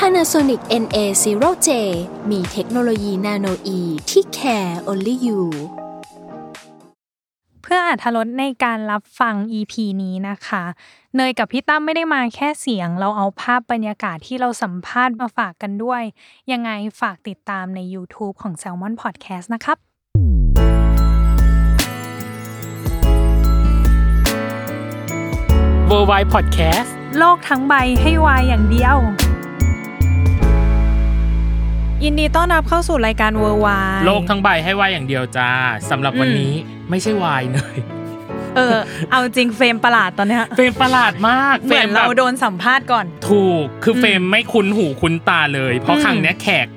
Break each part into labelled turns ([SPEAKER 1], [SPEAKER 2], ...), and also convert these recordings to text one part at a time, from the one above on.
[SPEAKER 1] Panasonic NA0J มีเทคโนโลยีนาโนอีที่ care only you
[SPEAKER 2] เพื่ออาธรตในการรับฟัง EP นี้นะคะ เนยกับพี่ตั้มไม่ได้มาแค่เสียง เราเอาภาพบรรยากาศที่เราสัมภาษณ์มาฝากกันด้วย ยังไงฝากติดตามใน YouTube ของ Salmon Podcast นะครับ
[SPEAKER 3] w o r l d w i d e Podcast
[SPEAKER 2] โลกทั้งใบให้วายอย่างเดียว ยินดีต้อนรับเข้าสู่รายการเวอร์วาย
[SPEAKER 3] โลกทั้งใบให้วายอย่างเดียวจ้าสำหรับวัน
[SPEAKER 2] อืม
[SPEAKER 3] นี้ไม่ใช่วายเน ย
[SPEAKER 2] เออ เอาจริงเฟรมประหลาดตอนเนี้ย
[SPEAKER 3] เฟรมประหลาดมาก
[SPEAKER 2] เหมือน
[SPEAKER 3] แบบ
[SPEAKER 2] เราโดนสัมภาษณ์ก่อน
[SPEAKER 3] ถูกคืออ
[SPEAKER 2] ม
[SPEAKER 3] เฟรมไม่คุ้นหูคุ้นตาเลย เพราะ
[SPEAKER 2] อืม
[SPEAKER 3] ครั้งเนี้ยแขก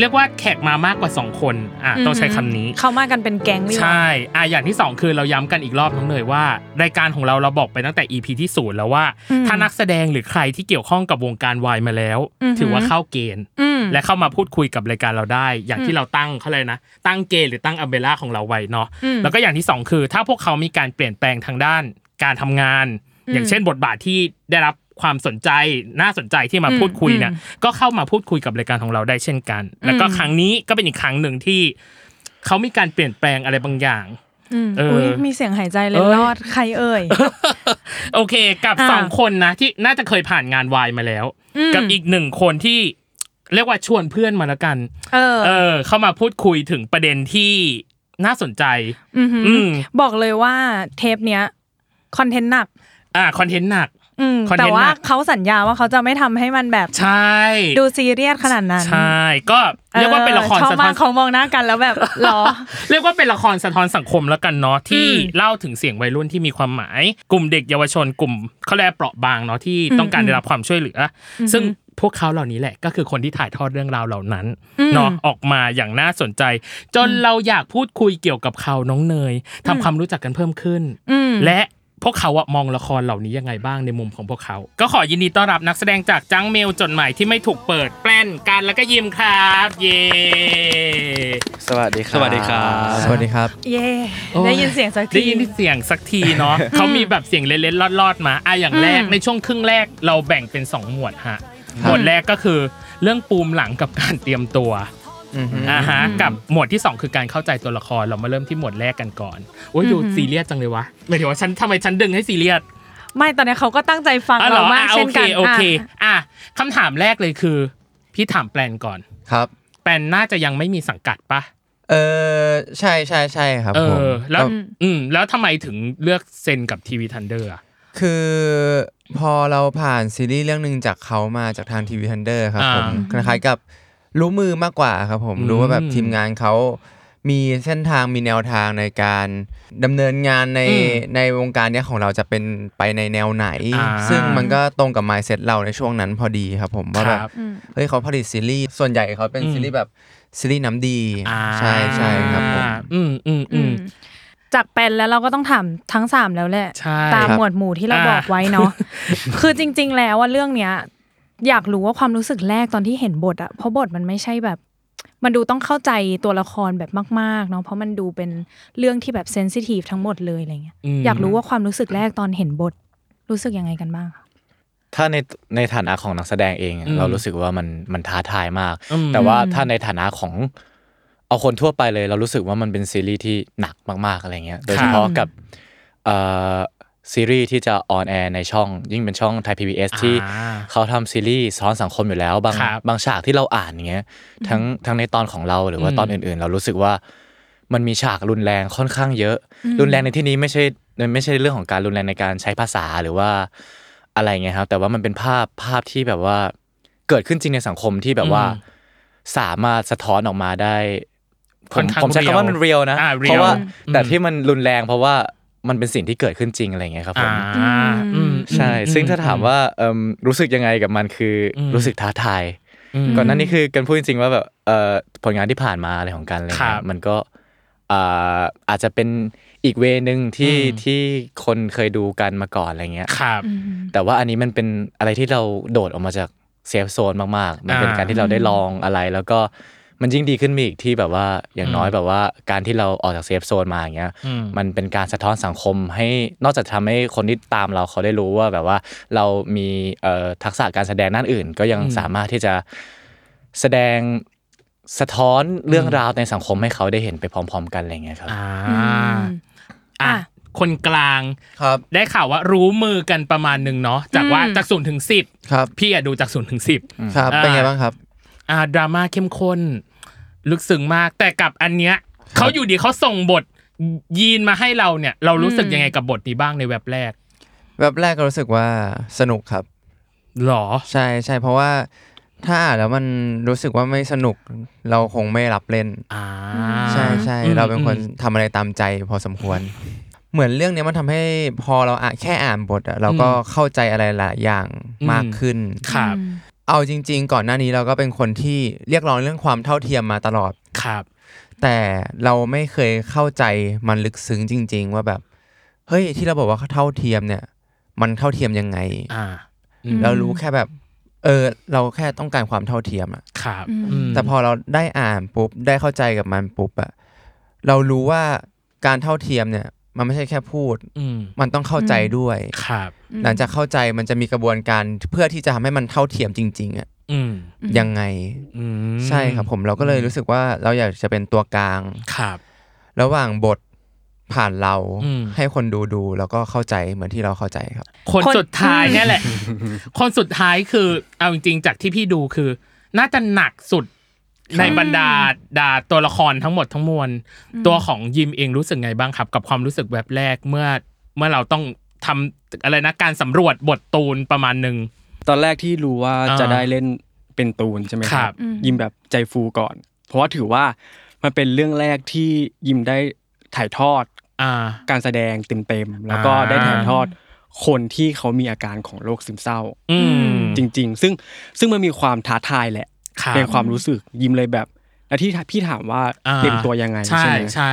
[SPEAKER 3] เรียกว่าแขกมามากกว่า 2 คนอ่ะต้องใช้คำนี้
[SPEAKER 2] เขามากันเป็นแก๊งเลยเหรอ
[SPEAKER 3] ใช่อ่ะอย่างที่ 2 คือเราย้ำกันอีกรอบน้องเนยว่ารายการของเราเราบอกไปตั้งแต่ EP ที่ศูนย์แล้วว่า ถ้านักแสดงหรือใครที่เกี่ยวข้องกับวงการวายมาแล้ว ถือว่าเข้าเกณฑ์
[SPEAKER 2] อืม
[SPEAKER 3] และเข้ามาพูดคุยกับรายการเราได้ อย่างที่เราตั้งเขาเลยนะ ตั้งเกณฑ์หรือตั้งอัมเบล่าของเราไว้เนาะ
[SPEAKER 2] อืม
[SPEAKER 3] แล้วก็อย่างที่สองคือ ถ้าพวกเขามีการเปลี่ยนแปลงทางด้านการทำงาน
[SPEAKER 2] อืม
[SPEAKER 3] อย่างเช่นบทบาทที่ได้รับความสนใจ น่าสนใจที่มา
[SPEAKER 2] อืม
[SPEAKER 3] พูดคุยเนี่ย ก็เข้ามาพูดคุยกับรายการของเราได้เช่นกัน แล้วก็
[SPEAKER 2] อืม
[SPEAKER 3] ครั้งนี้ก็เป็นอีกครั้งหนึ่งที่เขามีการเปลี่ยนแปลงอะไรบางอย่าง
[SPEAKER 2] อืม
[SPEAKER 3] เอออุ๊
[SPEAKER 2] อุ้ยมีเสียงหายใจเลย
[SPEAKER 3] เอ้ย
[SPEAKER 2] รอดใครเอ่ย
[SPEAKER 3] โอเค กับ
[SPEAKER 2] อ่า
[SPEAKER 3] สองคนนะที่น่าจะเคยผ่านงานวายมาแล้ว
[SPEAKER 2] ม
[SPEAKER 3] กับอีกหนึ่งคนที่เรียกว่าชวนเพื่อนมาแล้วกัน
[SPEAKER 2] เออ
[SPEAKER 3] เออเข้ามาพูดคุยถึงประเด็นที่น่าสนใจ
[SPEAKER 2] อือหือ
[SPEAKER 3] อืม
[SPEAKER 2] บอกเลยว่าเทปเนี้ยคอนเทนต์หนัก
[SPEAKER 3] อ่าคอนเทนต์หนัก
[SPEAKER 2] อืม
[SPEAKER 3] คอนเทนต์
[SPEAKER 2] แต่ว่า
[SPEAKER 3] หนัก
[SPEAKER 2] เขาสัญญาว่าเขาจะไม่ทำให้มันแบบ
[SPEAKER 3] ใช่
[SPEAKER 2] ดูซีเรียสขนาดนั้น
[SPEAKER 3] ใช่ก็เรียกว่าเป็นละคร
[SPEAKER 2] ออชอ
[SPEAKER 3] สะ
[SPEAKER 2] บ
[SPEAKER 3] ท้
[SPEAKER 2] มา
[SPEAKER 3] อก น
[SPEAKER 2] เขามองหน้ากันแล้ว แบบ หรอ
[SPEAKER 3] เรียกว่าเป็นละครสะท้อนสังคมแล้วกันเนาะที่เล่าถึงเสียงวัยรุ่นที่มีความหมาย กลุ่มเด็กเยาวชนกลุ่มเขาแลเปราะบางเนาะที่ต้องการได้รับความช่วยเหลืออซึ่งพวกเขาเหล่านี้แหละ ก็คือคนที่ถ่ายทอดเรื่องราวเหล่านั้นเนาะออกมาอย่างน่าสนใจ จนเราอยากพูดคุยเกี่ยวกับเขาน้องเนยทำความรู้จักกันเพิ่มขึ้น
[SPEAKER 2] อืม
[SPEAKER 3] และพวกเขาอะมองละครเหล่านี้ยังไงบ้างในมุมของพวกเขา ก็ขอยินดีต้อนรับนักแสดงจากจังเมลจดหมายที่ไม่ถูกเปิดแปลนกันแล้วก็ยิมครับ เย่
[SPEAKER 4] สวัสดีครับ
[SPEAKER 5] สวัสดีครับ
[SPEAKER 4] สวัสดีครับ
[SPEAKER 2] เย่ได้ยินเสียงสักที
[SPEAKER 3] ได้ยินเสียงสักทีเนาะ เขามีแบบเสียงเล็ดๆลอดๆมาอ่ะอย่างแรก
[SPEAKER 2] อืม
[SPEAKER 3] ในช่วงครึ่งแรกเราแบ่งเป็น 2 หมวดฮะ
[SPEAKER 4] ครับ
[SPEAKER 3] หมวดแรกก็คือเรื่องปูมหลังกับการเตรียมตัว
[SPEAKER 4] อืม
[SPEAKER 3] อ่าฮะกับหมวดที่ 2 คือการเข้าใจตัวละครเรามาเริ่มที่หมวดแรกกันก่อนโอ้ยดูซีเรียสจังเลยวะหมายถึงว่าฉันทำไมฉันดึงให้ซีเรียส
[SPEAKER 2] ไม่ตอนนี้เขาก็ตั้งใจฟัง
[SPEAKER 3] อ๋อห
[SPEAKER 2] เรามาก
[SPEAKER 3] อ่ะ
[SPEAKER 2] เช่นกัน
[SPEAKER 3] โอเคโอเค
[SPEAKER 2] อ่ะ
[SPEAKER 3] อ่ะคำถามแรกเลยคือ พี่ถามแปลนก่อน
[SPEAKER 4] ครับ
[SPEAKER 3] แปลนน่าจะยังไม่มีสังกัดปะ
[SPEAKER 4] เออใช่ใช่ใช่ครับ
[SPEAKER 3] เอ
[SPEAKER 4] ผม
[SPEAKER 3] อ แล้ว
[SPEAKER 4] ก็
[SPEAKER 3] อืมแล้วทำไมถึงเลือกเซ็นกับทีวีทันเดอร์อ่ะ
[SPEAKER 4] คือพอเราผ่านซีรีส์เรื่องหนึ่งจากเขามาจากทางทีวีทันเดอร์ครับ
[SPEAKER 3] อ่า
[SPEAKER 4] ผมคล้ายๆกับรู้มือมากกว่าครับผม
[SPEAKER 3] อืม
[SPEAKER 4] รู้ว่าแบบทีมงานเขามีเส้นทางมีแนวทางในการดำเนินงานในในวงการเนี้ยของเราจะเป็นไปในแนวไหน
[SPEAKER 3] อ่า
[SPEAKER 4] ซึ่งมันก็ตรงกับ mindset เราในช่วงนั้นพอดีครับผมว่า
[SPEAKER 3] ค
[SPEAKER 4] แบบ
[SPEAKER 3] รับ
[SPEAKER 2] อืม
[SPEAKER 4] เฮ้ยเขาผลิตซีรีส์ส่วนใหญ่เขาเป็น
[SPEAKER 3] อืม
[SPEAKER 4] ซีรีส์แบบซีรีส์น้ำดี
[SPEAKER 3] อ่า
[SPEAKER 4] ใช่ใช่ครับผม
[SPEAKER 3] อืมอืม
[SPEAKER 2] อื
[SPEAKER 3] อื
[SPEAKER 2] ม
[SPEAKER 3] ม
[SPEAKER 2] จากเป็นแล้วเราก็ต้องถามทั้งสามแล้วแหละ
[SPEAKER 3] ใช่
[SPEAKER 2] ตาม
[SPEAKER 3] ครับ
[SPEAKER 2] หมวดหมู่ที่เรา
[SPEAKER 3] อ่า
[SPEAKER 2] บอกไว้เนาะ คือจริง ๆ แล้วว่าเรื่องเนี้ย อยากรู้ว่าความรู้สึกแรกตอนที่เห็นบทอะเพราะบทมันไม่ใช่แบบ มันดูต้องเข้าใจตัวละครแบบมากๆเนาะเพราะมันดูเป็นเรื่องที่แบบเซนซิทีฟทั้งหมดเลยอะไรเงี้ย
[SPEAKER 3] ม
[SPEAKER 2] อยากรู้ว่าความรู้สึกแรกตอนเห็นบท รู้สึกยังไงกันบ้างคะ
[SPEAKER 5] ถ้าในในฐานะของนักแสดงเองอะเรารู้สึกว่ามันมันท้าทายมาก
[SPEAKER 3] อืม
[SPEAKER 5] แต่ว่าถ้าในฐานะของเอาคนทั่วไปเลย เรารู้สึกว่ามันเป็นซีรีส์ที่หนักมากๆอะไรเงี้ย โดยเฉพาะกับเอ่อซีรีส์ที่จะออนแอร์ในช่อง ยิ่งเป็นช่องไทย PBS
[SPEAKER 3] อ่า
[SPEAKER 5] ที่เขาทำซีรีส์ซ้อนสังคมอยู่แล้ว บาง
[SPEAKER 3] ครับ
[SPEAKER 5] บางฉากที่เราอ่านอย่างเงี้ยทั้งทั้งในตอนของเราหรือว่า
[SPEAKER 3] อืม
[SPEAKER 5] ตอนอื่นๆ เรารู้สึกว่ามันมีฉากรุนแรงค่อนข้างเยอะ รุนแรงในที่นี้ไม่ใช่มันไม่ใช่เรื่องของการรุนแรงในการใช้ภาษาหรือว่าอะไรเงี้ยครับ แต่ว่ามันเป็นภาพภาพที่แบบว่าเกิดขึ้นจริงในสังคมที่แบบว่า
[SPEAKER 3] อืม
[SPEAKER 5] สามารถสะท้อนออกมาได้ผ
[SPEAKER 3] ค่อน
[SPEAKER 5] ม
[SPEAKER 3] ข้าง
[SPEAKER 5] ผมใช้
[SPEAKER 3] real
[SPEAKER 5] คำว่ามันเรียลนะ
[SPEAKER 3] อ่า real
[SPEAKER 5] เพราะว่า
[SPEAKER 3] อืม
[SPEAKER 5] แต่ที่มันรุนแรงเพราะว่ามันเป็นสิ่งที่เกิดขึ้นจริงอะไรเงี้ยครับผ
[SPEAKER 3] อ่าม อืม
[SPEAKER 5] ใช่ ซึ่งถ้าถามว่าเอิ่มรู้สึกยังไงกับมันคืออ
[SPEAKER 3] ม
[SPEAKER 5] รู้สึกท้าทาย อืมก่อนหน้านี้คือกันพูดจริงๆว่าแบบเอ่อผลงานที่ผ่านมาอะไรของกันอะไร
[SPEAKER 3] ครั
[SPEAKER 5] เงี้
[SPEAKER 3] บ
[SPEAKER 5] ยมันก็อ่าอาจจะเป็นอีกเวนึงที่
[SPEAKER 3] อืม
[SPEAKER 5] ที่คนเคยดูกันมาก่อนอะไรเงี้ย
[SPEAKER 3] ครับ
[SPEAKER 2] อืม
[SPEAKER 5] แต่ว่าอันนี้มันเป็นอะไรที่เราโดดออกมาจากเซฟโซนมากๆ มันเป็น
[SPEAKER 3] อ่า
[SPEAKER 5] การที่เราได้ลองอะไร แล้วก็มันยิ่งดีขึ้นมาอีกที่แบบว่าอย่างน้อย
[SPEAKER 3] อืม
[SPEAKER 5] แบบว่าการที่เราออกจากเซฟโซนมาอย่างเงี้ย
[SPEAKER 3] อืม
[SPEAKER 5] มันเป็นการสะท้อนสังคมให้นอกจากทำให้คนที่ตามเราเขาได้รู้ว่าแบบว่าเรามีเอ่อทักษะการแสดงด้านอื่น ก็ยัง
[SPEAKER 3] อืม
[SPEAKER 5] สามารถที่จะแสดงสะท้อนเรื่อง
[SPEAKER 3] อืม
[SPEAKER 5] ราวในสังคมให้เขาได้เห็นไปพร้อม ๆ กันอะไรอย่างเงี้ยครับ
[SPEAKER 3] อ่า
[SPEAKER 2] อ่ะ
[SPEAKER 3] อ่ะคนกลาง
[SPEAKER 4] ครับ
[SPEAKER 3] ได้ข่าวว่ารู้มือกันประมาณหนึ่งเนาะจากว่าจากศูนย์ถึงสิบ
[SPEAKER 4] ครับ
[SPEAKER 3] พี่อะดูจากศูนย์ถึงสิบ
[SPEAKER 4] ครับ
[SPEAKER 3] อ่า
[SPEAKER 4] เป็นไงบ้างครับ
[SPEAKER 3] อ่าดราม่าเข้มข้น ลึกซึ้งมาก แต่กับอันเนี้ยเขาอยู่ดีเขาส่งบทยีนมาให้เราเนี่ย เรารู้สึก
[SPEAKER 2] อืม
[SPEAKER 3] ยังไงกับบทนี้บ้างในเว็บแรก
[SPEAKER 4] แบบแรกก็รู้สึกว่าสนุกครับ
[SPEAKER 3] หรอ
[SPEAKER 4] ใช่ใช่เพราะว่าถ้าอ่านแล้วมันรู้สึกว่าไม่สนุกเราคงไม่รับเล่น
[SPEAKER 3] อ่า
[SPEAKER 4] ใช่ใช่
[SPEAKER 3] อืม
[SPEAKER 4] เราเป็นคน
[SPEAKER 3] อืม
[SPEAKER 4] ทำอะไรตามใจพอสมควร เหมือนเรื่องเนี้ยมันทำให้พอเราอ่านแค่อ่านบทอะเราก็เข้าใจอะไรหลายอย่างมาก
[SPEAKER 3] อืม
[SPEAKER 4] ขึ้น
[SPEAKER 3] ครับ
[SPEAKER 4] เอาจริง ๆ ก่อนหน้านี้เราก็เป็นคนที่เรียกร้องเรื่องความเท่าเทียมมาตลอด
[SPEAKER 3] ครับ
[SPEAKER 4] แต่เราไม่เคยเข้าใจมันลึกซึ้งจริง ๆ ว่าแบบเฮ้ยที่เราบอกว่าเท่าเทียมเนี่ย มันเท่าเทียมยังไง
[SPEAKER 3] อ่า
[SPEAKER 4] เรารู้แค่แบบ เออ เราแค่ต้องการความเท่าเทียมอะ
[SPEAKER 3] ครับ
[SPEAKER 2] อืม
[SPEAKER 3] ม
[SPEAKER 4] แต่พอเราได้อ่านปุ๊บได้เข้าใจกับมันปุ๊บอะเรารู้ว่าการเท่าเทียมเนี่ย มันไม่ใช่แค่พูด
[SPEAKER 3] ม
[SPEAKER 4] มันต้องเข้าใจด้วย
[SPEAKER 3] ครับ
[SPEAKER 4] หลังจากเข้าใจมันจะมีกระบวนการเพื่อที่จะทำให้มันเท่าเทียมจริงๆอะ
[SPEAKER 3] อืม
[SPEAKER 4] ยังไง
[SPEAKER 3] อืม
[SPEAKER 4] ใช่ครับผมเราก็เลยรู้สึกว่าเราอยากจะเป็นตัวกลาง
[SPEAKER 3] ครับ
[SPEAKER 4] ระหว่างบทผ่านเรา
[SPEAKER 3] อืม
[SPEAKER 4] ให้คนดูดูแล้วก็เข้าใจเหมือนที่เราเข้าใจครับ
[SPEAKER 3] คน
[SPEAKER 2] คน
[SPEAKER 3] สุดท้ายเนี่ยแหละ คนสุดท้ายคือ เอาจริงๆ จากที่พี่ดูคือ น่าจะหนักสุดในบรรดาดาตัวละครทั้งหมดทั้งมวล ตัวของยิมเองรู้สึกไงบ้างครับ กับความรู้สึกแวบแรกเมื่อเมื่อเราต้องทำอะไรนะการสำรวจบทตูนประมาณหนึ่ง
[SPEAKER 6] ตอนแรกที่รู้ว่า
[SPEAKER 3] อ่า
[SPEAKER 6] จะได้เล่นเป็นตูนใช่ไหมค
[SPEAKER 3] ครั
[SPEAKER 6] รับ บ
[SPEAKER 2] อืม
[SPEAKER 6] ยิมแบบใจฟูก่อน เพราะว่าถือว่ามันเป็นเรื่องแรกที่ยิมได้ถ่ายทอด
[SPEAKER 3] อ่า
[SPEAKER 6] การแสดงเต็มๆแล้วก็
[SPEAKER 3] อ่า
[SPEAKER 6] ได้ถ่ายทอดคนที่เขามีอาการของโรคซึมเศร้า
[SPEAKER 3] อืม
[SPEAKER 6] จริง ๆ ซึ่งซึ่งมันมีความท้าทายแหละ
[SPEAKER 3] รับ
[SPEAKER 6] ในความรู้สึกยิมเลยแบบแล้วที่พี่ถามว่า
[SPEAKER 3] อ่า
[SPEAKER 6] เตรียมตัวยังไง
[SPEAKER 3] ใช่
[SPEAKER 6] ใช่ไหม
[SPEAKER 3] ใช่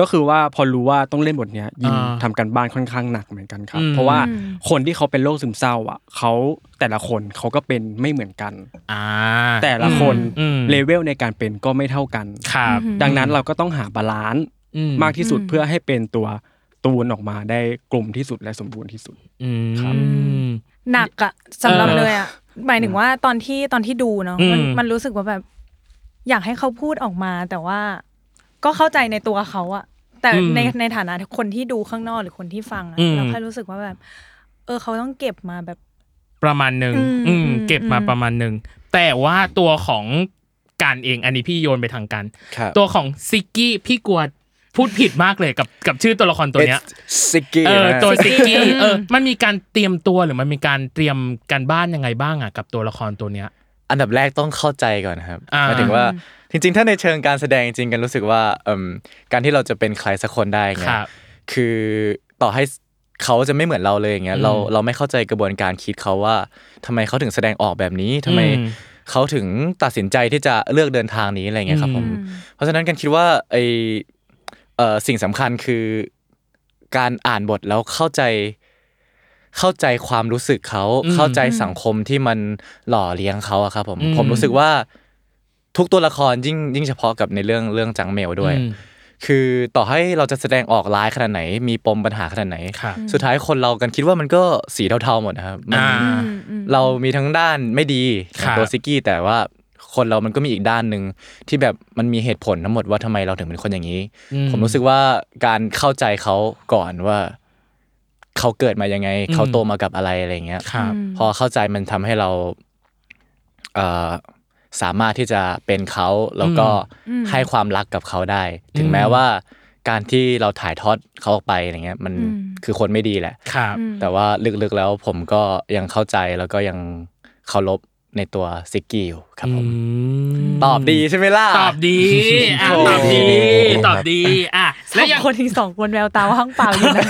[SPEAKER 6] ก็คือว่าพอรู้ว่าต้องเล่นบทเนี้ยยิม
[SPEAKER 3] อ่า
[SPEAKER 6] ทำกันบ้านค่อนข้างหนักเหมือนกันครับ
[SPEAKER 3] อืม
[SPEAKER 6] เพราะว่า
[SPEAKER 2] อืม
[SPEAKER 6] คนที่เขาเป็นโรคซึมเศร้าอ่ะเขาแต่ละคนเขาก็เป็นไม่เหมือนกัน
[SPEAKER 3] อ่า
[SPEAKER 6] แต่ละคน
[SPEAKER 3] อืม
[SPEAKER 6] เลเวลในการเป็นก็ไม่เท่ากัน
[SPEAKER 3] ครับ
[SPEAKER 6] ดังนั้นเราก็ต้องหาบาลานซ์
[SPEAKER 3] อื
[SPEAKER 6] มากที่สุด
[SPEAKER 2] อืม
[SPEAKER 6] เพื่อให้เป็นตัวตูนออกมาได้กลมที่สุดและสมบูรณ์ที่สุด
[SPEAKER 3] อืม
[SPEAKER 6] ครับ
[SPEAKER 2] หนักอะสำหรับ
[SPEAKER 3] เออ
[SPEAKER 2] เลยอะหมายถึงว่าตอนที่ตอนที่ดูเนาะมัน
[SPEAKER 3] อืม
[SPEAKER 2] มันรู้สึกว่าแบบ อยากให้เขาพูดออกมา แต่ว่าก็เข้าใจในตัวเขาอะแต่
[SPEAKER 3] อืม
[SPEAKER 2] ในในฐานะคนที่ดูข้างนอกหรือคนที่ฟังอะ
[SPEAKER 3] อืม
[SPEAKER 2] เราแค่รู้สึกว่าแบบ เออเขาต้องเก็บมาแบบ
[SPEAKER 3] ประมาณหนึ่ง
[SPEAKER 2] อืม
[SPEAKER 3] อืม
[SPEAKER 2] อืม
[SPEAKER 3] เก็บมา
[SPEAKER 2] อืม
[SPEAKER 3] ประมาณหนึ่ง แต่ว่าตัวของการเองอันนี้พี่โยนไปทางการ
[SPEAKER 5] ครับ
[SPEAKER 3] ตัวของซิกกี้พี่กลัวพูดผิดมากเลยกับกับชื่อตัวละครตัวเนี้ย
[SPEAKER 5] ซิกี้
[SPEAKER 3] เออ
[SPEAKER 5] นะ
[SPEAKER 3] ตัวซิกกี้เออ มันมีการเตรียมตัวหรือมันมีการเตรียมการบ้านยังไงบ้างอ่ะกับตัวละครตัวเนี้ย
[SPEAKER 5] อันดับแรกต้องเข้าใจก่อนครับ
[SPEAKER 3] อ่า
[SPEAKER 5] หมายถึงว่าจริง ๆ ถ้าในเชิงการแสดงจริงๆกันรู้สึกว่าเอิ่มการที่เราจะเป็นใครสักคนได้เงี้
[SPEAKER 3] ครั
[SPEAKER 5] ย
[SPEAKER 3] บ
[SPEAKER 5] คือต่อให้เขาจะไม่เหมือนเราเลยอย่างเงี้ยเรา
[SPEAKER 3] อืม
[SPEAKER 5] เราไม่เข้าใจกระบวนการคิดเขาว่าทำไมเขาถึงแสดงออกแบบนี้ทำไม
[SPEAKER 3] อืม
[SPEAKER 5] เขาถึงตัดสินใจที่จะเลือกเดินทางนี้อะไรเงี้ยครับผม
[SPEAKER 3] อืม
[SPEAKER 5] เพราะฉะนั้นกันคิดว่าไอเอ่อสิ่งสำคัญคือการอ่านบทแล้วเข้าใจ เข้าใจความรู้สึกเขา
[SPEAKER 3] อืม
[SPEAKER 5] เข้าใจสังคมที่มันหล่อเลี้ยงเขาอะครับผม
[SPEAKER 3] อืม
[SPEAKER 5] ผมรู้สึกว่าทุกตัวละครยิ่งยิ่งเฉพาะกับในเรื่องเรื่องจังเมลด้วย
[SPEAKER 3] อืม
[SPEAKER 5] คือต่อให้เราจะแสดงออกร้ายขนาดไหน มีปมปัญหาขนาดไหน
[SPEAKER 3] ครับ
[SPEAKER 5] สุดท้ายคนเรากันคิดว่ามันก็สีเทาๆหมดนะครับมัน
[SPEAKER 3] อ่า
[SPEAKER 2] อืมอืม
[SPEAKER 5] เรามีทั้งด้านไม่ดี
[SPEAKER 3] ค
[SPEAKER 5] อ
[SPEAKER 3] รับ
[SPEAKER 5] ย่างตัวซิกกี้แต่ว่าคนเรามันก็มีอีกด้านหนึ่งที่แบบมันมีเหตุผลทั้งหมดว่าทำไมเราถึงเป็นคนอย่างนี้
[SPEAKER 3] อืม
[SPEAKER 5] ผมรู้สึกว่าการเข้าใจเขาก่อนว่า เขาเกิดมายังไง
[SPEAKER 3] อืม
[SPEAKER 5] เขาโตมากับอะไรอะไรอย่างเงี้ย
[SPEAKER 3] ครับ
[SPEAKER 5] พอเข้าใจมันทำให้เราเอ่อสามารถที่จะเป็นเขาแล้วก็
[SPEAKER 2] อืม
[SPEAKER 5] ให้ความรักกับเขาได้ ถึง
[SPEAKER 3] อืม
[SPEAKER 5] แม้ว่าการที่เราถ่ายทอดเขาออกไปอะไรเงี้ย มันคือคนไม่ดีแหละ
[SPEAKER 3] ครับ
[SPEAKER 2] อืม
[SPEAKER 5] แต่ว่าลึกๆแล้วผมก็ยังเข้าใจแล้วก็ยังเคารพในตัวซิกกี้อยู่ครับผม ตอบดีใช่ไหมล่ะ
[SPEAKER 3] ตอบดีอ่ะ
[SPEAKER 5] โอ้โห
[SPEAKER 3] ตอบดีตอบดีอ่ะ
[SPEAKER 2] สอง
[SPEAKER 3] ยัง
[SPEAKER 2] คนอีกสองคนแววตาว่างเปล่าอยู่นะ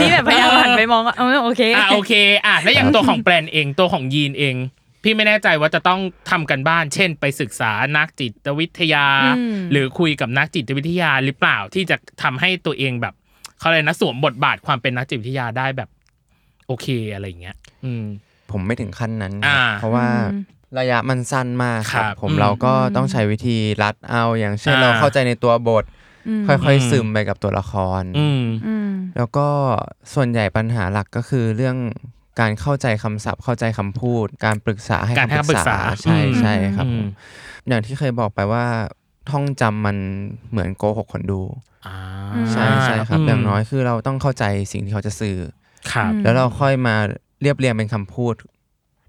[SPEAKER 2] นี่แบบพยายามหันไปมองว่าเออโอเค
[SPEAKER 3] อ่ะโอเคอ่ะแล้วอย่างตัวของแปลนเองตัวของยีนเอง พี่ไม่แน่ใจว่าจะต้องทำกันบ้าน เช่น ไปศึกษานักจิตวิทยา
[SPEAKER 2] อืม
[SPEAKER 3] หรือคุยกับนักจิตวิทยาหรือเปล่าที่จะทำให้ตัวเองแบบเขาเลยกนะสวมบทบาทความเป็นนักจิตวิทยาได้แบบ โอเคอะไรอย่างเงี้ย อืม
[SPEAKER 4] ผมไม่ถึงขั้นนั้น
[SPEAKER 3] อ่า
[SPEAKER 4] ครับเพราะว่า
[SPEAKER 2] อืม
[SPEAKER 4] ระยะมันสั้นมากครั
[SPEAKER 3] ครับ บ
[SPEAKER 4] ผม
[SPEAKER 3] อืม
[SPEAKER 4] เราก็ต้องใช้วิธีรัดเอาอย่างเช่น
[SPEAKER 3] อ่า
[SPEAKER 4] เราเข้าใจในตัวบท
[SPEAKER 2] อืม
[SPEAKER 4] ค่อย
[SPEAKER 3] อืม
[SPEAKER 4] ๆซึมไปกับตัวละคร
[SPEAKER 3] อืม
[SPEAKER 2] อืม
[SPEAKER 4] แล้วก็ส่วนใหญ่ปัญหาหลักก็คือเรื่องการเข้าใจคำศัพท์ เข้าใจคำพูด การปรึกษาให้
[SPEAKER 3] การให้
[SPEAKER 4] คำปรึกษา
[SPEAKER 3] คำปรึกษา
[SPEAKER 4] ใช่
[SPEAKER 3] อืม
[SPEAKER 4] ใช่ครับ
[SPEAKER 3] อื
[SPEAKER 4] ผม มอย่างที่เคยบอกไปว่าท่องจำมันเหมือนโกหกคนดู
[SPEAKER 3] อ่า
[SPEAKER 4] ใช่ใช่ครับ
[SPEAKER 3] ม
[SPEAKER 4] อย่างน้อยคือเราต้องเข้าใจสิ่งที่เขาจะสื่อ
[SPEAKER 3] ครับ
[SPEAKER 4] อแล้วเราค่อยมาเรียบเรียงเป็นคำพูด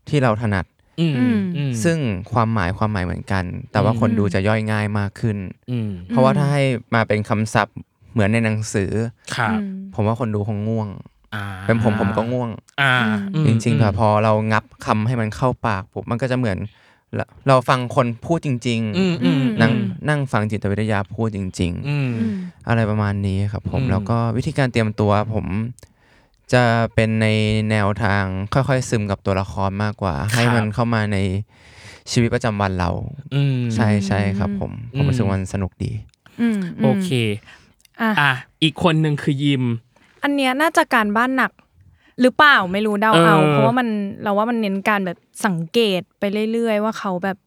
[SPEAKER 4] ที่เราถนัด
[SPEAKER 3] อืม
[SPEAKER 2] อืม
[SPEAKER 3] อืม
[SPEAKER 4] ซึ่งความหมายความหมายเหมือนกัน แต่ว่าคนดูจะย่อยง่ายมากขึ้น
[SPEAKER 3] อืม
[SPEAKER 4] เพราะว่าถ้าให้มาเป็นคำศัพท์เหมือนในหนังสือ
[SPEAKER 3] ครับ
[SPEAKER 2] อืม
[SPEAKER 4] ผมว่าคนดูคงง่วง
[SPEAKER 3] อ่า
[SPEAKER 4] เป็นผมผมก็ง่วง
[SPEAKER 3] อ่าอืม
[SPEAKER 4] จริงๆแต่พอเรางับคำให้มันเข้าปากปุ๊บมันก็จะเหมือนเราเราฟังคนพูดจริง
[SPEAKER 3] อืมอืม
[SPEAKER 4] ๆ นั่งนั่งฟังจิตวิทยาพูดจริง
[SPEAKER 3] อืม
[SPEAKER 2] อืม
[SPEAKER 4] ๆ อะไรประมาณนี้ครับผม
[SPEAKER 3] อืม
[SPEAKER 4] แล้วก็วิธีการเตรียมตัวผมจะเป็นในแนวทางค่อยๆซึมกับตัวละครมากกว่า ให้มันเข้ามาในชีวิตประจำวันเรา
[SPEAKER 3] อืม
[SPEAKER 4] ใช่ใช่ครับผม ผมรู้สึก
[SPEAKER 3] อืม
[SPEAKER 4] มันสนุกดี
[SPEAKER 2] อืมม
[SPEAKER 3] โอเค
[SPEAKER 2] อ่ะ
[SPEAKER 3] อ่ะอีกคนหนึ่งคือยิม
[SPEAKER 2] อันเนี้ยน่าจะการบ้านหนัก หรือเปล่าไม่รู้เดาเอา
[SPEAKER 3] เออ
[SPEAKER 2] เพราะว่ามันเราว่ามันเน้นการแบบสังเกตไปเรื่อย ๆ ว่าเขาแบบ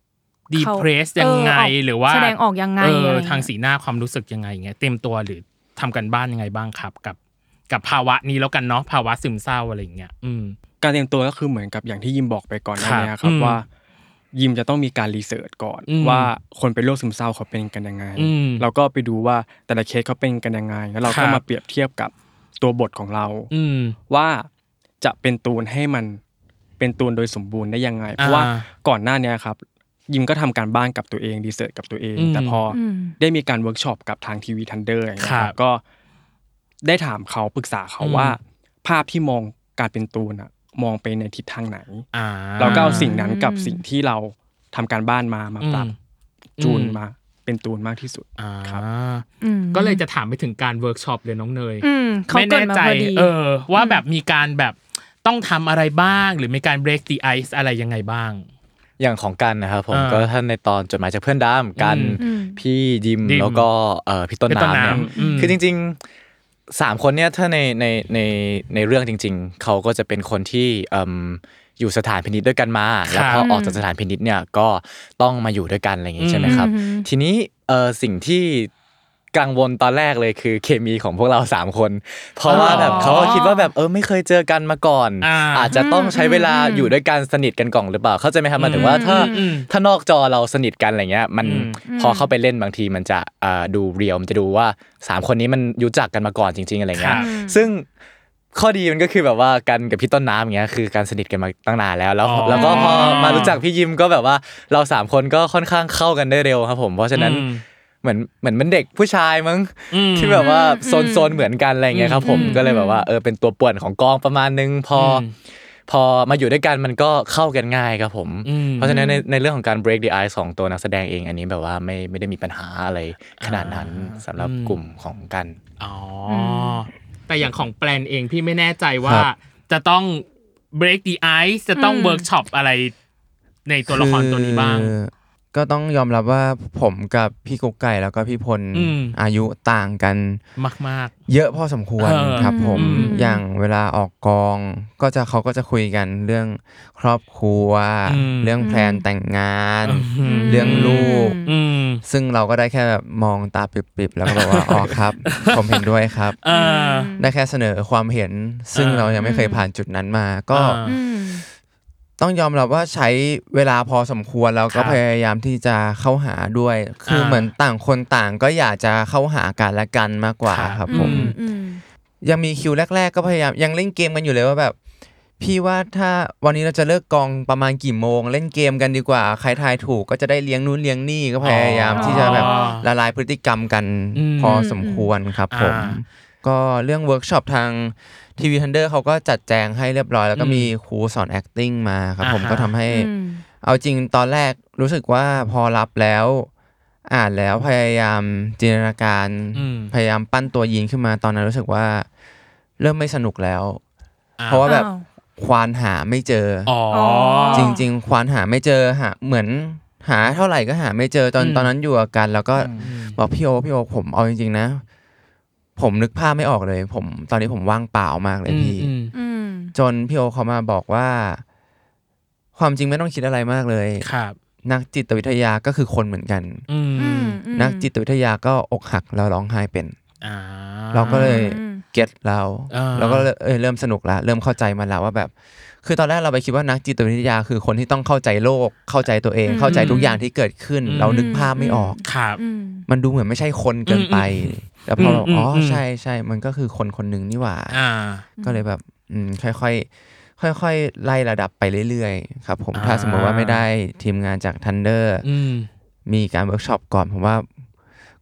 [SPEAKER 3] ดี
[SPEAKER 2] ขา
[SPEAKER 3] เพรสยังไง
[SPEAKER 2] เออออก
[SPEAKER 3] หรือว่า
[SPEAKER 2] แสดงออกยังไง
[SPEAKER 3] เอ
[SPEAKER 2] อะไร
[SPEAKER 3] อ
[SPEAKER 2] เงี้ย
[SPEAKER 3] ทางสีหน้าความรู้สึกยังไงเงี้ยเตรียมตัวหรือทำกันบ้านยังไงบ้างครับ กับ กับภาวะนี้แล้วกันเนาะภาวะซึมเศร้าอะไรอย่างเงี้ยอืม
[SPEAKER 6] การเตรียมตัวก็คือเหมือนกับอย่างที่ยิมบอกไปก่อนห
[SPEAKER 3] ครั
[SPEAKER 6] น้า
[SPEAKER 3] บ
[SPEAKER 6] เนี้ยครับ
[SPEAKER 3] อืม
[SPEAKER 6] ว่า ยิมจะต้องมีการรีเสิร์ชก่อน
[SPEAKER 3] อืม
[SPEAKER 6] ว่าคนเป็นโรคซึมเศร้าเขาเป็นกันยังไง
[SPEAKER 3] อืม
[SPEAKER 6] เราก็ไปดูว่าแต่ละเคสเขาเป็นกันยังไง แล้วเรา
[SPEAKER 3] ครั
[SPEAKER 6] ก็
[SPEAKER 3] บ
[SPEAKER 6] มาเปรียบเทียบกับตัวบทของเรา
[SPEAKER 3] อืม
[SPEAKER 6] ว่าจะเป็นตูนให้มันเป็นตูนโดยสมบูรณ์ได้ยังไง เพราะว่า
[SPEAKER 3] อ่า
[SPEAKER 6] ก่อนหน้าเนี้ยครับ ยิมก็ทำการบ้านกับตัวเองดีเสิร์ชกับตัวเอง
[SPEAKER 3] อืม
[SPEAKER 6] แต่พออ
[SPEAKER 2] ม
[SPEAKER 6] ได้มีการเวิร์กช็อปกับทางทีวีทันเดอร์อย่างเงี้ยค
[SPEAKER 3] ครั
[SPEAKER 6] รั
[SPEAKER 3] บบ
[SPEAKER 6] ก็ได้ถามเขาปรึกษาเขา
[SPEAKER 3] อืม
[SPEAKER 6] ว่า ภาพที่มองการเป็นตูนอะมองไปในทิศทางไหน
[SPEAKER 3] อ่า
[SPEAKER 6] เราก็เอาสิ่งนั้นกับ
[SPEAKER 2] อืม
[SPEAKER 6] สิ่งที่เราทำการบ้านมามาปรับ
[SPEAKER 3] อืม
[SPEAKER 6] จูนมาเป็นตูนมากที่สุด
[SPEAKER 3] อ่า
[SPEAKER 6] ครับ
[SPEAKER 2] อืม
[SPEAKER 3] ก็เลยจะถามไปถึงการเวิร์กช็อปเลยน้องเนย
[SPEAKER 2] อืมเขา
[SPEAKER 3] ไม่
[SPEAKER 2] เกิด
[SPEAKER 3] แน่
[SPEAKER 2] มา
[SPEAKER 3] ใจ
[SPEAKER 2] พอดี
[SPEAKER 3] เออ ว่าแบบมีการแบบต้องทำอะไรบ้าง หรือมีการ break the ice อะไรยังไงบ้าง
[SPEAKER 5] อย่างของกันนะครับผม
[SPEAKER 3] อ่า
[SPEAKER 5] ก็ท่านในตอนจดหมายจากเพื่อนด้ามกัน
[SPEAKER 2] อืม
[SPEAKER 5] พี่ยิม
[SPEAKER 3] ยิม
[SPEAKER 5] แล้วก็เอ่อพี่ต้น
[SPEAKER 3] พี่ต้น
[SPEAKER 5] น้ำ
[SPEAKER 3] น
[SPEAKER 5] เนี่ย
[SPEAKER 3] ้ำอืม
[SPEAKER 5] คือจริงๆสามคนเนี่ยถ้าในในในในเรื่องจริง ๆ เขาก็จะเป็นคนที่เอิ่มอยู่สถานพินิจด้วยกันมา แล้วพอออกจากสถานพินิจเนี่ยก็ต้องมาอยู่ด้วยกันอะไรอย่างงี้ใช่ไหมครับ
[SPEAKER 2] อืม
[SPEAKER 5] ทีนี้เอ่อสิ่งที่กังวลตอนแรกเลยคือเคมีของพวกเรา สามคน เพราะว่าแบบเขาก็คิดว่าแบบเออไม่เคยเจอกันมาก่อน
[SPEAKER 3] อ่า
[SPEAKER 5] อาจจะต้องใช้เวลาอยู่ด้วยกันสนิทกันก่อนหรือเปล่า เข้าใจไหมครับหมายถึงว่าถ้า
[SPEAKER 3] อืม
[SPEAKER 5] ถ้านอกจอเราสนิทกันอะไรเงี้ยมัน
[SPEAKER 3] อืม
[SPEAKER 5] พอเข้าไปเล่นบางทีมันจะเอ่อดูเรียวมันจะดูว่าสามคนนี้มันรู้จักกันมาก่อนจริง ๆอะไร
[SPEAKER 3] ค
[SPEAKER 5] เงี้
[SPEAKER 3] รั
[SPEAKER 5] ย
[SPEAKER 3] บ
[SPEAKER 5] ซึ่งข้อดีมันก็คือแบบว่ากันกับพี่ต้นน้ำอย่างเงี้ยคือการสนิทกันมาตั้งนานแล้วแล้ว
[SPEAKER 3] อ๋อ
[SPEAKER 5] แล้วก็พอมารู้จักพี่ยิมก็แบบว่าเราสามคนก็ค่อนข้างเข้ากันได้เร็วครับผมเพราะฉะนั้น
[SPEAKER 3] อืม
[SPEAKER 5] เหมือนเหมือนมันเด็กผู้ชายมั้ง
[SPEAKER 3] อืม
[SPEAKER 5] ที่แบบว่าโซนโซนๆเหมือนกันอะไรเงี้ยครับผม
[SPEAKER 2] อืม
[SPEAKER 5] ก็เลยแบบว่าเออเป็นตัวป่วนของกองประมาณนึงพออ
[SPEAKER 3] ม
[SPEAKER 5] พอมาอยู่ด้วยกันมันก็เข้ากันง่ายครับผม
[SPEAKER 3] อืม
[SPEAKER 5] เพราะฉะนั้นในในเรื่องของการ break the ice ของตัวนักแสดงเองอันนี้แบบว่าไม่ไม่ได้มีปัญหาอะไรขนาดนั้นสำหรับกลุ่มของกัน
[SPEAKER 3] อ๋ออ
[SPEAKER 2] ม
[SPEAKER 3] แต่อย่างของแปลนเองพี่ไม่แน่ใจว่า
[SPEAKER 5] ครับ
[SPEAKER 3] จะต้อง break the ice จะต้อง
[SPEAKER 2] อืม
[SPEAKER 3] เวิร์กช็อปอะไร ในตัวละครตัวนี้บ้าง
[SPEAKER 4] คือก็ต้องยอมรับว่าผมกับพี่กุ๊กไก่แล้วก็พี่พล
[SPEAKER 3] อืม
[SPEAKER 4] อายุต่างกัน
[SPEAKER 3] มากมาก
[SPEAKER 4] เยอะพอสมควร
[SPEAKER 3] เออ
[SPEAKER 4] ครับผม
[SPEAKER 3] อืม
[SPEAKER 4] อย่างเวลาออกกองก็จะเขาก็จะคุยกันเรื่องครอบครัว
[SPEAKER 3] อืม
[SPEAKER 4] เรื่องแพลนแต่งงาน
[SPEAKER 3] ๆอืม
[SPEAKER 4] เรื่องลูก
[SPEAKER 3] อืม
[SPEAKER 4] ซึ่งเราก็ได้แค่แบบมองตาปิบๆ แล้วก็บอกว่า อ๋อครับ ผมเห็นด้วยครับ
[SPEAKER 3] เออ
[SPEAKER 4] ได้แค่เสนอความเห็น ซึ่ง
[SPEAKER 3] อ่า
[SPEAKER 4] เรายังไม่เคยผ่านจุดนั้นมา ก็
[SPEAKER 3] อ่า
[SPEAKER 2] อืม
[SPEAKER 4] ต้องยอมรับว่าใช้เวลาพอสมควรแล้ว
[SPEAKER 3] ค
[SPEAKER 4] ก็
[SPEAKER 3] รับ
[SPEAKER 4] พยายามที่จะเข้าหาด้วย คืออา เหมือนต่างคนต่างก็อยากจะเข้าหากันและกันมากกว่า
[SPEAKER 3] ครับ
[SPEAKER 4] ครับผม
[SPEAKER 3] อืม
[SPEAKER 2] อืม
[SPEAKER 4] ยังมีคิวแรก ๆ ก็พยายามยังเล่นเกมกันอยู่เลยว่าแบบ พี่ว่าถ้าวันนี้เราจะเลิกกองประมาณกี่โมง เล่นเกมกันดีกว่า ใครทายถูกก็จะได้เลี้ยงนู้นเลี้ยงนี่ก็พยายาม
[SPEAKER 3] อ๋อ
[SPEAKER 4] ที่จะแบบละลายพฤติกรรมกัน
[SPEAKER 3] อืม
[SPEAKER 4] พอสมควรครับผม
[SPEAKER 3] อ่า
[SPEAKER 4] ก็เรื่องเวิร์กช็อปทางทีวีทันเดอร์เขาก็จัดแจงให้เรียบร้อย แล้วก็
[SPEAKER 3] อืม
[SPEAKER 4] มีครูสอน acting มาครับผม
[SPEAKER 3] อ่าฮะ
[SPEAKER 4] ก็ทำให้ เอาจริงตอนแรกรู้สึกว่าพอรับแล้วอ่านแล้วพยายามจินตนาการ
[SPEAKER 3] อืม
[SPEAKER 4] พยายามปั้นตัวยีนขึ้นมาตอนนั้นรู้สึกว่า เริ่มไม่สนุกแล้ว
[SPEAKER 3] อ่า
[SPEAKER 4] เพราะว่าแบบ ควานหาไม่เจออ
[SPEAKER 3] อ๋อ
[SPEAKER 4] จริง ๆ ควานหาไม่เจอหาเหมือนหาเท่าไหร่ก็หาไม่เจอตอน
[SPEAKER 3] อืม
[SPEAKER 4] ตอนนั้นอยู่กับกัน แล้วก็บอกพี่โอพี่โอผมเอาจริง ๆ นะ ผมนึกภาพไม่ออกเลย ผมตอนนี้ผมว่างเปล่ามากเลยพี่
[SPEAKER 3] อืม
[SPEAKER 2] อืม
[SPEAKER 4] จนพี่โอเขามาบอกว่า ความจริงไม่ต้องคิดอะไรมากเลย
[SPEAKER 3] ครับ
[SPEAKER 4] นักจิตวิทยาก็คือคนเหมือนกัน
[SPEAKER 3] อืม
[SPEAKER 2] อืมอืม
[SPEAKER 4] นักจิตวิทยาก็อกหักแล้วร้องไห้เป็น
[SPEAKER 3] อ่า
[SPEAKER 4] เราก็เลย
[SPEAKER 2] อืม
[SPEAKER 4] เก็ตเรา
[SPEAKER 3] อ่า
[SPEAKER 4] เราก็เลยเอ้ยเริ่มสนุกละเริ่มเข้าใจมันละว่าแบบ คือตอนแรกเราไปคิดว่านักจิตวิทยาคือคนที่ต้องเข้าใจโลก เข้าใจตัวเอง
[SPEAKER 2] อืม
[SPEAKER 4] เข้าใจทุกอย่างที่เกิดขึ้น เรานึกภาพไม่ออก
[SPEAKER 3] ครับ
[SPEAKER 2] อืม
[SPEAKER 4] มันดูเหมือนไม่ใช่คนเกินไปแล้วพอเรา
[SPEAKER 3] อืม
[SPEAKER 4] อ๋ออ
[SPEAKER 3] ม
[SPEAKER 4] ใช่ใช่มันก็คือคนคนหนึ่งนี่หว่า
[SPEAKER 3] อ่า
[SPEAKER 4] ก็เลยแบบอืมค่อยๆ ค่อยๆ ไล่ระดับไปเรื่อยๆ ครับผม
[SPEAKER 3] อ่า
[SPEAKER 4] ถ้าสมมติว่าไม่ได้ทีมงานจาก Thunder
[SPEAKER 3] อืม
[SPEAKER 4] มีการเวิร์กช็อปก่อน ผมว่า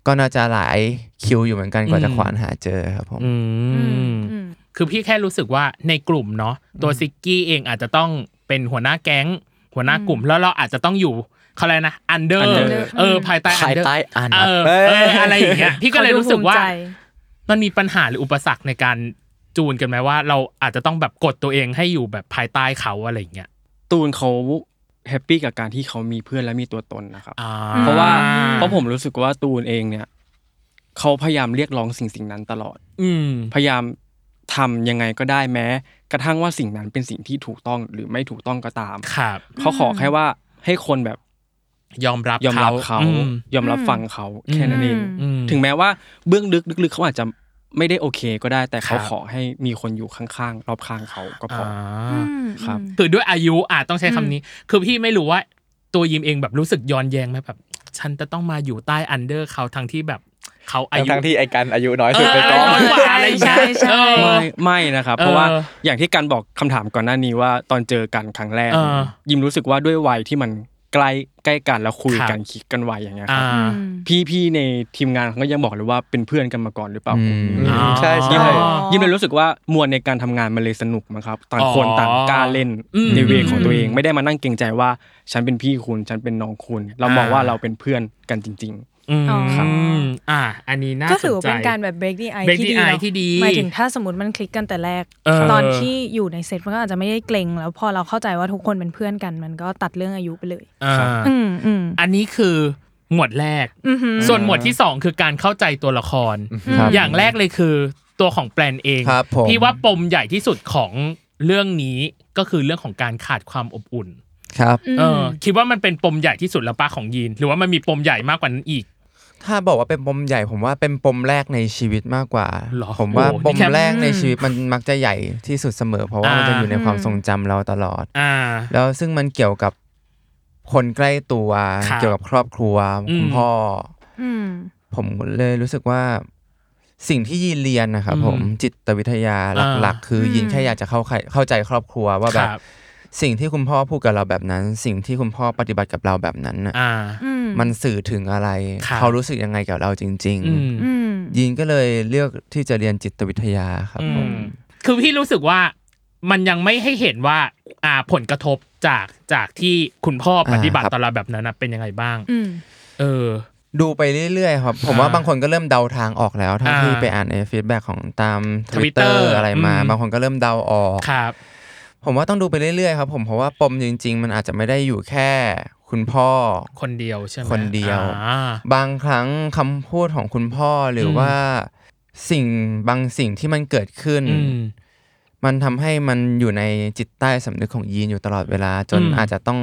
[SPEAKER 4] ก็น่าจะหลายคิวอยู่เหมือนกันกว่าจะ
[SPEAKER 3] อืม
[SPEAKER 4] ควานหาเจอครับผม
[SPEAKER 3] อืม คือพี่แค่รู้สึกว่าในกลุ่มเนาะตัวซิกกี้เองอาจจะต้องเป็นหัวหน้าแก๊ง หัวหน้ากลุ่มแล้วเราอาจจะต้องอยู่เขาอะไรยกนะอันเดอร์
[SPEAKER 2] Under
[SPEAKER 3] เออภายใต้
[SPEAKER 5] ภาย
[SPEAKER 3] under
[SPEAKER 5] ใต้อัน
[SPEAKER 3] เออ
[SPEAKER 5] เอ้ย
[SPEAKER 3] เอออะไรอย่างเงี้ยพี่ก็เลย
[SPEAKER 2] ขดู
[SPEAKER 3] รู้สึกว่า
[SPEAKER 2] ภูมิใจ
[SPEAKER 3] มันมีปัญหาหรืออุปสรรคในการจูนกันไหมว่า เราอาจจะต้องแบบกดตัวเองให้อยู่แบบภายใต้เขาอะไรอย่างเงี้ย
[SPEAKER 6] ตูนเขาแฮปปี้กับการที่เขามีเพื่อนและมีตัวตนนะครับ
[SPEAKER 3] อ่
[SPEAKER 6] เพราะว่าเพราะผมรู้สึกว่าตูนเองเนี่ยเขาพยายามเรียกร้องสิ่งสิ่งนั้นตลอด
[SPEAKER 3] อืม
[SPEAKER 6] พยายามทำยังไงก็ได้แม้ กระทั่งว่าสิ่งนั้นเป็นสิ่งที่ถูกต้องหรือไม่ถูกต้องก็ตาม
[SPEAKER 3] ครับ
[SPEAKER 6] เขาขอแค่ว่าให้คนแบบ
[SPEAKER 3] ยอมรับ
[SPEAKER 6] ยอมรับเขา
[SPEAKER 3] อืม
[SPEAKER 6] ยอมรับฟังเขาแค่นั้นเอง
[SPEAKER 3] อืม
[SPEAKER 6] ถึงแม้ว่าเบื้องลึกลึกๆเขาอาจจะไม่ได้โอเคก็ได้ แต่
[SPEAKER 3] ค
[SPEAKER 6] เขา
[SPEAKER 3] รับ
[SPEAKER 6] ขอให้มีคนอยู่ข้างๆรอบข้างเขาก็พอ
[SPEAKER 3] อ่า
[SPEAKER 6] อ
[SPEAKER 2] อืม
[SPEAKER 6] ครับ
[SPEAKER 3] คือด้วยอายุอาจต้องใช้คำนี้ คือพี่ไม่รู้ว่าตัวยิมเองแบบรู้สึกย้อนแยงไหมแบบ ฉันจะต้องมาอยู่ใต้อันเดอร์เขาทั้งที่แบบเขาอายุ
[SPEAKER 5] ทั้งๆที่ไอกันอายุน้อย
[SPEAKER 3] เอ
[SPEAKER 5] สุด
[SPEAKER 3] อ
[SPEAKER 5] ไป
[SPEAKER 3] อะไรน้
[SPEAKER 5] ก่อน
[SPEAKER 3] อยกว่าอะไรอย่างเงี้ย
[SPEAKER 2] ใช่ใช่
[SPEAKER 3] เออ
[SPEAKER 6] ไม่ไม่นะครับ เพราะว่า
[SPEAKER 3] เออ
[SPEAKER 6] อย่างที่การบอกคำถามก่อนหน้านี้ว่าตอนเจอกันครั้งแรก
[SPEAKER 3] เออ
[SPEAKER 6] ยิมรู้สึกว่าด้วยวัยที่มันใกล้ใกล้กันแล้วคุยกัน
[SPEAKER 3] ครับ
[SPEAKER 6] คิดกันไวอย่างเงี้ยค
[SPEAKER 3] อ่า
[SPEAKER 6] รับพี่พี่ในทีมงานเขาก็ยังบอกเลยว่าเป็นเพื่อนกันมาก่อนหรือเปล่า
[SPEAKER 4] อืม
[SPEAKER 6] กลุ่มนี้
[SPEAKER 3] อ๋อ
[SPEAKER 5] ใช่
[SPEAKER 6] ยิ
[SPEAKER 5] ใช่
[SPEAKER 6] มเลยยิมเลยรู้สึกว่ามวลในการทำงานมันเลยสนุกมั้งครับต่างคน
[SPEAKER 3] อ๋อ
[SPEAKER 6] ต่างกล้าเล่น
[SPEAKER 3] อืม
[SPEAKER 6] ในเวของตัวเองไม่ได้มานั่งเกรงใจว่าฉันเป็นพี่คุณฉันเป็นน้องคุณ เรามอง
[SPEAKER 3] อ่า
[SPEAKER 6] ว่าเราเป็นเพื่อนกันจริง
[SPEAKER 3] อืม
[SPEAKER 2] อ๋อครับ
[SPEAKER 3] อ่า อันนี้น่าสนใจ
[SPEAKER 2] ก็ถือว่าเป็นการแบบ break the ice
[SPEAKER 3] break
[SPEAKER 2] ที่ดี
[SPEAKER 3] the
[SPEAKER 2] เนอะ
[SPEAKER 3] ice ที่ดี
[SPEAKER 2] หมายถึงถ้าสมมติมันคลิกกันแต่แรก
[SPEAKER 3] เออ
[SPEAKER 2] ตอนที่อยู่ในเซตมันก็อาจจะไม่ได้เกรงแล้วพอเราเข้าใจว่าทุกคนเป็นเพื่อนกันมันก็ตัดเรื่องอายุไปเลย
[SPEAKER 3] อ่า
[SPEAKER 2] อืมอืม
[SPEAKER 3] อันนี้คือหมวดแรก
[SPEAKER 2] อือหือ
[SPEAKER 3] ส่วนหมวดที่สองคือการเข้าใจตัวละคร
[SPEAKER 4] ครับ
[SPEAKER 3] อย่างแรกเลยคือตัวของแปลนเอง
[SPEAKER 4] ครับผม
[SPEAKER 3] พี่ว่าปมใหญ่ที่สุดของเรื่องนี้ก็คือเรื่องของการขาดความอบอุ่น
[SPEAKER 4] ครับ
[SPEAKER 3] เออคิดว่ามันเป็นปมใหญ่ที่สุดแล้วป้าของยีน หรือว่ามันมีปมใหญ่มากกว่านั้นอีก
[SPEAKER 4] ถ้าบอกว่าเป็นปมใหญ่ผมว่าเป็นปมแรกในชีวิตมากกว่า
[SPEAKER 3] หรอ
[SPEAKER 4] ผมว่า
[SPEAKER 3] โอ้โห
[SPEAKER 4] ปม
[SPEAKER 3] นี่แค่
[SPEAKER 4] แรกในชีวิตมันมักจะใหญ่ที่สุดเสมอ เพราะว่า
[SPEAKER 3] อ่ามั
[SPEAKER 4] มันจะอยู่ในความ
[SPEAKER 2] อืม
[SPEAKER 4] ทรงจำเราตลอด
[SPEAKER 3] อ่า
[SPEAKER 4] แล้วซึ่งมันเกี่ยวกับคนใกล้ตัว
[SPEAKER 3] ครับ
[SPEAKER 4] เกี่ยวกับครอบครัว
[SPEAKER 3] อืม
[SPEAKER 4] คุณพ่อ
[SPEAKER 2] อืม
[SPEAKER 4] ผมเลยรู้สึกว่าสิ่งที่ยีนเรียนนะครับ
[SPEAKER 3] อืม
[SPEAKER 4] ผมจิตวิทยาหลักๆ คืออ
[SPEAKER 2] ม
[SPEAKER 4] ยีนแค่อยากจะเข้าใครเข้าใจครอบครัวว่าแบบ
[SPEAKER 3] ครับ
[SPEAKER 4] สิ่งที่คุณพ่อพูดกับเราแบบนั้น สิ่งที่คุณพ่อปฏิบัติกับเราแบบนั้นน่ะ
[SPEAKER 3] อ่า
[SPEAKER 2] อืม
[SPEAKER 4] มันสื่อถึงอะไร
[SPEAKER 3] ครับ
[SPEAKER 4] เขารู้สึกยังไงกับเราจริง
[SPEAKER 3] อืม
[SPEAKER 2] อืม
[SPEAKER 4] ๆ ยีนก็เลยเลือกที่จะเรียนจิตวิทยาครับ
[SPEAKER 3] อื
[SPEAKER 4] ผม ม
[SPEAKER 3] คือพี่รู้สึกว่ามันยังไม่ให้เห็นว่าอ่าผลกระทบจากจากที่คุณพ่อปฏิบัติ
[SPEAKER 4] อ่าครับ
[SPEAKER 3] ต่อเราแบบนั้นนะเป็นยังไงบ้าง
[SPEAKER 2] อืม
[SPEAKER 3] เออ
[SPEAKER 4] ดูไปเรื่อยๆครับ ผม
[SPEAKER 3] อ่า
[SPEAKER 4] ว่าบางคนก็เริ่มเดาทางออกแล้วถ้า
[SPEAKER 3] อ่า
[SPEAKER 4] ที่ไปอ่านในฟีดแบ็ของตามทวิตเตอ
[SPEAKER 3] Twitter
[SPEAKER 4] ร์อะไรมา
[SPEAKER 3] อืม
[SPEAKER 4] บางคนก็เริ่มเดาออก
[SPEAKER 3] ครับ
[SPEAKER 4] ผมว่าต้องดูไปเรื่อยๆครับผมเพราะว่าปมจริง ๆ มันอาจจะไม่ได้อยู่แค่ คุณพ่อ
[SPEAKER 3] คนเดียวใช่ไหม
[SPEAKER 4] คนเดียว
[SPEAKER 3] อ่า
[SPEAKER 4] บางครั้งคำพูดของคุณพ่อหรืออ
[SPEAKER 3] ม
[SPEAKER 4] ว่าสิ่งบางสิ่งที่มันเกิดขึ้น
[SPEAKER 3] อืม
[SPEAKER 4] มันทำให้มันอยู่ในจิตใต้สำนึกของยีนอยู่ตลอดเวลา จน
[SPEAKER 3] อืม
[SPEAKER 4] อาจจะต้อง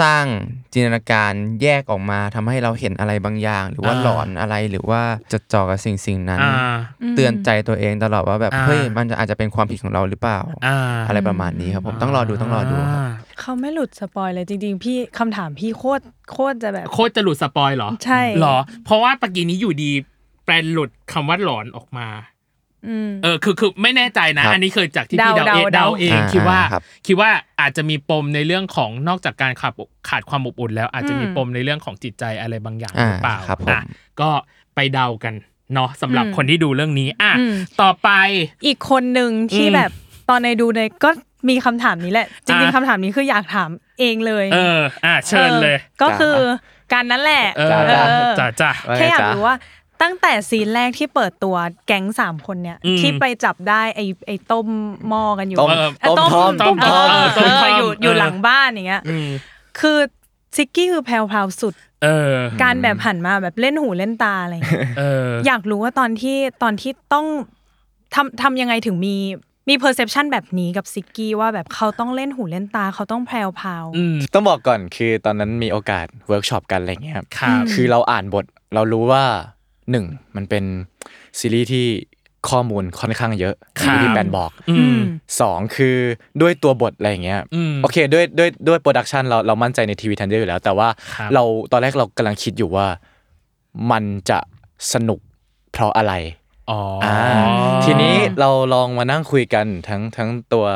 [SPEAKER 4] สร้างจินตนาการแยกออกมาทำให้เราเห็นอะไรบางอย่าง หรือว่าหลอนอะไรหรือว่าจดจ่อกับสิ่งสิ่งๆนั้น
[SPEAKER 3] อ่า
[SPEAKER 4] เตือนใจตัวเองตลอดว่าแบบ
[SPEAKER 3] อ่า
[SPEAKER 4] เฮ้ยมันจะอาจจะเป็นความผิดของเราหรือเปล่า
[SPEAKER 3] อ่า
[SPEAKER 4] อะไรประมาณนี้ครับผมต้องรอดูต้องรอดูครับ
[SPEAKER 3] า
[SPEAKER 2] เขาไม่หลุดสปอยเลยจริงๆ พี่คำถามพี่โคตรโคตรจะแบบ
[SPEAKER 3] โคตรจะหลุดสปอยเหรอ
[SPEAKER 2] ใช่
[SPEAKER 3] เหรอ เพราะว่าปกี้นี้อยู่ดีแปลนหลุดคำว่าหลอนออกมา
[SPEAKER 2] อืม
[SPEAKER 3] เออคือคือไม่แน่ใจนะ
[SPEAKER 4] ครับ
[SPEAKER 3] อันนี้เคยจากที่พี่
[SPEAKER 2] เดา
[SPEAKER 3] เดาเอง
[SPEAKER 2] เดา
[SPEAKER 3] เดาเอง
[SPEAKER 4] อ่า
[SPEAKER 3] คิดว่า
[SPEAKER 4] ครับ
[SPEAKER 3] คิดว่าอาจจะมีปมในเรื่องของนอกจากการขาดขาดความอบอุ่นแล้วอาจจะมีปมในเรื่องของจิตใจอะไรบางอย่างหรือเปล่า
[SPEAKER 4] อ่าครับผม
[SPEAKER 3] อ่ะก็ไปเดากันเนาะสำหรับ
[SPEAKER 2] อืม
[SPEAKER 3] คนที่ดูเรื่องนี้อ่ะ
[SPEAKER 2] อืม
[SPEAKER 3] ต่อไป
[SPEAKER 2] อีกคนหนึ่งที่
[SPEAKER 3] อืม
[SPEAKER 2] แบบตอนในดูในก็มีคำถามนี้แหละ จริง
[SPEAKER 3] อ่ะ
[SPEAKER 2] ๆคำถามนี้คืออยากถามเองเลย
[SPEAKER 3] เออ อ่ะเชิญเลย
[SPEAKER 2] ออก็คือการนั้นแหละ
[SPEAKER 3] เออ
[SPEAKER 5] จ้า
[SPEAKER 2] เออ
[SPEAKER 3] จ้าจ้า
[SPEAKER 5] ว่ไง
[SPEAKER 2] แค่อยาก
[SPEAKER 5] จ๊ะ
[SPEAKER 2] รู้ว่า ตั้งแต่ซีนแรกที่เปิดตัวแก๊งสามคนเนี่ย
[SPEAKER 3] อืม
[SPEAKER 2] ที่ไปจับได้ไอ้ไอ้ต้มหม้อกันอยู่
[SPEAKER 5] ต้ม
[SPEAKER 2] เออ
[SPEAKER 5] ต้ม
[SPEAKER 3] ต้ม
[SPEAKER 2] เ
[SPEAKER 3] ทอม
[SPEAKER 2] เออ
[SPEAKER 3] ต้มทอม
[SPEAKER 2] เอออยู่อ
[SPEAKER 3] เอออ
[SPEAKER 2] ยู่หลังบ้านอย่างเงี้ย
[SPEAKER 3] อืม
[SPEAKER 2] คือซิกกี้คือแพรวๆสุด
[SPEAKER 3] เออ
[SPEAKER 2] การแบบหันมาแบบเล่นหูเล่นตาอะไรอย่างเงี้ย
[SPEAKER 3] เออ
[SPEAKER 2] อยากรู้ว่าตอนที่ตอนที่ต้องทำทำยังไงถึงมีมีเพอร์เซพชันแบบนี้กับซิกกี้ว่าแบบเขาต้องเล่นหูเล่นตาเขาต้องแพรวพราว
[SPEAKER 3] อืม
[SPEAKER 5] ต้องบอกก่อนคือตอนนั้นมีโอกาสเวิร์กช็อปกันอะไรอย่างเงี้ยครับ
[SPEAKER 3] ครับ
[SPEAKER 5] คือเราอ่านบทเรารู้ว่าหนึ่งมันเป็นซีรีส์ที่ข้อมูลค่อนข้างเยอะ
[SPEAKER 3] ครับ
[SPEAKER 5] ที่แปนบอก
[SPEAKER 3] อืม
[SPEAKER 5] สองคือด้วยตัวบทอะไรอย่างเงี้ย
[SPEAKER 3] อืม
[SPEAKER 5] โอเคด้วยด้วยด้วยโปรดักชันเราเรามั่นใจในทีวีทันเดอร์อยู่แล้ว แต่ว่า
[SPEAKER 3] ครับ
[SPEAKER 5] เราตอนแรกเรากำลังคิดอยู่ว่ามันจะสนุกเพราะอะไร
[SPEAKER 3] อ๋ออ
[SPEAKER 5] อ่า ทีนี้เราลองมานั่งคุยกันทั้งทั้งตัว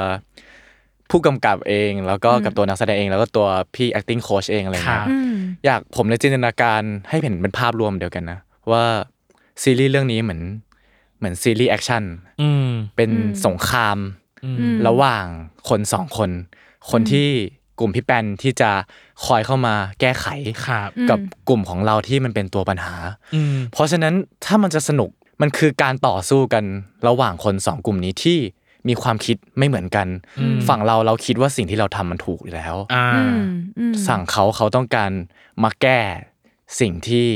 [SPEAKER 5] ผู้กำกับเอง แล้วก็กับตัวนักแสดงเอง แล้วก็ตัวพี่ acting coach เองอะไรอย่างเงี้
[SPEAKER 3] ครับ
[SPEAKER 5] ย
[SPEAKER 2] อืม
[SPEAKER 5] อยากผมเลยจินตนาการให้เห็นเป็นภาพรวมเดียวกันนะ ว่าซีรีส์เรื่องนี้เหมือนเหมือนซีรีส์แอคชั่น
[SPEAKER 3] อืม
[SPEAKER 5] เป็น
[SPEAKER 2] อืม
[SPEAKER 5] สงคราม
[SPEAKER 3] อืม
[SPEAKER 2] อืม
[SPEAKER 5] ระหว่างคนสองคน คนที่กลุ่มพี่แปนที่จะคอยเข้ามาแก้ไข
[SPEAKER 3] ครับ
[SPEAKER 5] กับกลุ่มของเราที่มันเป็นตัวปัญหา
[SPEAKER 3] อืม
[SPEAKER 5] เพราะฉะนั้นถ้ามันจะสนุกมันคือการต่อสู้กันระหว่างคนสองกลุ่มนี้ที่มีความคิดไม่เหมือนกัน
[SPEAKER 2] อืม
[SPEAKER 5] ฝั่งเราเราคิดว่าสิ่งที่เราทำมันถูกอยู่แล้ว
[SPEAKER 3] อ่า
[SPEAKER 2] อืมอืม
[SPEAKER 5] สั่งเขาเขาต้องการมาแก้สิ่งที่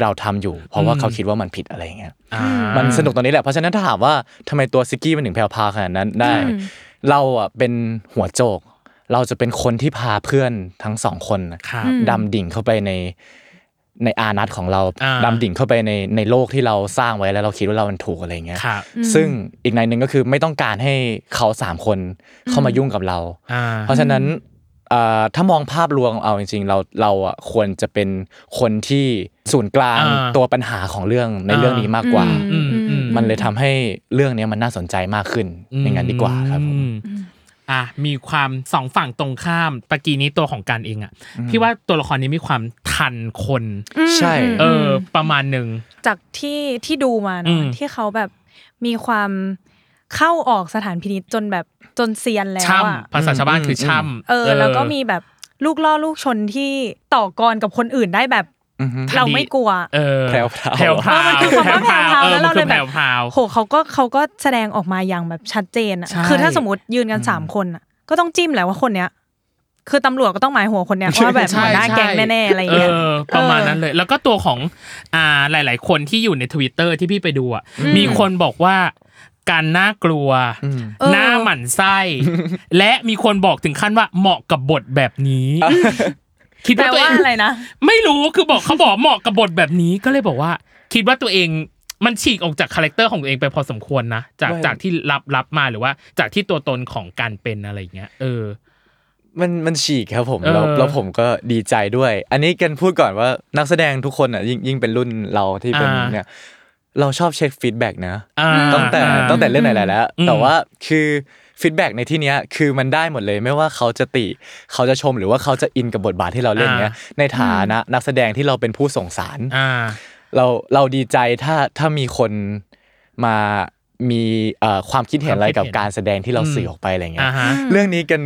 [SPEAKER 5] เราทำอยู่ เพราะว่า
[SPEAKER 3] อืม
[SPEAKER 5] เขาคิดว่ามันผิดอะไรอย่างเงี้ย
[SPEAKER 3] อ่า
[SPEAKER 5] มันสนุกตรงนี้แหละเพราะฉะนั้นถ้าถามว่าทำไมตัวซิกกี้มันถึงแพรวพราวขนาดนั้นได้
[SPEAKER 2] อืม
[SPEAKER 5] เราอ่ะเป็นหัวโจก เราจะเป็นคนที่พาเพื่อนทั้งสองคนน่ะ
[SPEAKER 3] ครับ
[SPEAKER 5] ดำดิ่งเข้าไปในในอานัตของเรา
[SPEAKER 3] อ่า
[SPEAKER 5] ดำดิ่งเข้าไปในในโลกที่เราสร้างไว้แล้วเราคิดว่าเรามันถูกอะไรอย่างเงี้ย
[SPEAKER 3] ครับ
[SPEAKER 5] ซึ่งอีกในายหนึ่งก็คือไม่ต้องการให้เขาสามคนเข้ามายุ่งกับเรา
[SPEAKER 3] อ่า
[SPEAKER 5] เพราะฉะนั้นเอ่อถ้ามองภาพรวมเอาจริงๆ เราเราอ่ะควรจะเป็นคนที่ศูนย์กลาง
[SPEAKER 3] อ่า
[SPEAKER 5] ตัวปัญหาของเรื่องใน
[SPEAKER 3] อ่า
[SPEAKER 5] เรื่องนี้มากกว่า
[SPEAKER 3] อืมอืม
[SPEAKER 5] มันเลยทำให้เรื่องเนี้ยมันน่าสนใจมากขึ้นอย่างนั้นดีกว่าครับผม
[SPEAKER 3] อืมอ่ะมีความสองฝั่งตรงข้ามตะกี้นี้ตัวของการเองอ่ะพี่ว่าตัวละครนี้มีความทันคน
[SPEAKER 5] ใช่
[SPEAKER 2] อืม
[SPEAKER 3] เออ ประมาณหนึ่ง
[SPEAKER 2] จากที่ที่ดูมา
[SPEAKER 3] อื
[SPEAKER 2] เนาะ
[SPEAKER 3] ม
[SPEAKER 2] ที่เขาแบบมีความเข้าออกสถานพินิจจนแบบจนเซียนแล้วอะ
[SPEAKER 3] ช่ำภาษาชาวบ้านคือช่ำ
[SPEAKER 2] เออแล้วก็มีแบบลูกล่อลูกชนที่ต่อกรกับคนอื่นได้แบบ
[SPEAKER 5] อือฮึ
[SPEAKER 2] เราไม่กลัว
[SPEAKER 3] เออ
[SPEAKER 5] แพรวพราว
[SPEAKER 3] แพรวพราว
[SPEAKER 2] มันคือคำว่าแพรวพราว
[SPEAKER 3] เออ
[SPEAKER 2] แล้ว
[SPEAKER 3] มั
[SPEAKER 2] เรา
[SPEAKER 3] น
[SPEAKER 2] เล
[SPEAKER 3] คือยแพ
[SPEAKER 2] แบ
[SPEAKER 3] ร
[SPEAKER 2] บ
[SPEAKER 3] วพราว
[SPEAKER 2] โหเขาก็เขาก็แสดงออกมาอย่างแบบชัดเจนอ่ะ
[SPEAKER 3] ใช่
[SPEAKER 2] คือถ้าสมมติยืนกันสามคนอ่ะ ก็ต้องจิ้มแหละว่าคนเนี้ย คือตำรวจก็ต้องหมายหัวคนเนี้ยว่าแบบหัวหน้าแก๊งแน่ๆอะไรอย่างเงี้ย
[SPEAKER 3] เออประมาณนั้นเลย แล้วก็ตัวของอ่าหลาย ๆ คนที่อยู่ในทวิตเตอร์ที่พี่ไปดูอ่ะมีคนบอกว่าการน่ากลัว
[SPEAKER 2] เออ
[SPEAKER 3] หน้าหมั่นไส้ และมีคนบอกถึงขั้นว่าเหมาะกับบทแบบนี้ คิด
[SPEAKER 2] แปล
[SPEAKER 3] ว่าตัวเอ
[SPEAKER 2] ว่างอะไรนะ
[SPEAKER 3] ไม่รู้คือบอกเขาบอกเหมาะกับบทแบบนี้ก็เลยบอกว่า คิดว่าตัวเองมันฉีกออกจากคาแรคเตอร์ของตัวเองไปพอสมควรนะจาก
[SPEAKER 5] ไม่
[SPEAKER 3] จากที่รับรับมาหรือว่าจากที่ตัวตนของการเป็นอะไรอย่างเงี้ยเออ
[SPEAKER 5] มันมันฉีกครับผม
[SPEAKER 3] เออ
[SPEAKER 5] แล้วแล้วผมก็ดีใจด้วย อันนี้กันพูดก่อนว่านักแสดงทุกคนอ่ะยิ่งยิ่งเป็นรุ่นเราที่เป็นเนี่ยเราชอบเช็คฟีดแบ็กนะ
[SPEAKER 3] อ่า
[SPEAKER 5] ตั้งแต่ตั้งแต่เรื่องไหนๆแล้ว
[SPEAKER 3] อืม
[SPEAKER 5] แต่ว่าคือฟีดแบ็ในที่เนี้ยคือมันได้หมดเลยไม่ว่าเขาจะติ เขาจะชมหรือว่าเขาจะอินกับบทบาทที่เราเล่นเนี้ย
[SPEAKER 3] อ่
[SPEAKER 5] ในฐานะนักแสดงที่เราเป็นผู้ส่งสาร
[SPEAKER 3] อ่า
[SPEAKER 5] เราเราดีใจถ้าถ้ามีคนมามีเอ่อความคิดเห็นอะไรกับ
[SPEAKER 3] ความคิดเห็น
[SPEAKER 5] การแสดงที่เรา
[SPEAKER 3] อืม
[SPEAKER 5] สื่อออกไปอะไรเงี้
[SPEAKER 3] อ่ายฮะ
[SPEAKER 5] เรื่องนี้กัน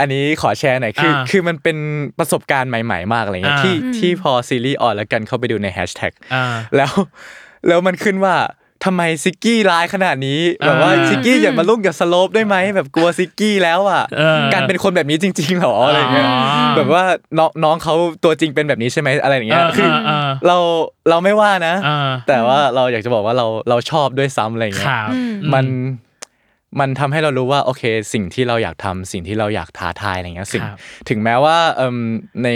[SPEAKER 5] อันนี้ขอแชร์หน่อยคืออา คือมันเป็นประสบการณ์ใหม่ ๆ มากอะไรเงี้ย
[SPEAKER 3] อ่า
[SPEAKER 5] ที่ที่พอซีรีส์ออนแล้วกันเข้าไปดูในแฮชแท็ก
[SPEAKER 3] อ่า
[SPEAKER 5] แล้วแล้วมันขึ้นว่าทำไมซิกกี้ร้ายขนาดนี้แบบว่า
[SPEAKER 3] อ่า
[SPEAKER 5] ซิกกี้อย่ามาลุ่งกับสโลปได้ไหมแบบกลัวซิกกี้แล้วอ่ะ
[SPEAKER 3] เออ
[SPEAKER 5] การเป็นคนแบบนี้จริงๆเหรออะไรอย่างเงี้ย
[SPEAKER 3] อ๋อ
[SPEAKER 5] แบบว่าน้องน้องเขาตัวจริงเป็นแบบนี้ใช่ไหมอะไรอย่างเงี้ยคือ
[SPEAKER 3] เออ
[SPEAKER 5] เราเราไม่ว่านะ
[SPEAKER 3] เออเออ
[SPEAKER 5] แต่ว่าเราอยากจะบอกว่าเราเราชอบด้วยซ้ำอะไรอย่างเงี้
[SPEAKER 3] ค
[SPEAKER 5] ย
[SPEAKER 3] รับ
[SPEAKER 5] มัน
[SPEAKER 3] อื
[SPEAKER 5] มันทำให้เรารู้ว่าโอเค สิ่งที่เราอยากทำสิ่งที่เราอยากท้าทายอะไรเงี้ยสิ่ง
[SPEAKER 3] ครับ
[SPEAKER 5] ถึงแม้ว่าเอิ่มใน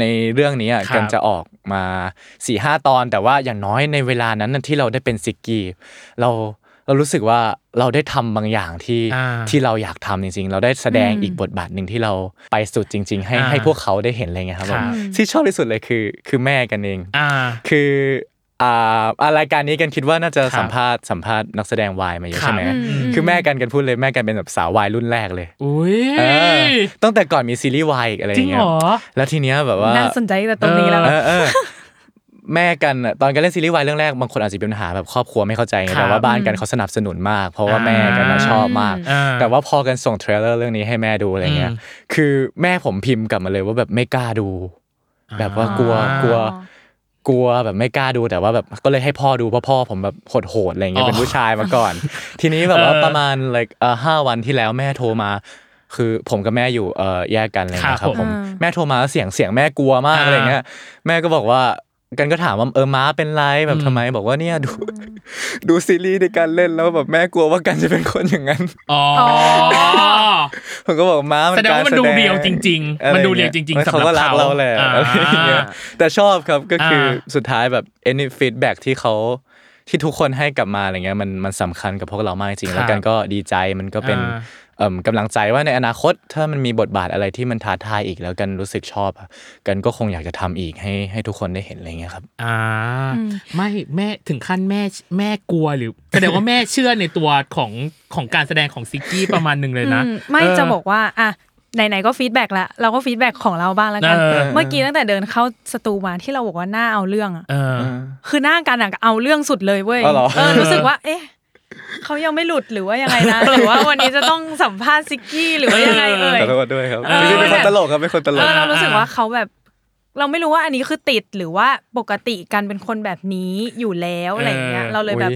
[SPEAKER 5] ในเรื่องนี้
[SPEAKER 3] ค
[SPEAKER 5] อะ
[SPEAKER 3] รับ
[SPEAKER 5] กันจะออกมา4ี่ห้าตอน แต่ว่าอย่างน้อยในเวลานั้นน่ะที่เราได้เป็นซิกกี้เราเรารู้สึกว่าเราได้ทำบางอย่างที่
[SPEAKER 3] อ่า
[SPEAKER 5] ที่เราอยากทำจริง ๆ เราได้แสดง
[SPEAKER 2] อืม
[SPEAKER 5] อีกบทบาทหนึ่งที่เราไปสุดจริง ๆ ให้
[SPEAKER 3] อ่า
[SPEAKER 5] ให้พวกเขาได้เห็นอะไรเงี้ยครับ
[SPEAKER 3] ครับ
[SPEAKER 5] ผมที่ชอบที่สุดเลยคือคือแม่กันเอง
[SPEAKER 3] อ่า
[SPEAKER 5] คืออ่าอ่ารายการนี้กันคิดว่าน่าจะ
[SPEAKER 3] ครับ
[SPEAKER 5] สัมภาษณ์สัมภาษณ์นักแสดงวายมาเยอะใช่ไหม
[SPEAKER 3] ครับ
[SPEAKER 2] อืม
[SPEAKER 5] คือแม่กันกันพูดเลยแม่กันเป็นแบบสาววายรุ่นแรกเลย
[SPEAKER 3] อุ้ย
[SPEAKER 5] เออตั้งแต่ก่อนมีซีรีส์วายอีกอะไรอ
[SPEAKER 3] จริง
[SPEAKER 5] ย่างเงี้
[SPEAKER 3] เหร
[SPEAKER 5] ย
[SPEAKER 3] อ
[SPEAKER 5] แล้วทีเนี้ยแบบว่า
[SPEAKER 2] น่าสนใจแต่ตรงนี้แล้ว
[SPEAKER 5] เออเออแม่กันอะตอนกันเล่นซีรีส์วายเรื่องแรกบางคนอาจจะมีปัญหาแบบครอบครัวไม่เข้าใจไง
[SPEAKER 3] ครับ
[SPEAKER 5] แต่ว่าบ้านกันเขาสนับสนุนมาก เพราะว่าแม่กันอะ
[SPEAKER 3] อ่า
[SPEAKER 5] ชอบมาก
[SPEAKER 3] อ่
[SPEAKER 5] แต่ว่าพอกันส่งเทรลเลอร์เรื่องนี้ให้แม่ดูอะไรเงี้ย
[SPEAKER 3] อืม
[SPEAKER 5] คือแม่ผมพิมพ์กลับมาเลยว่าแบบไม่กล้าดู แบบว่ากลัว
[SPEAKER 3] อ่าก
[SPEAKER 5] ลัว กลัวแบบไม่กล้าดูแต่ว่าแบบก็เลยให้พ่อดูเพราะพ่อผมแบบโหดๆอะไรเงี้ย
[SPEAKER 3] อ๋อ
[SPEAKER 5] เป็นผู้ชายมาก่อน ทีนี้แบบว่า
[SPEAKER 3] เออ
[SPEAKER 5] ประมาณ like เอ่อห้าวันที่แล้วแม่โทรมา คือผมกับแม่อยู่เอ่อแยกกันอะไรเลยนะค
[SPEAKER 3] ครั
[SPEAKER 5] รับบ ผม
[SPEAKER 2] ผม
[SPEAKER 5] แม่โทรมาแล้วเสียงเสียงแม่กลัวมาก
[SPEAKER 3] อ่า
[SPEAKER 5] อะไรเงี้ยแม่ก็บอกว่ากันก็ถามว่าเออม้าเป็นไรแบบทำไมบอกว่าเนี่ยดู ดูซีรีส์ในการเล่นแล้วแบบแม่กลัวว่ากันจะเป็นคนอย่างนั้น
[SPEAKER 3] อ๋อ
[SPEAKER 5] ผมก็บอกม้ามัน
[SPEAKER 3] แสดงว่ามัน
[SPEAKER 5] ก
[SPEAKER 3] ดูเรียลจริงๆ
[SPEAKER 5] อะไร
[SPEAKER 3] มันดูเรียลจริงๆ
[SPEAKER 5] มัน
[SPEAKER 3] สำหรับ
[SPEAKER 5] เขาก็รัก
[SPEAKER 3] เขา
[SPEAKER 5] เราแหละ
[SPEAKER 3] อ่า
[SPEAKER 5] อะไรอย่างเงี้ยแต่ชอบครับก็คืออา สุดท้ายแบบ any feedback ที่เขาที่ทุกคนให้กลับมาอะไรเงี้ยมันมันสำคัญกับพวกเรามากจริงๆแล้วกันก็ดีใจมันก็เป็น
[SPEAKER 3] อ่า
[SPEAKER 5] เอิ่มกำลังใจว่าในอนาคตถ้ามันมีบทบาทอะไรที่มันท้าทายอีกแล้วกันรู้สึกชอบอะกันก็คงอยากจะทำอีกให้ให้ทุกคนได้เห็นอะไรเงี้ยครับ
[SPEAKER 3] อ่า
[SPEAKER 2] อืม
[SPEAKER 3] ไม่แม่ถึงขั้นแม่แม่กลัวหรือ แสดงว่าแม่เชื่อในตัวของของการแสดงของซิกกี้ประมาณหนึ่งเลยนะ
[SPEAKER 2] อืมไม่
[SPEAKER 3] เ
[SPEAKER 2] จะบอกว่าอ่ะไหนๆก็ฟีดแบ็กละเราก็ฟีดแบ็กของเราบ้างแล้วกัน
[SPEAKER 3] เออ
[SPEAKER 2] เมื่อกี้ตั้งแต่เดินเข้าสตูมาที่เราบอกว่าหน้าเอาเรื่องอะ
[SPEAKER 3] เออ
[SPEAKER 2] คือหน้ากันอะเอาเรื่องสุดเลยเว้ย
[SPEAKER 5] อ๋อเหรอ
[SPEAKER 2] เออรู้สึกว่า เอ๊ะเขายังไม่หลุดหรือว่ายังไงนะ หรือว่าวันนี้จะต้องสัมภาษณ์ซิกกี้หรือว่ายังไงเอ่ย
[SPEAKER 5] ขอโทษด้วยครับ
[SPEAKER 2] เออ
[SPEAKER 5] จริงๆเป็นคนตลกครับเป็นคนตล
[SPEAKER 2] เอก อเรารู้สึกว่าเขาแบบ เราไม่รู้ว่าอันนี้คือติดหรือว่าปกติกันเป็นคนแบบนี้อยู่แล้วอะไรอย่างเงี้ย
[SPEAKER 3] เออ
[SPEAKER 2] เราเลยแบบ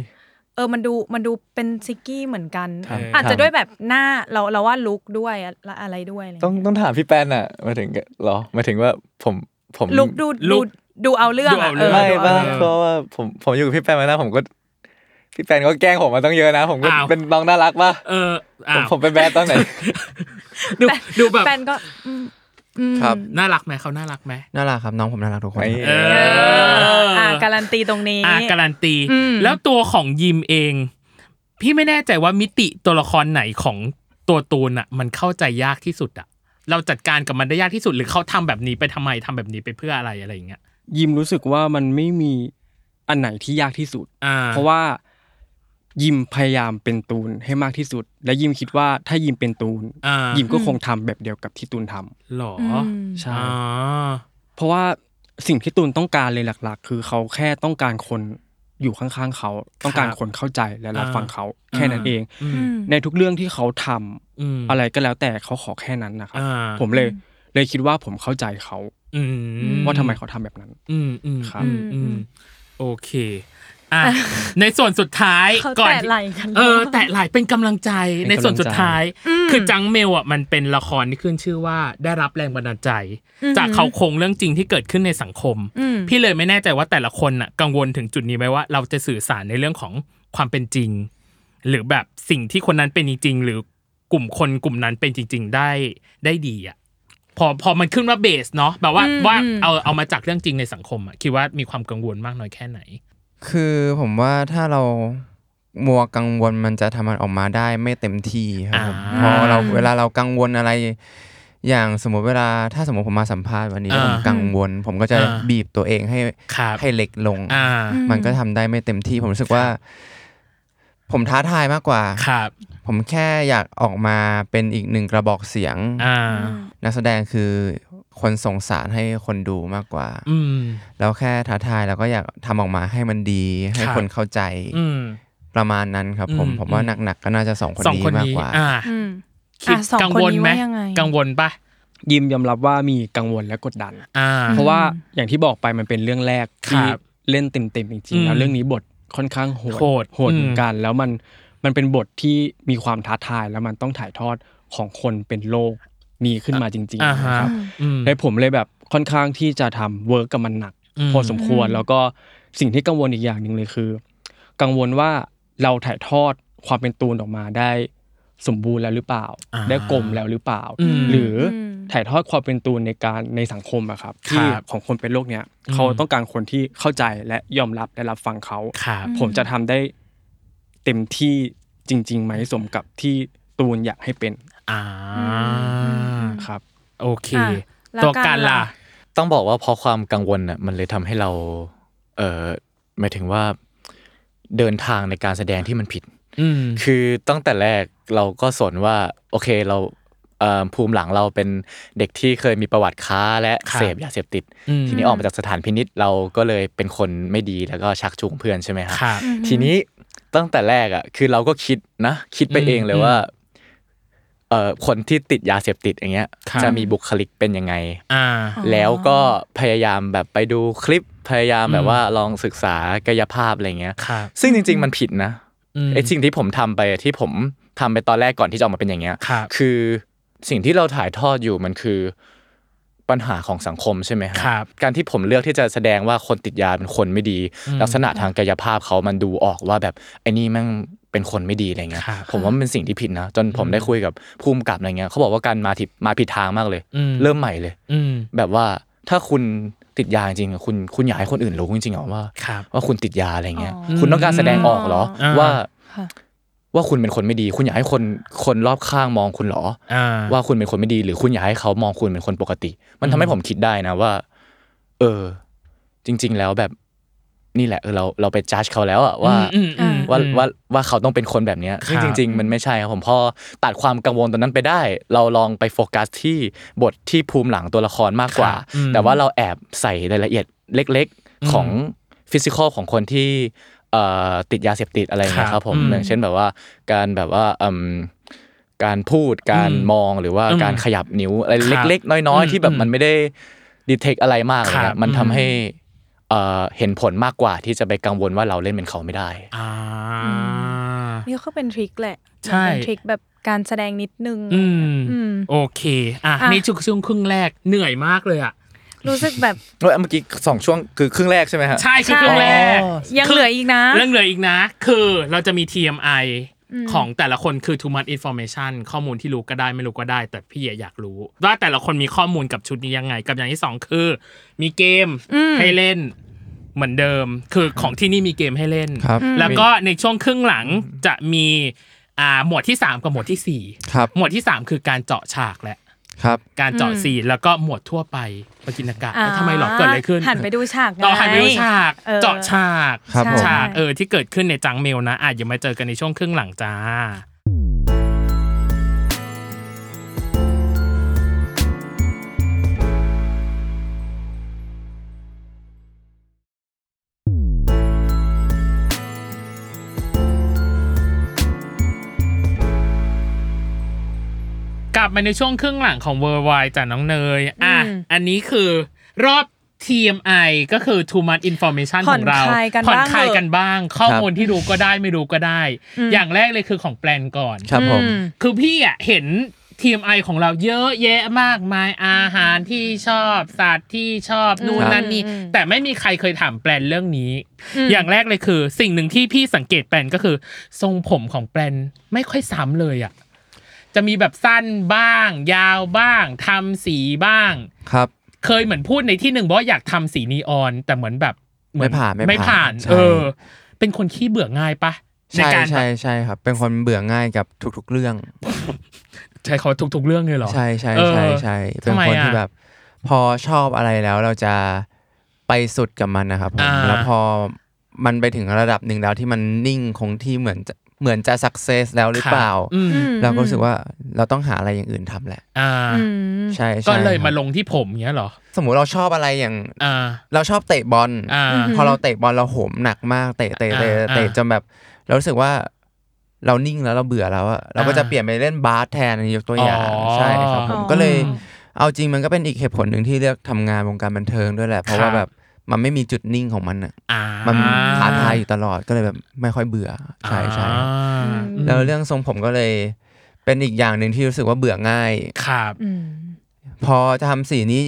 [SPEAKER 2] เออ มันดู มันดูเป็นซิกกี้เหมือนกัน
[SPEAKER 5] ครับ
[SPEAKER 2] อาจจะด้วยแบบหน้า เรา เราว่าลุกด้วยอะและอะไรด้วยอะไร
[SPEAKER 5] ต้องต้องถามพี่แป้นอ่ะหมายถึงเหรอหมายถึงว่าผมผม
[SPEAKER 2] ลุกดู
[SPEAKER 3] ลุ
[SPEAKER 2] ดู
[SPEAKER 3] ค
[SPEAKER 2] ดูเอาเรื่อง
[SPEAKER 3] ดู
[SPEAKER 2] อะ
[SPEAKER 3] เอา
[SPEAKER 2] เอ
[SPEAKER 3] เรื่
[SPEAKER 2] อ
[SPEAKER 3] อง
[SPEAKER 5] ไม่
[SPEAKER 2] ดูเอา
[SPEAKER 5] บ้าง
[SPEAKER 2] เรื่อง
[SPEAKER 5] เพราะว่าผมผมอยู่กับพี่แปนมานะผมก็พี่แปนก็แกล้งผมมาต้องเยอะนะ ผมก็
[SPEAKER 3] อ้าว
[SPEAKER 5] เป็นน้องน่ารักป่ะ
[SPEAKER 3] เออ
[SPEAKER 5] ผ
[SPEAKER 3] อ่าม
[SPEAKER 5] ผมเป็นแบดตอนไหน
[SPEAKER 3] ดูดูแบบ
[SPEAKER 2] แฟนก็อืมอืม
[SPEAKER 4] ครับ
[SPEAKER 3] น่ารักไหมเขาน่ารักไหม
[SPEAKER 4] น่ารักครับน้องผมน่ารักทุกคน
[SPEAKER 5] ไม่
[SPEAKER 3] เอ
[SPEAKER 2] เออ
[SPEAKER 3] อ
[SPEAKER 2] อ่า
[SPEAKER 3] อ่า
[SPEAKER 2] การันตีตรงนี้
[SPEAKER 3] การันตี
[SPEAKER 2] อืม
[SPEAKER 3] แล้วตัวของยิมเอง พี่ไม่แน่ใจว่ามิติตัวละครไหนของตัวตูนอ่ะ มันเข้าใจยากที่สุดอ่ะ เราจัดการกับมันได้ยากที่สุดหรือเขาทำแบบนี้ไปทำไมทำแบบนี้ไปเพื่ออะไรอะไรอย่างเงี้ย
[SPEAKER 6] ยิมรู้สึกว่ามันไม่มีอันไหนที่ยากที่สุด
[SPEAKER 3] อ่า
[SPEAKER 6] เพราะว่ายิมพยายามเป็นตูนให้มากที่สุด และยิมคิดว่าถ้ายิมเป็นตูน
[SPEAKER 3] อ่า
[SPEAKER 6] ยิมก็คงทำแบบเดียวกับที่ตูนทำ
[SPEAKER 3] หรอ
[SPEAKER 2] อืม
[SPEAKER 6] ใช่
[SPEAKER 3] อ่า
[SPEAKER 6] เพราะว่าสิ่งที่ตูนต้องการเลยหลัก ๆ คือเขาแค่ต้องการคนอยู่ข้างๆเขา ต้องการคนเข้าใจและรับฟังเขาแค่นั้นเอง
[SPEAKER 3] อืม
[SPEAKER 6] ในทุกเรื่องที่เขาทำ
[SPEAKER 3] อืม
[SPEAKER 6] อะไรก็แล้วแต่เขาขอแค่นั้นนะครับ
[SPEAKER 3] อ่า
[SPEAKER 6] ผมเลยเลยคิดว่าผมเข้าใจเขา
[SPEAKER 3] อืม
[SPEAKER 6] ว่าทำไมเขาทำแบบนั้น
[SPEAKER 3] อืมอืม
[SPEAKER 6] ครับ
[SPEAKER 3] อืมอืมโอเคอ่ะในส่วนสุดท้าย
[SPEAKER 2] เขา
[SPEAKER 3] ก่อน
[SPEAKER 2] แตะไหลกัน
[SPEAKER 3] เออ แต่หลายเป็นกำลังใจ
[SPEAKER 6] เป็น
[SPEAKER 3] ในส่วนสุดท้าย
[SPEAKER 2] อืม
[SPEAKER 3] คือจังเมลอ่ะมันเป็นละครที่ขึ้นชื่อว่าได้รับแรงบันดาลใจ จากเขาโครงเรื่องจริงที่เกิดขึ้นในสังคม
[SPEAKER 2] อืม
[SPEAKER 3] พี่เลยไม่แน่ใจว่าแต่ละคนน่ะกังวลถึงจุดนี้ไหมว่าเราจะสื่อสารในเรื่องของความเป็นจริง หรือแบบสิ่งที่คนนั้นเป็นจริงๆหรือกลุ่มคนกลุ่มนั้นเป็นจริง ๆ ได้ได้ดีอ่ะพอพอมันขึ้นว่าเบสเนาะแบบว่า
[SPEAKER 2] อืม
[SPEAKER 3] ว่า
[SPEAKER 2] อืม
[SPEAKER 3] เอาเอามาจากเรื่องจริงในสังคมอ่ะคิดว่ามีความกังวลมากน้อยแค่ไหน
[SPEAKER 4] คือผมว่าถ้าเรามัวกังวลมันจะทำมันออกมาได้ไม่เต็มที่ครับผม
[SPEAKER 3] อ่า
[SPEAKER 4] พอเราเวลาเรากังวลอะไร อย่างสมมติเวลาถ้าสมมติผมมาสัมภาษณ์วันนี้แล้วผม
[SPEAKER 3] อ่า
[SPEAKER 4] กังวล ผมก็จะ
[SPEAKER 3] อ่า
[SPEAKER 4] บีบตัวเองให้
[SPEAKER 3] ครับ
[SPEAKER 4] ให้เล็กลง
[SPEAKER 3] อ่า
[SPEAKER 4] มันก็ทำได้ไม่เต็มที่ ผมรู้สึกว่า ผมท้าทายมากกว่า
[SPEAKER 3] ครับ
[SPEAKER 4] ผมแค่อยากออกมาเป็นอีกหนึ่งกระบอกเสียง
[SPEAKER 3] อ่า
[SPEAKER 4] นักแสดงคือคนส่งสารให้คนดูมากกว่า
[SPEAKER 3] อืม
[SPEAKER 4] แล้วแค่ท้าทายแล้วก็อยากทำออกมาให้มันดีให้
[SPEAKER 3] ครับ
[SPEAKER 4] คนเข้าใจ
[SPEAKER 3] อืม
[SPEAKER 4] ประมาณนั้นครับผม
[SPEAKER 3] อืม
[SPEAKER 4] ผมว่า
[SPEAKER 3] อืม
[SPEAKER 4] หนักๆก็น่าจะสองคน
[SPEAKER 3] สอง
[SPEAKER 4] นี้
[SPEAKER 3] คน
[SPEAKER 4] มาก
[SPEAKER 3] นี้
[SPEAKER 4] กว่า
[SPEAKER 3] อ่า
[SPEAKER 2] อืม
[SPEAKER 3] คิด
[SPEAKER 2] อ่ะสอง
[SPEAKER 3] กัง
[SPEAKER 2] คน
[SPEAKER 3] วล
[SPEAKER 2] นี้
[SPEAKER 3] ไหม
[SPEAKER 2] ว่ายังไง
[SPEAKER 3] กังวลปะ
[SPEAKER 6] ยิมยอมรับว่ามีกังวลและกดดัน
[SPEAKER 3] อ่า
[SPEAKER 6] เพราะว่าอย่างที่บอกไปมันเป็นเรื่องแรกที่
[SPEAKER 3] ครับ
[SPEAKER 6] เล่นเต็มๆจริ
[SPEAKER 3] อื
[SPEAKER 6] ง
[SPEAKER 3] ม
[SPEAKER 6] ๆแล้วเรื่องนี้บทค่อนข้างโหด
[SPEAKER 3] โหด
[SPEAKER 6] เหมือ
[SPEAKER 3] อื
[SPEAKER 6] น
[SPEAKER 3] ม
[SPEAKER 6] กัน แล้วมันมันเป็นบทที่มีความท้าทายแล้วมันต้องถ่ายทอดของคนเป็นโลกนี้ขึ้นมาจริง
[SPEAKER 3] อ่า
[SPEAKER 6] ๆ
[SPEAKER 3] ฮะ
[SPEAKER 6] นะครับ
[SPEAKER 3] อืม
[SPEAKER 6] และผมเลยแบบค่อนข้างที่จะทำเวิร์กกับมันหนัก
[SPEAKER 3] อืม
[SPEAKER 6] พอสมควรแล้วก็สิ่งที่กังวลอีกอย่างหนึ่งเลยคือ กังวลว่าเราถ่ายทอดความเป็นตูนออกมาได้สมบูรณ์แล้วหรือเปล่า
[SPEAKER 3] อ่า
[SPEAKER 6] ได้กลมแล้วหรือเปล่า
[SPEAKER 3] อืม
[SPEAKER 6] หรืออ
[SPEAKER 2] ม
[SPEAKER 6] ถ่ายทอดความเป็นตูนในการในสังคมอะครับ
[SPEAKER 3] ครับ
[SPEAKER 6] ที่ของคนเป็นโรคเนี้ย
[SPEAKER 3] อืม
[SPEAKER 6] เขาต้องการคนที่เข้าใจและยอมรับและรับฟังเขา
[SPEAKER 3] ครับ
[SPEAKER 6] ผมจะทำได้เต็มที่จริงๆไหมสมกับที่ตูนอยากให้เป็น
[SPEAKER 3] อ่า
[SPEAKER 6] ครับ
[SPEAKER 3] โอเค
[SPEAKER 2] อ่ะแล้ว
[SPEAKER 3] ตัวการ
[SPEAKER 2] การล่ะ
[SPEAKER 3] ล่ะ
[SPEAKER 5] ต้องบอกว่าเพราะความกังวลน่ะมันเลยทำให้เราเออหมายถึงว่าเดินทางในการแสดงที่มันผิด
[SPEAKER 3] อืม
[SPEAKER 5] คือตั้งแต่แรกเราก็สนว่าโอเคเราเอ่อภูมิหลังเราเป็นเด็กที่เคยมีประวัติค้าและ
[SPEAKER 3] ครับ
[SPEAKER 5] เสพยาเสพติด
[SPEAKER 3] อืม
[SPEAKER 5] ทีนี้ออกมาจากสถานพินิษเราก็เลยเป็นคนไม่ดีแล้วก็ชักจูงเพื่อนใช่ไหมครับ
[SPEAKER 3] ครับ
[SPEAKER 5] ทีนี้ตั้งแต่แรกอ่ะคือเราก็คิดนะ คิดไป
[SPEAKER 3] อืม
[SPEAKER 5] เองเลย
[SPEAKER 3] อืม
[SPEAKER 5] ว่า เอ่อคนที่ติดยาเสพติดอย่างเงี้ย
[SPEAKER 3] ครับ
[SPEAKER 5] จะมีบุคลิกเป็นยังไง
[SPEAKER 3] อ่า
[SPEAKER 5] แล้วก็พยายามแบบไปดูคลิปพยายามแบบว่าลองศึกษากายภาพอะไรเงี้ย
[SPEAKER 3] ครับ
[SPEAKER 5] ซึ่งจริง ๆ มันผิดนะ
[SPEAKER 3] ม
[SPEAKER 5] ไอสิ่งที่ผมทำไปที่ผมทำไปตอนแรกก่อนที่จะออกมาเป็นอย่างเงี้ย
[SPEAKER 3] ครับ
[SPEAKER 5] คือสิ่งที่เราถ่ายทอดอยู่มันคือปัญหาของสังคมใช่ไหมฮะ
[SPEAKER 3] ครับ
[SPEAKER 5] การที่ผมเลือกที่จะแสดงว่าคนติดยาเป็นคนไม่ดี
[SPEAKER 3] อืม
[SPEAKER 5] ลักษณะทางกายภาพเขามันดูออกว่าแบบไอ้นี่แม่งเป็นคนไม่ดีอะไรเงี้ย
[SPEAKER 3] ครับ
[SPEAKER 5] ผมว่ามันเป็นสิ่งที่ผิดนะ จนผมได้คุยกับภูมิกับอะไรเงี้ยเขาบอกว่าการมาผิดมาผิดทางมากเลย
[SPEAKER 3] อืม
[SPEAKER 5] เริ่มใหม่เลย
[SPEAKER 3] อืม
[SPEAKER 5] แบบว่าถ้าคุณติดยาจริงๆอะคุณคุณอยากให้คนอื่นรู้จริงๆเหรอว่า
[SPEAKER 3] ครับ
[SPEAKER 5] ว่าคุณติดยาอะไรเงี้ย
[SPEAKER 3] อ๋อ
[SPEAKER 5] คุณต้องการแสดงออกเหรอ
[SPEAKER 3] อ่า
[SPEAKER 5] ว่า
[SPEAKER 2] ค่ะ
[SPEAKER 5] ว่าคุณเป็นคนไม่ดี คุณอยากให้คนคนรอบข้างมองคุณเหรอ
[SPEAKER 3] อ่า
[SPEAKER 5] ว่าคุณเป็นคนไม่ดีหรือคุณอยากให้เขามองคุณเป็นคนปกติ มันทำให้ผมคิดได้นะว่า เออ จริง ๆ แล้วแบบนี่แหละเออเราเราไปจัดเขาแล้วอะว่า
[SPEAKER 3] อืมอืมอืม
[SPEAKER 5] ว่า
[SPEAKER 3] อืม
[SPEAKER 5] ว่าว่าเขาต้องเป็นคนแบบเนี้ยซึ่ง
[SPEAKER 3] ครับ
[SPEAKER 5] จริง ๆ มันไม่ใช่ครับผมพอตัดความกังวลตรงนั้นไปได้ เราลองไปโฟกัสที่บทที่ภูมิหลังตัวละครมากกว่า แต่ว่าเราแอบใส่รายละเอียดเล็ก ๆของฟิสิกอลของคนที่เอ่อติดยาเสพติดอะไรอย่างเงี้ย
[SPEAKER 3] ค
[SPEAKER 5] ครับ รับผม
[SPEAKER 3] อืม
[SPEAKER 5] อย่างเช่นแบบว่าการแบบว่าอืมการพูดการ
[SPEAKER 3] อืม
[SPEAKER 5] มองหรือว่า
[SPEAKER 3] อืม
[SPEAKER 5] การขยับนิ้วอะไร
[SPEAKER 3] ครับ
[SPEAKER 5] เล็ก ๆ น้อย
[SPEAKER 3] อืม
[SPEAKER 5] ๆ ที่แบบมันไม่ได้ดีเทคอะไรมากเลย
[SPEAKER 3] ครั
[SPEAKER 5] นะ
[SPEAKER 3] บ
[SPEAKER 5] มัน
[SPEAKER 3] อืม
[SPEAKER 5] ทำให้เอ่อเห็นผลมากกว่าที่จะไปกังวลว่าเราเล่นเป็นเขาไม่ได้
[SPEAKER 3] อ่า
[SPEAKER 7] นี่ก็เป็นทริคแหละ
[SPEAKER 3] ใช่
[SPEAKER 7] เป็นทริคแบบการแสดงนิดนึง
[SPEAKER 3] อืม
[SPEAKER 7] อืม
[SPEAKER 3] โอเค อ่ะ
[SPEAKER 7] อ่ะ
[SPEAKER 3] นี่ช่วงช่วงครึ่งแรกเหนื่อยมากเลยอ่ะ
[SPEAKER 7] รู้สึกแบบ
[SPEAKER 5] เอ้ยเมื่อกี้สองช่วงคือครึ่งแรกใช่ไหมฮะ
[SPEAKER 3] ใช่คือครึ่งแรก
[SPEAKER 7] ยังเหลืออีกนะ
[SPEAKER 3] เรื่องเหลืออีกนะ คือเราจะมี TMI ของแต่ละคนคือ too much information ข้อมูลที่รู้ก็ได้ไม่รู้ก็ได้ แต่พี่เอ๋อยากรู้ ว่าแต่ละคนมีข้อมูลกับชุดนี้ยังไง กับอย่างที่สองคือ มีเกมให้เล่นเหมือนเดิม คือของที่นี่มีเกมให้เล่น
[SPEAKER 4] ครับ
[SPEAKER 3] แล้วก็ในช่วงครึ่งหลังจะมีอ่าหมวดที่ 3 กับหมวดทีสี่
[SPEAKER 4] ครับ
[SPEAKER 3] 4 หมวดที่ 3 คือการเจาะฉากแหละ
[SPEAKER 4] ครับ
[SPEAKER 3] การเจาะสีแล้วก็หมวดทั่วไปปกินอากาศ
[SPEAKER 7] อ่า
[SPEAKER 3] ทำไมหรอเกิดอะไรขึ้น
[SPEAKER 7] หันไปดูฉากไง
[SPEAKER 3] ต่อหันไปดูฉาก
[SPEAKER 7] เออ
[SPEAKER 3] เจาะฉาก
[SPEAKER 4] ครับผม
[SPEAKER 3] ฉากเออที่เกิดขึ้นในจังเมลนะอาจจะเดี๋ยวมาเจอกันในช่วงครึ่งหลังจ้า กลับมาในช่วงครึ่งหลังของเวอร์ไวจากน้องเนย อ่ะ
[SPEAKER 7] อืม
[SPEAKER 3] อันนี้คือรอบ TMI ก็คือ too much information
[SPEAKER 7] ผ่
[SPEAKER 3] ข
[SPEAKER 7] อ
[SPEAKER 3] อน งเรา
[SPEAKER 7] คลายกัน
[SPEAKER 3] ผ่อ
[SPEAKER 7] บ้า
[SPEAKER 3] น
[SPEAKER 7] ง
[SPEAKER 3] คลาย
[SPEAKER 7] เถอะ
[SPEAKER 3] กันบ้าง ข้อมูลที่รู้ก็ได้ไม่รู้ก็ได้ อย่างแรกเลยคือของแปลนก่อน
[SPEAKER 4] ครับผม
[SPEAKER 3] คือพี่อ่ะเห็น TMI ของเราเยอะแยะมากมายอาหารที่ชอบสัตว์ที่ชอบนู่นนั่นนี่
[SPEAKER 7] อืม
[SPEAKER 3] แต่ไม่มีใครเคยถามแปลนเรื่องนี้ อย่างแรกเลยคือ สิ่งหนึ่งที่พี่สังเกตแปลนก็คือ ทรงผมของแปลนไม่ค่อยซ้ำเลยอ่ะจะมีแบบสั้นบ้าง ยาวบ้างทำสีบ้าง
[SPEAKER 4] ครับ
[SPEAKER 3] เคยเหมือนพูดในที่หนึ่งว่าอยากทำสีนีออน แต่เหมือนแบบเหอ
[SPEAKER 4] ไม่ผ่านไม่
[SPEAKER 3] ไม่ผ่า
[SPEAKER 4] ผ่าน น
[SPEAKER 3] เออ
[SPEAKER 4] ใช่
[SPEAKER 3] เป็นคนขี้เบื่อง่ายปะใน
[SPEAKER 4] ใช่
[SPEAKER 3] การแบ
[SPEAKER 4] ใช่
[SPEAKER 3] บ
[SPEAKER 4] ใช่ครับ เป็นคนเบื่อง่ายกับทุกๆเรื่อง
[SPEAKER 3] ใช้เขาทุกๆเรื่องเลยเหรอ
[SPEAKER 4] ใช่ใช่
[SPEAKER 3] เออ
[SPEAKER 4] ใช่ใช่เป็น
[SPEAKER 3] ทำไม
[SPEAKER 4] คนที่
[SPEAKER 3] อ่ะ
[SPEAKER 4] แบบพอชอบอะไรแล้วเราจะไปสุดกับมันนะครับผม
[SPEAKER 3] อ่า
[SPEAKER 4] แล้วพอมันไปถึงระดับหนึ่งแล้วที่มันนิ่งคงที่เหมือนจะเหมือนจะสักเซสแล้วหรือเปล่า
[SPEAKER 3] อืม
[SPEAKER 4] เราก็รู้สึกว่าเราต้องหาอะไรอย่างอื่นทำแหละ
[SPEAKER 3] อ่า
[SPEAKER 4] ใช่ใช่
[SPEAKER 3] ก็เลย
[SPEAKER 4] ครับ
[SPEAKER 3] มาลงที่ผมเงี้ยเหรอ
[SPEAKER 4] สมมุติเราชอบอะไรอย่าง
[SPEAKER 3] อ่า
[SPEAKER 4] เราชอบเตะบอล
[SPEAKER 3] อ่า
[SPEAKER 4] พอเราเตะบอลเราโหมหนักมากเตะเตะเตะ
[SPEAKER 3] อ่า
[SPEAKER 4] เตะ
[SPEAKER 3] อ่า
[SPEAKER 4] จนแบบ เรารู้สึกว่าเรานิ่งแล้วเราเบื่อแล้วอะเราก็
[SPEAKER 3] อ่า
[SPEAKER 4] จะเปลี่ยนไปเล่นบาสแทนอันนี้ยกตัวอย่าง
[SPEAKER 3] อ๋อ
[SPEAKER 4] ใช่ครับผ
[SPEAKER 7] อ๋
[SPEAKER 4] ม
[SPEAKER 7] อ
[SPEAKER 4] ก็เลยเอาจริงมันก็เป็นอีกเหตุผลหนึ่งที่เลือกทำงานวงการบันเทิงด้วยแหละ เพราะ
[SPEAKER 3] ครั
[SPEAKER 4] ว่า
[SPEAKER 3] บ
[SPEAKER 4] แบบมันไม่มีจุดนิ่งของมันอะ
[SPEAKER 3] อ่ามั
[SPEAKER 4] มันท้าทายอยู่ตลอดก็เลยแบบไม่ค่อยเบื่อใช่ใช่แล้วเรื่องทรงผมก็เลย เป็นอีกอย่างหนึ่งที่รู้สึกว่าเบื่อง่าย
[SPEAKER 3] ครับ
[SPEAKER 4] พอจะทำสีนี้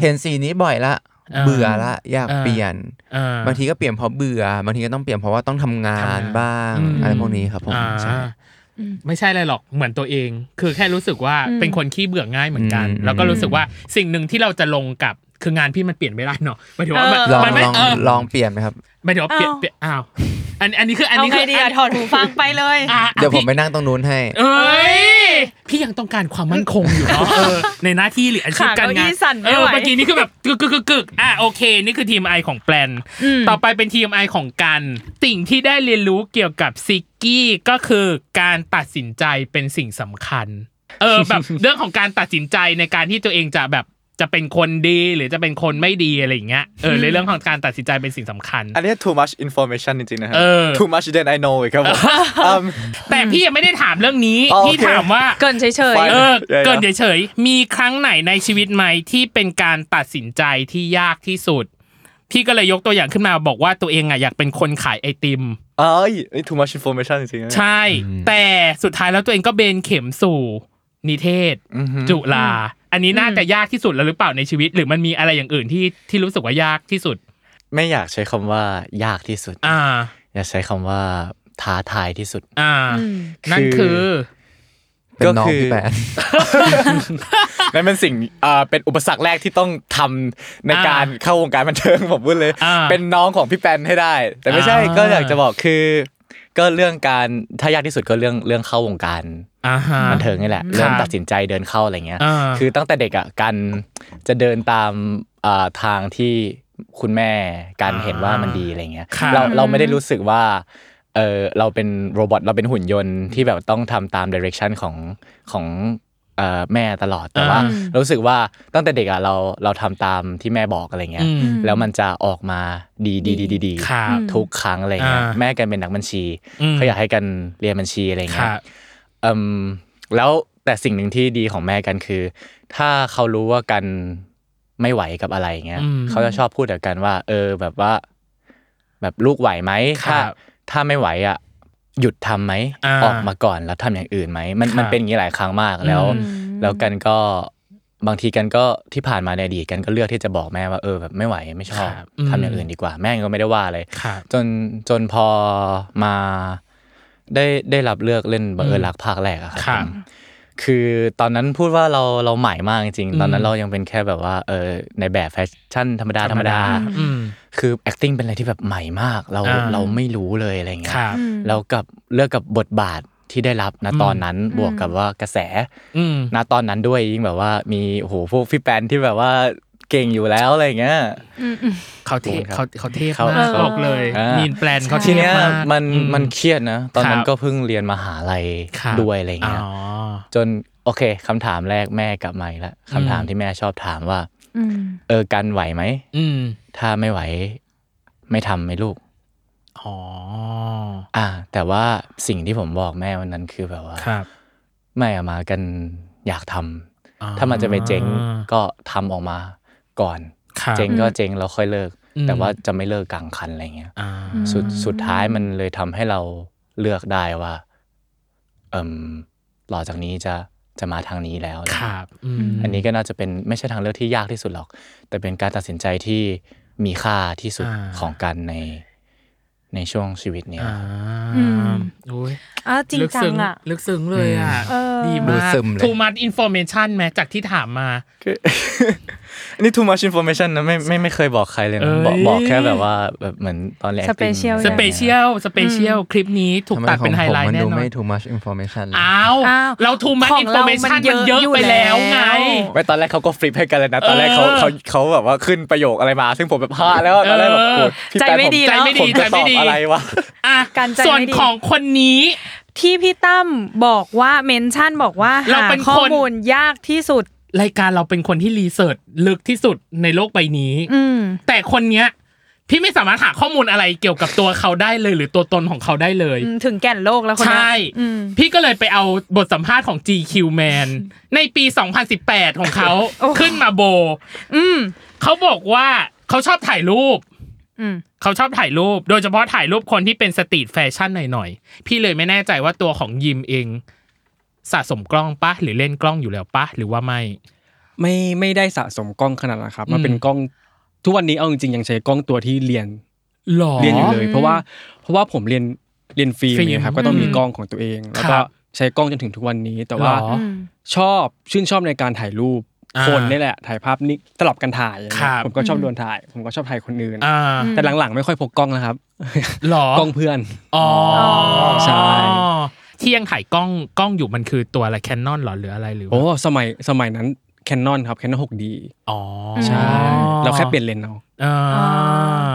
[SPEAKER 4] เห็นสีนี้บ่อยละ
[SPEAKER 3] อ่า
[SPEAKER 4] เบื่อละอยาก
[SPEAKER 3] อ่า
[SPEAKER 4] เปลี่ยน
[SPEAKER 3] อ่า
[SPEAKER 4] บางทีก็เปลี่ยนเพราะเบื่อบางทีก็ต้องเปลี่ยนเพราะว่าต้องทำงาน
[SPEAKER 3] ทำงาน
[SPEAKER 4] บ้าง
[SPEAKER 3] อืม
[SPEAKER 4] อะไรพวกนี้ครับผม
[SPEAKER 3] อ่า
[SPEAKER 4] ใช่
[SPEAKER 3] ไม่ใช่อะไรหรอกเหมือนตัวเอง คือแค่รู้สึกว่าเป็นคนขี้เบื่อง่ายเหมือนกัน
[SPEAKER 4] อืม
[SPEAKER 3] แล้วก็รู้สึกว่าสิ่งหนึ่งที่เราจะลงกับคืองานพี่มันเปลี่ยนไม่ได้เนาะหมายถึงว่ามัน
[SPEAKER 7] เออ
[SPEAKER 4] ลอง
[SPEAKER 3] มันไม่
[SPEAKER 4] ลอง
[SPEAKER 3] เออ
[SPEAKER 4] ลองเปลี่ยนไหมครับ
[SPEAKER 3] หมายถึงว่าเปลี่ยนเปลี่ยนอ้าวอันอันนี้คืออัน
[SPEAKER 7] เอา
[SPEAKER 3] นี้
[SPEAKER 7] ไง
[SPEAKER 3] คือ
[SPEAKER 7] ดีอะถอดหูฟังไปเลย
[SPEAKER 3] อ่ะอ่ะ
[SPEAKER 4] เดี๋ยวผม
[SPEAKER 3] พี่
[SPEAKER 4] ไปนั่งตรงนู้นให้
[SPEAKER 3] เอ้ย พี่ยังต้องการความมั่นคงอยู่เนาะเออในหน้าที่หรืออาชีพการ
[SPEAKER 7] ขาเก้าง
[SPEAKER 3] า
[SPEAKER 7] อี้
[SPEAKER 3] น
[SPEAKER 7] สั่นไม่
[SPEAKER 3] เออ
[SPEAKER 7] ไหว
[SPEAKER 3] เมื่อกี้นี่คือแบบกึกกึกกึกกึกอ่ะโอเค นี่คือ TMI ของแปลน ต่อไปเป็น TMI ของกันสิ่งที่ได้เรียนรู้เกี่ยวกับซิกกี้ก็คือการตัดสิ นใจเป็นสิ่งสำคัญ เออแบบ เรื่องของการตัดสินใจในการที่ตัวเองจะแบบ จะเป็นคนดีหรือจะเป็นคนไม่ดีอะไรอย่างเงี้ยเออในเรื่องของการตัดสินใจเป็นสิ่งสำคัญ
[SPEAKER 5] อันนี้ too much information จริงๆนะครั
[SPEAKER 3] เออ
[SPEAKER 5] too much then I know อีกครับผม อืม
[SPEAKER 3] แต่พี่ยังไม่ได้ถามเรื่องนี้
[SPEAKER 5] อ๋อโอเค
[SPEAKER 3] พี่ถามว่า
[SPEAKER 7] เกินเฉย
[SPEAKER 5] ไป
[SPEAKER 3] เออ
[SPEAKER 5] เดี๋ยวๆ
[SPEAKER 3] เกินเฉยๆ มีครั้งไหนในชีวิตไหมที่เป็นการตัดสินใจที่ยากที่สุด พี่ก็เลยยกตัวอย่างขึ้นมาบอกว่าตัวเองอ่ะอยากเป็นคนขายไอติม
[SPEAKER 5] เอ้ยนี่ too much information จริงๆนะ
[SPEAKER 3] ใช่ แต่สุดท้ายแล้วตัวเองก็เบนเข็มสู่นิเทศ
[SPEAKER 5] อือฮึ
[SPEAKER 3] จุฬาอันนี้น่าจะยากที่สุดแล้วหรือเปล่าในชีวิต หรือมันมีอะไรอย่างอื่นที่ที่รู้สึกว่ายากที่สุด
[SPEAKER 5] ไม่อยากใช้คำว่ายากที่สุด
[SPEAKER 3] อ่า
[SPEAKER 5] อยากใช้คำว่าท้าทายที่ สุด
[SPEAKER 3] อ่า นั่นคือ
[SPEAKER 4] เป็นน้อง
[SPEAKER 5] ก็คือ
[SPEAKER 4] พี่แปด
[SPEAKER 5] นั่นเป็นสิ่งอ่าเป็นอุปสรรคแรกที่ต้องทำใน
[SPEAKER 3] อ่า
[SPEAKER 5] การเข้าวงการบันเทิงผมพูดเลย
[SPEAKER 3] อ่า
[SPEAKER 5] เป็นน้องของพี่แปนให้ได้ แต่ไม่ใช่
[SPEAKER 3] อ่า
[SPEAKER 5] ก็อยากจะบอกคือ ก็เรื่องการถ้ายากที่สุดก็เรื่องเรื่องเข้าวงการ
[SPEAKER 3] อ่าฮะ
[SPEAKER 5] บันเทิงนี่แหละ เริ่มตัดสินใจเดินเข้าอะไรเงี้ย
[SPEAKER 3] อ่า
[SPEAKER 5] คือตั้งแต่เด็กอ่ะกันจะเดินตามอ่าทางที่คุณแม่การเห็นว่ามันดีอะไรเงี้ย
[SPEAKER 3] ครับ
[SPEAKER 5] เราเราไม่ได้รู้สึกว่าเออเราเป็นโรบอทเราเป็นหุ่นยนต์ที่แบบต้องทำตามดิเรกชันของของเอ่อแม่ตลอดแต่ว่า
[SPEAKER 3] อ่า
[SPEAKER 5] เรารู้สึกว่าตั้งแต่เด็กอ่ะเราเราทำตามที่แม่บอกอะไรเงี้ย
[SPEAKER 3] อืม
[SPEAKER 5] แล้วมันจะออกมาดีดีดีดีดี
[SPEAKER 3] ครับ
[SPEAKER 5] ทุกครั้งอะไรเงี้ย
[SPEAKER 3] อ่า
[SPEAKER 5] แม่กันเป็นนักบัญชี
[SPEAKER 3] อืม
[SPEAKER 5] เขาอยากให้กันเรียนบัญชีอะไร
[SPEAKER 3] ค
[SPEAKER 5] เงี้
[SPEAKER 3] รั
[SPEAKER 5] ย
[SPEAKER 3] บ
[SPEAKER 5] อืมแล้วแต่สิ่งหนึ่งที่ดีของแม่กันคือ ถ้าเขารู้ว่ากันไม่ไหวกับอะไรอย่างเงี้ย
[SPEAKER 3] อืม
[SPEAKER 5] เขาจะชอบพูดกับกันว่า เออแบบว่า แบบลูกไหวไหม
[SPEAKER 3] ครั
[SPEAKER 5] ถ้า
[SPEAKER 3] บ
[SPEAKER 5] ถ้าไม่ไหวอ่ะหยุดทำไหม
[SPEAKER 3] อ่า
[SPEAKER 5] ออกมาก่อนแล้วทำอย่างอื่นไหมมัน
[SPEAKER 3] ครับ
[SPEAKER 5] มันเป็นอย่างนี้หลายครั้งมากแล้ว
[SPEAKER 3] อืม
[SPEAKER 5] แล้วกันก็บางทีกันก็ที่ผ่านมาในอดีตกันก็เลือกที่จะบอกแม่ว่าเออแบบไม่ไหวไม่ชอบ
[SPEAKER 3] ครับอืม
[SPEAKER 5] ทำอย่างอื่นดีกว่า แม่ก็ไม่ได้ว่าอะไร
[SPEAKER 3] ครับ
[SPEAKER 5] จนจนพอมาได้ได้รับเลือกเล่นบังเอิญรักภาคแรกอะค
[SPEAKER 3] ครั
[SPEAKER 5] รับ ผมคือตอนนั้นพูดว่าเราเราใหม่มากจริง
[SPEAKER 3] อืม
[SPEAKER 5] ๆตอนนั้นเรายังเป็นแค่แบบว่าเออในแบบแฟชั่นธรรมดาธรรมดา
[SPEAKER 3] อืม
[SPEAKER 5] คือ acting เป็นอะไรที่แบบใหม่มาก เรา
[SPEAKER 3] อ่า
[SPEAKER 5] เราไม่รู้เลยอะไรเงี้
[SPEAKER 3] ค
[SPEAKER 5] ย
[SPEAKER 3] รับ
[SPEAKER 5] แล้วกับเลือกกับบทบาทที่ได้รับนะ
[SPEAKER 3] อืม
[SPEAKER 5] ตอนนั้นบวกกับว่ากระแส
[SPEAKER 3] อืม
[SPEAKER 5] นะตอนนั้นด้วยยิ่งแบบว่ามีโอ้โหพวกพี่แปนที่แบบว่าเก่งอยู่แล้วอะไรเงี้ย
[SPEAKER 3] เขาเทพ
[SPEAKER 5] ครั
[SPEAKER 3] เขา
[SPEAKER 5] บ
[SPEAKER 3] เขาเทพ
[SPEAKER 5] เขา
[SPEAKER 3] มาก
[SPEAKER 5] เขา
[SPEAKER 3] บอกเลย
[SPEAKER 5] อ่ามี
[SPEAKER 3] มีนแปลนเขาเท
[SPEAKER 5] ที
[SPEAKER 3] พ
[SPEAKER 5] เนี้ย
[SPEAKER 3] มาก
[SPEAKER 5] มัน
[SPEAKER 3] อื
[SPEAKER 5] มันเครียดนะ ตอนนั้
[SPEAKER 3] คน รับ
[SPEAKER 5] ก็เพิ่งเรียนมหาลัย
[SPEAKER 3] ครับ
[SPEAKER 5] ด้วยอะไรเงี้ย
[SPEAKER 3] อ๋อ
[SPEAKER 5] จนโอเคคำถามแรกแม่กลับมาอีกแล้วคำถาม
[SPEAKER 3] อืม
[SPEAKER 5] ที่แม่ชอบถามว่า
[SPEAKER 2] อืม
[SPEAKER 5] เออกันไหวไหม
[SPEAKER 3] อืม
[SPEAKER 5] ถ้าไม่ไหว ไม่ทำไหมลูก
[SPEAKER 3] อ๋อ
[SPEAKER 5] อ่า แต่ว่าสิ่งที่ผมบอกแม่วันนั้นคือแบบว่า
[SPEAKER 3] ครับ
[SPEAKER 5] ไม่อะมากันอยากทำ
[SPEAKER 3] อ๋อ
[SPEAKER 5] ถ้ามันจะไปเจ๊งก็ทำออกมาก่อน
[SPEAKER 3] ครับ
[SPEAKER 5] เจ๊งก็เจ๊งแล้วค่อยเลิก
[SPEAKER 3] อืม
[SPEAKER 5] แต่ว่าจะไม่เลิกกลางคันอะไรเงี้ย
[SPEAKER 3] อ่า
[SPEAKER 5] สุดสุดท้ายมันเลยทำให้เราเลือกได้ว่า เอ่มหลังจากนี้จะจะมาทางนี้แล้วอะไร
[SPEAKER 3] ค
[SPEAKER 5] เงี้ย
[SPEAKER 3] รับอืม
[SPEAKER 5] อันนี้ก็น่าจะเป็นไม่ใช่ทางเลือกที่ยากที่สุดหรอก แต่เป็นการตัดสินใจที่มีค่าที่สุดของกันในในช่วงชีวิตเนี้ย
[SPEAKER 3] อ่า
[SPEAKER 2] อืม
[SPEAKER 3] โอ้ย
[SPEAKER 7] ๆอ้าวจริง
[SPEAKER 3] ลึก
[SPEAKER 7] จั
[SPEAKER 3] ซึ้
[SPEAKER 7] งอ่ะ
[SPEAKER 3] ลึกซึ้งเลยอ่ะ
[SPEAKER 2] เออ
[SPEAKER 3] ดี
[SPEAKER 4] ดู
[SPEAKER 3] มาก
[SPEAKER 4] ซึมเลย
[SPEAKER 3] too much information ไหมจากที่ถามมา
[SPEAKER 5] อันนี้ too much information นะไม่ไม่ไม่เคยบอกใครเลยนะบอก
[SPEAKER 3] เอ้ย
[SPEAKER 5] บอกแค่แบบว่าแบบเหมือนตอนเรียน acting
[SPEAKER 2] Special
[SPEAKER 5] อะไร
[SPEAKER 3] ส
[SPEAKER 5] งี้
[SPEAKER 3] เปเชียลสเปเชียลคลิปนี้ถูก
[SPEAKER 4] ทำม
[SPEAKER 3] ตัดเป็น
[SPEAKER 4] ของ
[SPEAKER 3] ไฮ
[SPEAKER 4] ผม
[SPEAKER 3] ไลท์
[SPEAKER 4] มัน
[SPEAKER 3] แน่
[SPEAKER 4] ดู
[SPEAKER 3] นอน
[SPEAKER 4] ไม่ too much information เลย
[SPEAKER 3] อ้าว
[SPEAKER 7] อ้าว
[SPEAKER 3] เรา too much
[SPEAKER 7] ของเรามัน
[SPEAKER 3] information มันเย
[SPEAKER 7] เย
[SPEAKER 3] อะ
[SPEAKER 7] อะอยู่
[SPEAKER 3] ไปแล้วไง
[SPEAKER 7] แล้ว
[SPEAKER 5] ไม่ตอนแรกเขาก็ฟลิปให้กันเลยนะ ตอนแรก
[SPEAKER 3] เออ
[SPEAKER 5] เขาเขาเขาแบบว่าขึ้นประโยคอะไรมา ซึ่งผมแบบพลาดแล้วอะตอนแรกแบบโกรธพี่
[SPEAKER 7] ใจ
[SPEAKER 5] แปน
[SPEAKER 7] ไม่
[SPEAKER 5] ผม
[SPEAKER 7] ดี
[SPEAKER 5] จะ
[SPEAKER 7] แล้ว
[SPEAKER 3] ใจไม่ดีใจ
[SPEAKER 5] ผมจะส
[SPEAKER 3] ไม่
[SPEAKER 5] อบ
[SPEAKER 3] ดี
[SPEAKER 5] อะไรวะ
[SPEAKER 3] อ่ะ
[SPEAKER 7] การใจ
[SPEAKER 3] ส่วน
[SPEAKER 7] ไม่ดี
[SPEAKER 3] ของคนนี้
[SPEAKER 2] ที่พี่ตั้มบอกว่าเมนชั่นบอกว่า
[SPEAKER 3] เรา
[SPEAKER 2] หา
[SPEAKER 3] เป็นคน
[SPEAKER 2] ข้อมูลยากที่สุด
[SPEAKER 3] รายการเราเป็นคนที่รีเสิร์ชลึกที่สุดในโลกใบนี้
[SPEAKER 2] อืม
[SPEAKER 3] แต่คนเนี้ย พี่ไม่สามารถหาข้อมูลอะไรเกี่ยวกับตัวเขาได้เลย หรือตัวตนของเขาได้เลย
[SPEAKER 2] อืมถึงแก่นโลกแล้วคนเนี้ย
[SPEAKER 3] ใช่
[SPEAKER 2] อืม
[SPEAKER 3] พี่ก็เลยไปเอาบทสัมภาษณ์ของ GQ Man ในปี 2018 ของเขา
[SPEAKER 2] โอ้
[SPEAKER 3] ขึ้นมาโบ
[SPEAKER 2] อืม
[SPEAKER 3] เขาบอกว่าเขาชอบถ่ายรูป
[SPEAKER 2] อืม
[SPEAKER 3] เขาชอบถ่ายรูป โดยเฉพาะถ่ายรูปคนที่เป็นสตรีทแฟชั่นหน่อยๆ พี่เลยไม่แน่ใจว่าตัวของยิมเอง สะสมกล้องปะหรือเล่นกล้องอยู่แล้วปะหรือว่าไม่
[SPEAKER 6] ไม่ไม่ได้สะสมกล้องขนาดนั้นครับ มันเป็น
[SPEAKER 3] อืม
[SPEAKER 6] กล้องทุกวันนี้เอาจริงๆยังใช้กล้องตัวที่เรียน
[SPEAKER 3] หรอ
[SPEAKER 6] เรียนอยู่เลย เพราะว่าเพราะว่าผมเรียนเรียนฟิล์ม
[SPEAKER 3] ฟิล์ม
[SPEAKER 6] เนี่ยครับก็ต้องมี
[SPEAKER 3] อืม
[SPEAKER 6] กล้องของตัวเอง แล้ว
[SPEAKER 3] ค
[SPEAKER 6] ก็
[SPEAKER 3] รับ
[SPEAKER 6] ใช้กล้องจนถึงทุกวันนี้ แต่
[SPEAKER 3] หรอ
[SPEAKER 6] ว่าชอบชื่นชอบในการถ่ายรูป
[SPEAKER 3] อ่า
[SPEAKER 6] คนนี่แหละ ถ่ายภาพนิ่งสลับกันถ่ายอย่างเงี้ย
[SPEAKER 3] ครับ
[SPEAKER 6] ผมก็ชอบโดนถ่าย ผมก็ชอบถ่ายคนอื่น
[SPEAKER 3] อ่า
[SPEAKER 6] แต่หลังๆ ไม่ค่อยพกกล้องแล้วครับ
[SPEAKER 3] หรอ
[SPEAKER 6] กล้องเพื่อน
[SPEAKER 3] อ๋อ
[SPEAKER 6] ใช่
[SPEAKER 3] ที่ยังถ่ายกล้องกล้องอยู่มันคือตัวอะไรแคนนอนหรอหรืออะไรหรือว่า
[SPEAKER 6] โอ้สมัยสมัยนั้นแคนนอนครับแคนนอน 6D
[SPEAKER 3] อ๋อ
[SPEAKER 6] ใช่เราแค่เปลี่ยนเลนส์เอา
[SPEAKER 3] อ่า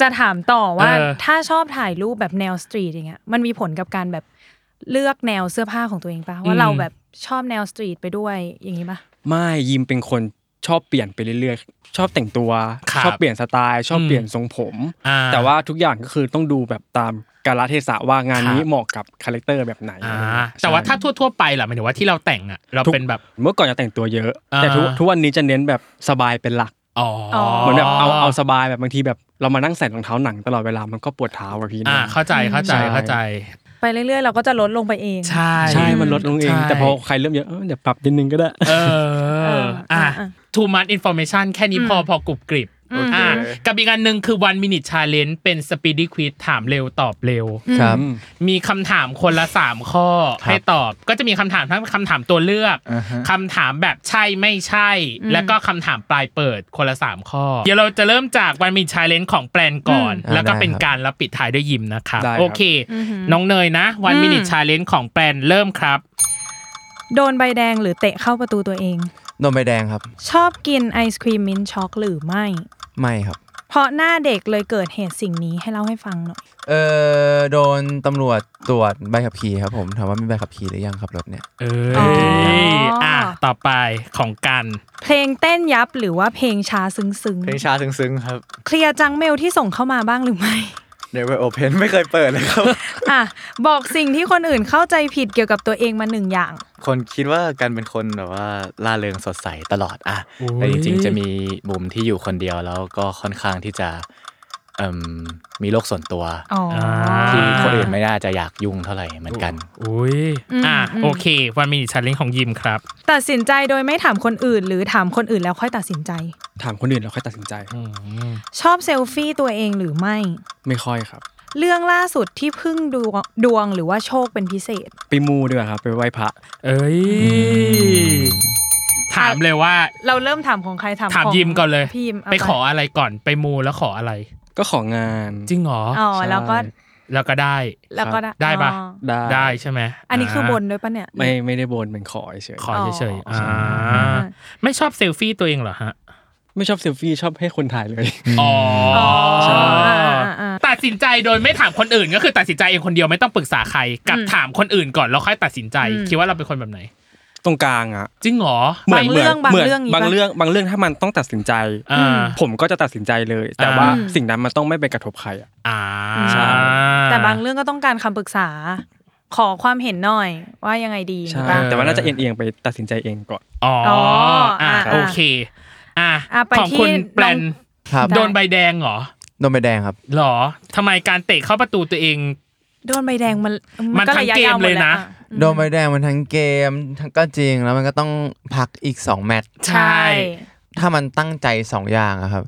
[SPEAKER 7] จะถามต่อว่า
[SPEAKER 3] เออ
[SPEAKER 7] ถ้าชอบถ่ายรูปแบบแนวสตรีทอย่างเงี้ยมันมีผลกับการแบบเลือกแนวเสื้อผ้าของตัวเองปะว่าเราแบบชอบแนวสตรีทไปด้วยอย่างงี้ปะ
[SPEAKER 6] ไม่ยิมเป็นคน ชอบเปลี่ยนไปเรื่อยๆ ชอบแต่งตัว
[SPEAKER 3] ครับ
[SPEAKER 6] ชอบเปลี่ยนสไตล์ ชอบ
[SPEAKER 3] อืม
[SPEAKER 6] เปลี่ยนทรงผม
[SPEAKER 3] อ่า
[SPEAKER 6] แต่ว่าทุกอย่างก็คือต้องดูแบบตามกาลเทศะว่างาน
[SPEAKER 3] ค
[SPEAKER 6] นี้
[SPEAKER 3] รับ
[SPEAKER 6] เหมาะกับคาแรคเตอร์แบบไหน
[SPEAKER 3] อ่า
[SPEAKER 6] อะไรอย่งเงี้ย
[SPEAKER 3] แต่ว่า
[SPEAKER 6] ใช่
[SPEAKER 3] ถ้าทั่วๆไปล่ะหมายถึงว่าที่เราแต่งอ่ะเรา
[SPEAKER 6] ทุก
[SPEAKER 3] เป็นแบบ
[SPEAKER 6] เมื่อก่อนจะแต่งตัวเยอะ
[SPEAKER 3] อ่า
[SPEAKER 6] แต่ทุกทุกวันนี้จะเน้นแบบสบายเป็นหลัก
[SPEAKER 3] อ๋ออ
[SPEAKER 6] เหมือนแบบเอาเอาสบายแบบบางทีแบบเรามานั่งใส่รองเท้าหนังตลอดเวลามันก็ปวดเท้าอะพี่นะ
[SPEAKER 3] อ่าเข้าใจเข้าใจ
[SPEAKER 6] ใช่
[SPEAKER 3] เข้าใจ
[SPEAKER 2] ไปเรื่อยๆ เราก็จะลดลงไปเอง
[SPEAKER 3] ใช่
[SPEAKER 6] ใช่มันลดลงเอง
[SPEAKER 3] ใช่
[SPEAKER 6] แต่พอใครเริ่มเยอะเออเดี๋ยวปรับนิดนึงก็ได้
[SPEAKER 3] เออ
[SPEAKER 2] อ่า
[SPEAKER 3] อ่ะ
[SPEAKER 2] อ่า
[SPEAKER 3] too much information แค่นี้พอพอกรุบกริบ
[SPEAKER 2] อืม
[SPEAKER 3] อ่ะกับอีกอันหนึ่งคือ one minute challenge เป็น speedy quiz ถามเร็วตอบเร็ว
[SPEAKER 4] ครับ
[SPEAKER 3] มีคำถามคนละ 3 ข้อให้ตอบ ก็จะมีคำถามทั้งคำถามตัวเลือก
[SPEAKER 4] อ่าฮะ
[SPEAKER 3] คำถามแบบใช่ไม่ใช่ แล้วก็คำถามปลายเปิดคนละ 3 ข้อ เดี๋ยวเราจะเริ่มจากวันมีชายเลนของแปลนก่อน
[SPEAKER 4] อืม
[SPEAKER 3] แล้วก็
[SPEAKER 4] อ่าได้
[SPEAKER 3] เป็น
[SPEAKER 4] ครับ
[SPEAKER 3] การรับปิดท้ายด้วยยิมนะครับ
[SPEAKER 6] ได้ครับ
[SPEAKER 3] โอเค น้องเนยนะวันมินิชาเลนของแปลนเริ่มครับ
[SPEAKER 2] โดนใบแดงหรือเตะเข้าประตูตัวเอง
[SPEAKER 4] นมใบแดงครับ
[SPEAKER 2] ชอบกินไอศครีมมิ้นช็อกหรือไม่
[SPEAKER 4] ไม่ครับ
[SPEAKER 2] เพราะหน้าเด็กเลยเกิดเหตุสิ่งนี้ให้เล่าให้ฟังหน่อย
[SPEAKER 4] เออโดนตำรวจตรวจใบขับขี่ครับผมถามว่ามีใบขับขี่หรือยังครับรถเนี่ย
[SPEAKER 3] เอ้
[SPEAKER 2] อ๋อ
[SPEAKER 3] ยอ่ะต่อไปของกัน
[SPEAKER 2] เพลงเต้นยับหรือว่าเพลงช้าซึ้ง
[SPEAKER 5] เพลงชาซึ้งๆครับ
[SPEAKER 2] ๆ เคลียร์จังเมลที่ส่งเข้ามาบ้างหรือไม่
[SPEAKER 5] Never Open ไม่เคยเปิดเลยครับ
[SPEAKER 2] อ่ะบอกสิ่งที่คนอื่นเข้าใจผิดเกี่ยวกับตัวเองมาหนึ่งอย่าง
[SPEAKER 5] คนคิดว่าการเป็นคนแบบว่าล่าเริงสดใสตลอดอะ
[SPEAKER 3] โอ้ย
[SPEAKER 5] แต่จริงๆ จะมีมุมที่อยู่คนเดียวแล้วก็ค่อนข้างที่จะเอิ่มมีโลกส่วนตัว
[SPEAKER 2] อ๋อ
[SPEAKER 5] ที่คนอื่นไม่น่าจะอยากยุ่งเท่าไหร่เหมือนกัน
[SPEAKER 3] อุ้ยอ่ะ
[SPEAKER 2] อืม
[SPEAKER 3] โอเควันมินิชาเลนของยิมครับ
[SPEAKER 2] ตัดสินใจโดยไม่ถามคนอื่น หรือถามคนอื่นแล้วค่อยตัดสินใจ
[SPEAKER 6] ถามคนอื่นเราค่อยตัดสินใจ
[SPEAKER 2] ชอบเซลฟี่ตัวเองหรือไม่
[SPEAKER 6] ไม่ค่อยครับ
[SPEAKER 2] เรื่องล่าสุดที่พึ่งดวงดวงหรือว่าโชคเป็นพิเศษ
[SPEAKER 6] ไปมูดีกว่าครับ ไปไหว้พระ
[SPEAKER 3] เอ้ยถามเลยว่า
[SPEAKER 2] เราเริ่มถามของใครถาม
[SPEAKER 3] ถาม
[SPEAKER 2] ของ
[SPEAKER 3] ยิมก่อนเลย
[SPEAKER 2] พี่ยิมเา
[SPEAKER 3] ไปขออะไรก่อนไปมูแล้วขออะไร
[SPEAKER 6] ก็ของาน
[SPEAKER 3] จริงเหรอ
[SPEAKER 2] อ๋อแล้วก็
[SPEAKER 3] แล้วก็ได้
[SPEAKER 2] แล้วก็
[SPEAKER 3] ได้ปะ
[SPEAKER 2] อ๋อ
[SPEAKER 6] ได้
[SPEAKER 3] ได้ใช่ไหม
[SPEAKER 2] อันนี้คือบนา ด้วยปะเนี่ย
[SPEAKER 6] ไม่ไม่ได้บนเป็นขอเฉย
[SPEAKER 3] ขอเฉยๆ
[SPEAKER 2] อ๋ออ่
[SPEAKER 3] อ่าไม่ชอบเซลฟี่ตัวเองเหรอฮะ
[SPEAKER 6] ไม่ชอบเซลฟี่ชอบให้คนถ่ายเลย
[SPEAKER 3] อ๋อ
[SPEAKER 2] ใช่อ่าอ่า
[SPEAKER 3] ตัดสินใจโดยไม่ถามคนอื่น ก็คือตัดสินใจเองคนเดียวไม่ต้องปรึกษาใครกับถามคนอื่นก่อนแล้วค่อยตัดสินใจ คิดว่าเราเป็นคนแบบไหน
[SPEAKER 6] ตรงกลางอ่ะ
[SPEAKER 3] จริงเหรอ
[SPEAKER 6] หมืน
[SPEAKER 2] บางเรื่อง
[SPEAKER 6] ห
[SPEAKER 2] บา
[SPEAKER 6] มืน
[SPEAKER 2] งเรื่องอย่างงี้
[SPEAKER 6] บาง
[SPEAKER 2] ปะ
[SPEAKER 6] เรื่องบางเรื่องถ้ามันต้องตัดสินใจ
[SPEAKER 3] อ่า
[SPEAKER 6] ผมก็จะตัดสินใจเลย แต่
[SPEAKER 3] อ่า
[SPEAKER 6] ว่าสิ่งนั้นมันต้องไม่ไปกระทบใครอ่ะ
[SPEAKER 3] อ่า
[SPEAKER 6] ใช่
[SPEAKER 2] แต่บางเรื่องก็ต้องการคำปรึกษา ขอความเห็นหน่อยว่ายังไงดี
[SPEAKER 6] ใช่
[SPEAKER 2] ปะ
[SPEAKER 6] แต่ว่าน่าจะเอียงๆไปตัดสินใจเองก่อน
[SPEAKER 3] อ๋อ
[SPEAKER 2] อ๋ออ่า
[SPEAKER 3] อ่าโอเค อ่ะ
[SPEAKER 2] อ่ะไป
[SPEAKER 3] ของ
[SPEAKER 2] ที่
[SPEAKER 3] คุณแปลน
[SPEAKER 2] น้อง
[SPEAKER 4] ครับ
[SPEAKER 3] โดนใบแดงเหรอ
[SPEAKER 4] นมใบแดงครับ
[SPEAKER 3] หรอทำไมการเตะเข้าประตูตัวเอง
[SPEAKER 2] โดนใบแดงมัน
[SPEAKER 3] มัน
[SPEAKER 2] ก็
[SPEAKER 3] ทั้ง
[SPEAKER 2] ระยะ
[SPEAKER 3] เกม
[SPEAKER 2] ยาวหด
[SPEAKER 3] เลยนะ
[SPEAKER 2] แวอ
[SPEAKER 4] โดนใบแดงมันทั้งเกมทั้งก็จริงแล้วมันก็ต้องพักอีก 2 แมตช์
[SPEAKER 3] ใช่
[SPEAKER 4] ถ้ามันตั้งใจ 2 อย่างอะครับ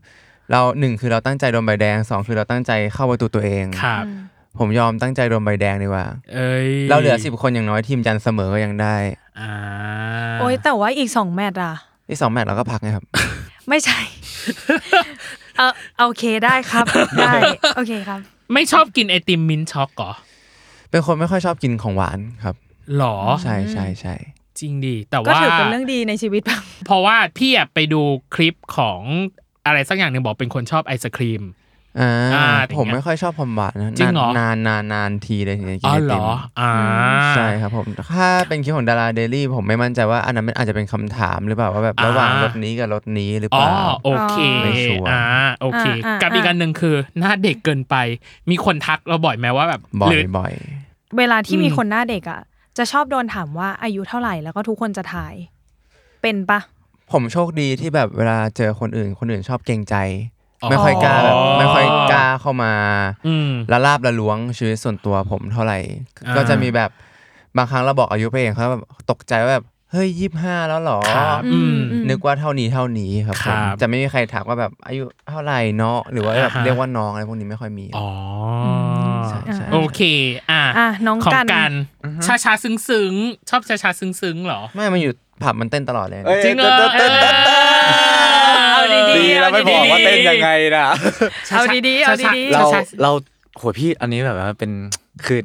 [SPEAKER 4] เราหนึ่งคือเราตั้งใจโดนใบแดงสองคือเราตั้งใจเข้าประตูตัวเอง
[SPEAKER 3] ครับ
[SPEAKER 4] ผมยอมตั้งใจโดนใบแดงดีกว่า
[SPEAKER 3] เอ้ย
[SPEAKER 4] เราเหลือ 10 คนอย่างน้อยทีมจันทร์เสมอก็ยังได้
[SPEAKER 3] อ่า
[SPEAKER 2] โอ้ยแต่ว่าอีกสองแมตช์อะ
[SPEAKER 4] ที่สองแมตช์เราก็พัก นะครับ
[SPEAKER 2] ไม่ใช่ เออโอเคได้ครับ ได้โอเคครับ
[SPEAKER 3] ไม่ชอบกินไอติมมิ้นช็อกเหรอ
[SPEAKER 4] เป็นคนไม่ค่อยชอบกินของหวานครับ
[SPEAKER 3] หรอ
[SPEAKER 4] ใช่ใช่ใช่
[SPEAKER 3] จริงดี แต่
[SPEAKER 2] ก็
[SPEAKER 3] ว่า
[SPEAKER 2] ถือเป็นเรื่องดีในชีวิต บ้าง
[SPEAKER 3] เพราะว่าพี่อะไปดูคลิปของอะไรสักอย่างหนึ่งบอกเป็นคนชอบไอศครีม
[SPEAKER 4] อ่า
[SPEAKER 3] อ่าอย่างเงี้ย
[SPEAKER 4] ผมไม่ค่อยชอบความหวานนะ
[SPEAKER 3] จริงเหรอ
[SPEAKER 4] นานนานนานทีเลยถึงจะกิน
[SPEAKER 3] อ๋อ
[SPEAKER 4] ไอ
[SPEAKER 3] เหร
[SPEAKER 4] ติม
[SPEAKER 3] อ อ่า
[SPEAKER 4] ใช่ครับผม ถ้าเป็นคลิปของดาราเดลี่ผมไม่มั่นใจว่าอันนั้นมันอาจจะเป็นคำถามหรือเปล่าว่าแบบระหว่างรถนี้กับรถนี้หรือ
[SPEAKER 3] อ๋
[SPEAKER 4] เป
[SPEAKER 3] อ
[SPEAKER 4] ล่า
[SPEAKER 3] โอเค
[SPEAKER 4] ไม่ชัวร์
[SPEAKER 3] อ่าโอเค
[SPEAKER 2] าๆๆ
[SPEAKER 3] กับอีกอันหนึ่งคือ หน้าเด็กเกินไป มีคนทักเราบ่อยไหมว่าแบบ
[SPEAKER 4] บ่อ
[SPEAKER 3] หรื
[SPEAKER 4] ยบ่อย
[SPEAKER 2] เวลาที่
[SPEAKER 3] อืม
[SPEAKER 2] มีคนหน้าเด็กอะจะชอบโดนถามว่าอายุเท่าไหร่แล้วก็ทุกคนจะถ่าย เป็นปะ
[SPEAKER 4] ผมโชคดีที่แบบเวลาเจอคนอื่น คนอื่นชอบเกรงใจ ไม่ค่อยกล้าแบบไม่ค่อยกล้าเข้ามา
[SPEAKER 3] อืม
[SPEAKER 4] ละลาบละล้วงชีวิตส่วนตัวผมเท่าไหร่
[SPEAKER 3] อ่า
[SPEAKER 4] ก็จะมีแบบบางครั้งเราบอกอายุไปเองเขาแบบตกใจว่าแบบเฮ้ยยี่ห้าแล้วเหรอ
[SPEAKER 3] ครับอืม
[SPEAKER 4] นึกว่าเท่านี้เท่านี้ครับ
[SPEAKER 3] ค
[SPEAKER 4] ผ
[SPEAKER 3] รั
[SPEAKER 4] ม
[SPEAKER 3] บ
[SPEAKER 4] จะไม่มีใครถามว่าแบบอายุเท่าไหร่เนาะหรือว่าแบบ
[SPEAKER 3] อ่าฮะ
[SPEAKER 4] เรียกว่าน้องอะไรพวกนี้ไม่ค่อยมี
[SPEAKER 3] อ๋อ
[SPEAKER 4] ใช่ใช่
[SPEAKER 3] โอเค อ่ะ
[SPEAKER 2] อ่ะน้อง
[SPEAKER 3] ของ
[SPEAKER 2] กัน
[SPEAKER 3] กันชาชาซึ้งซึ้งๆชอบชาชาซึ้งซึ้งๆเหรอ
[SPEAKER 4] ไม่มันอยู่ผับมันเต้นตลอดเลยนะ
[SPEAKER 3] จริงเหรอ
[SPEAKER 5] เต้นๆๆๆ
[SPEAKER 3] เอา
[SPEAKER 5] ดีแล้วไม่บอกว่าเต้นยังไงนะ
[SPEAKER 2] เอาดีๆเอาดี
[SPEAKER 3] ช
[SPEAKER 5] เรา
[SPEAKER 3] ชชชช
[SPEAKER 5] เราโหพี่อันนี้แบบว่าเป็นคือ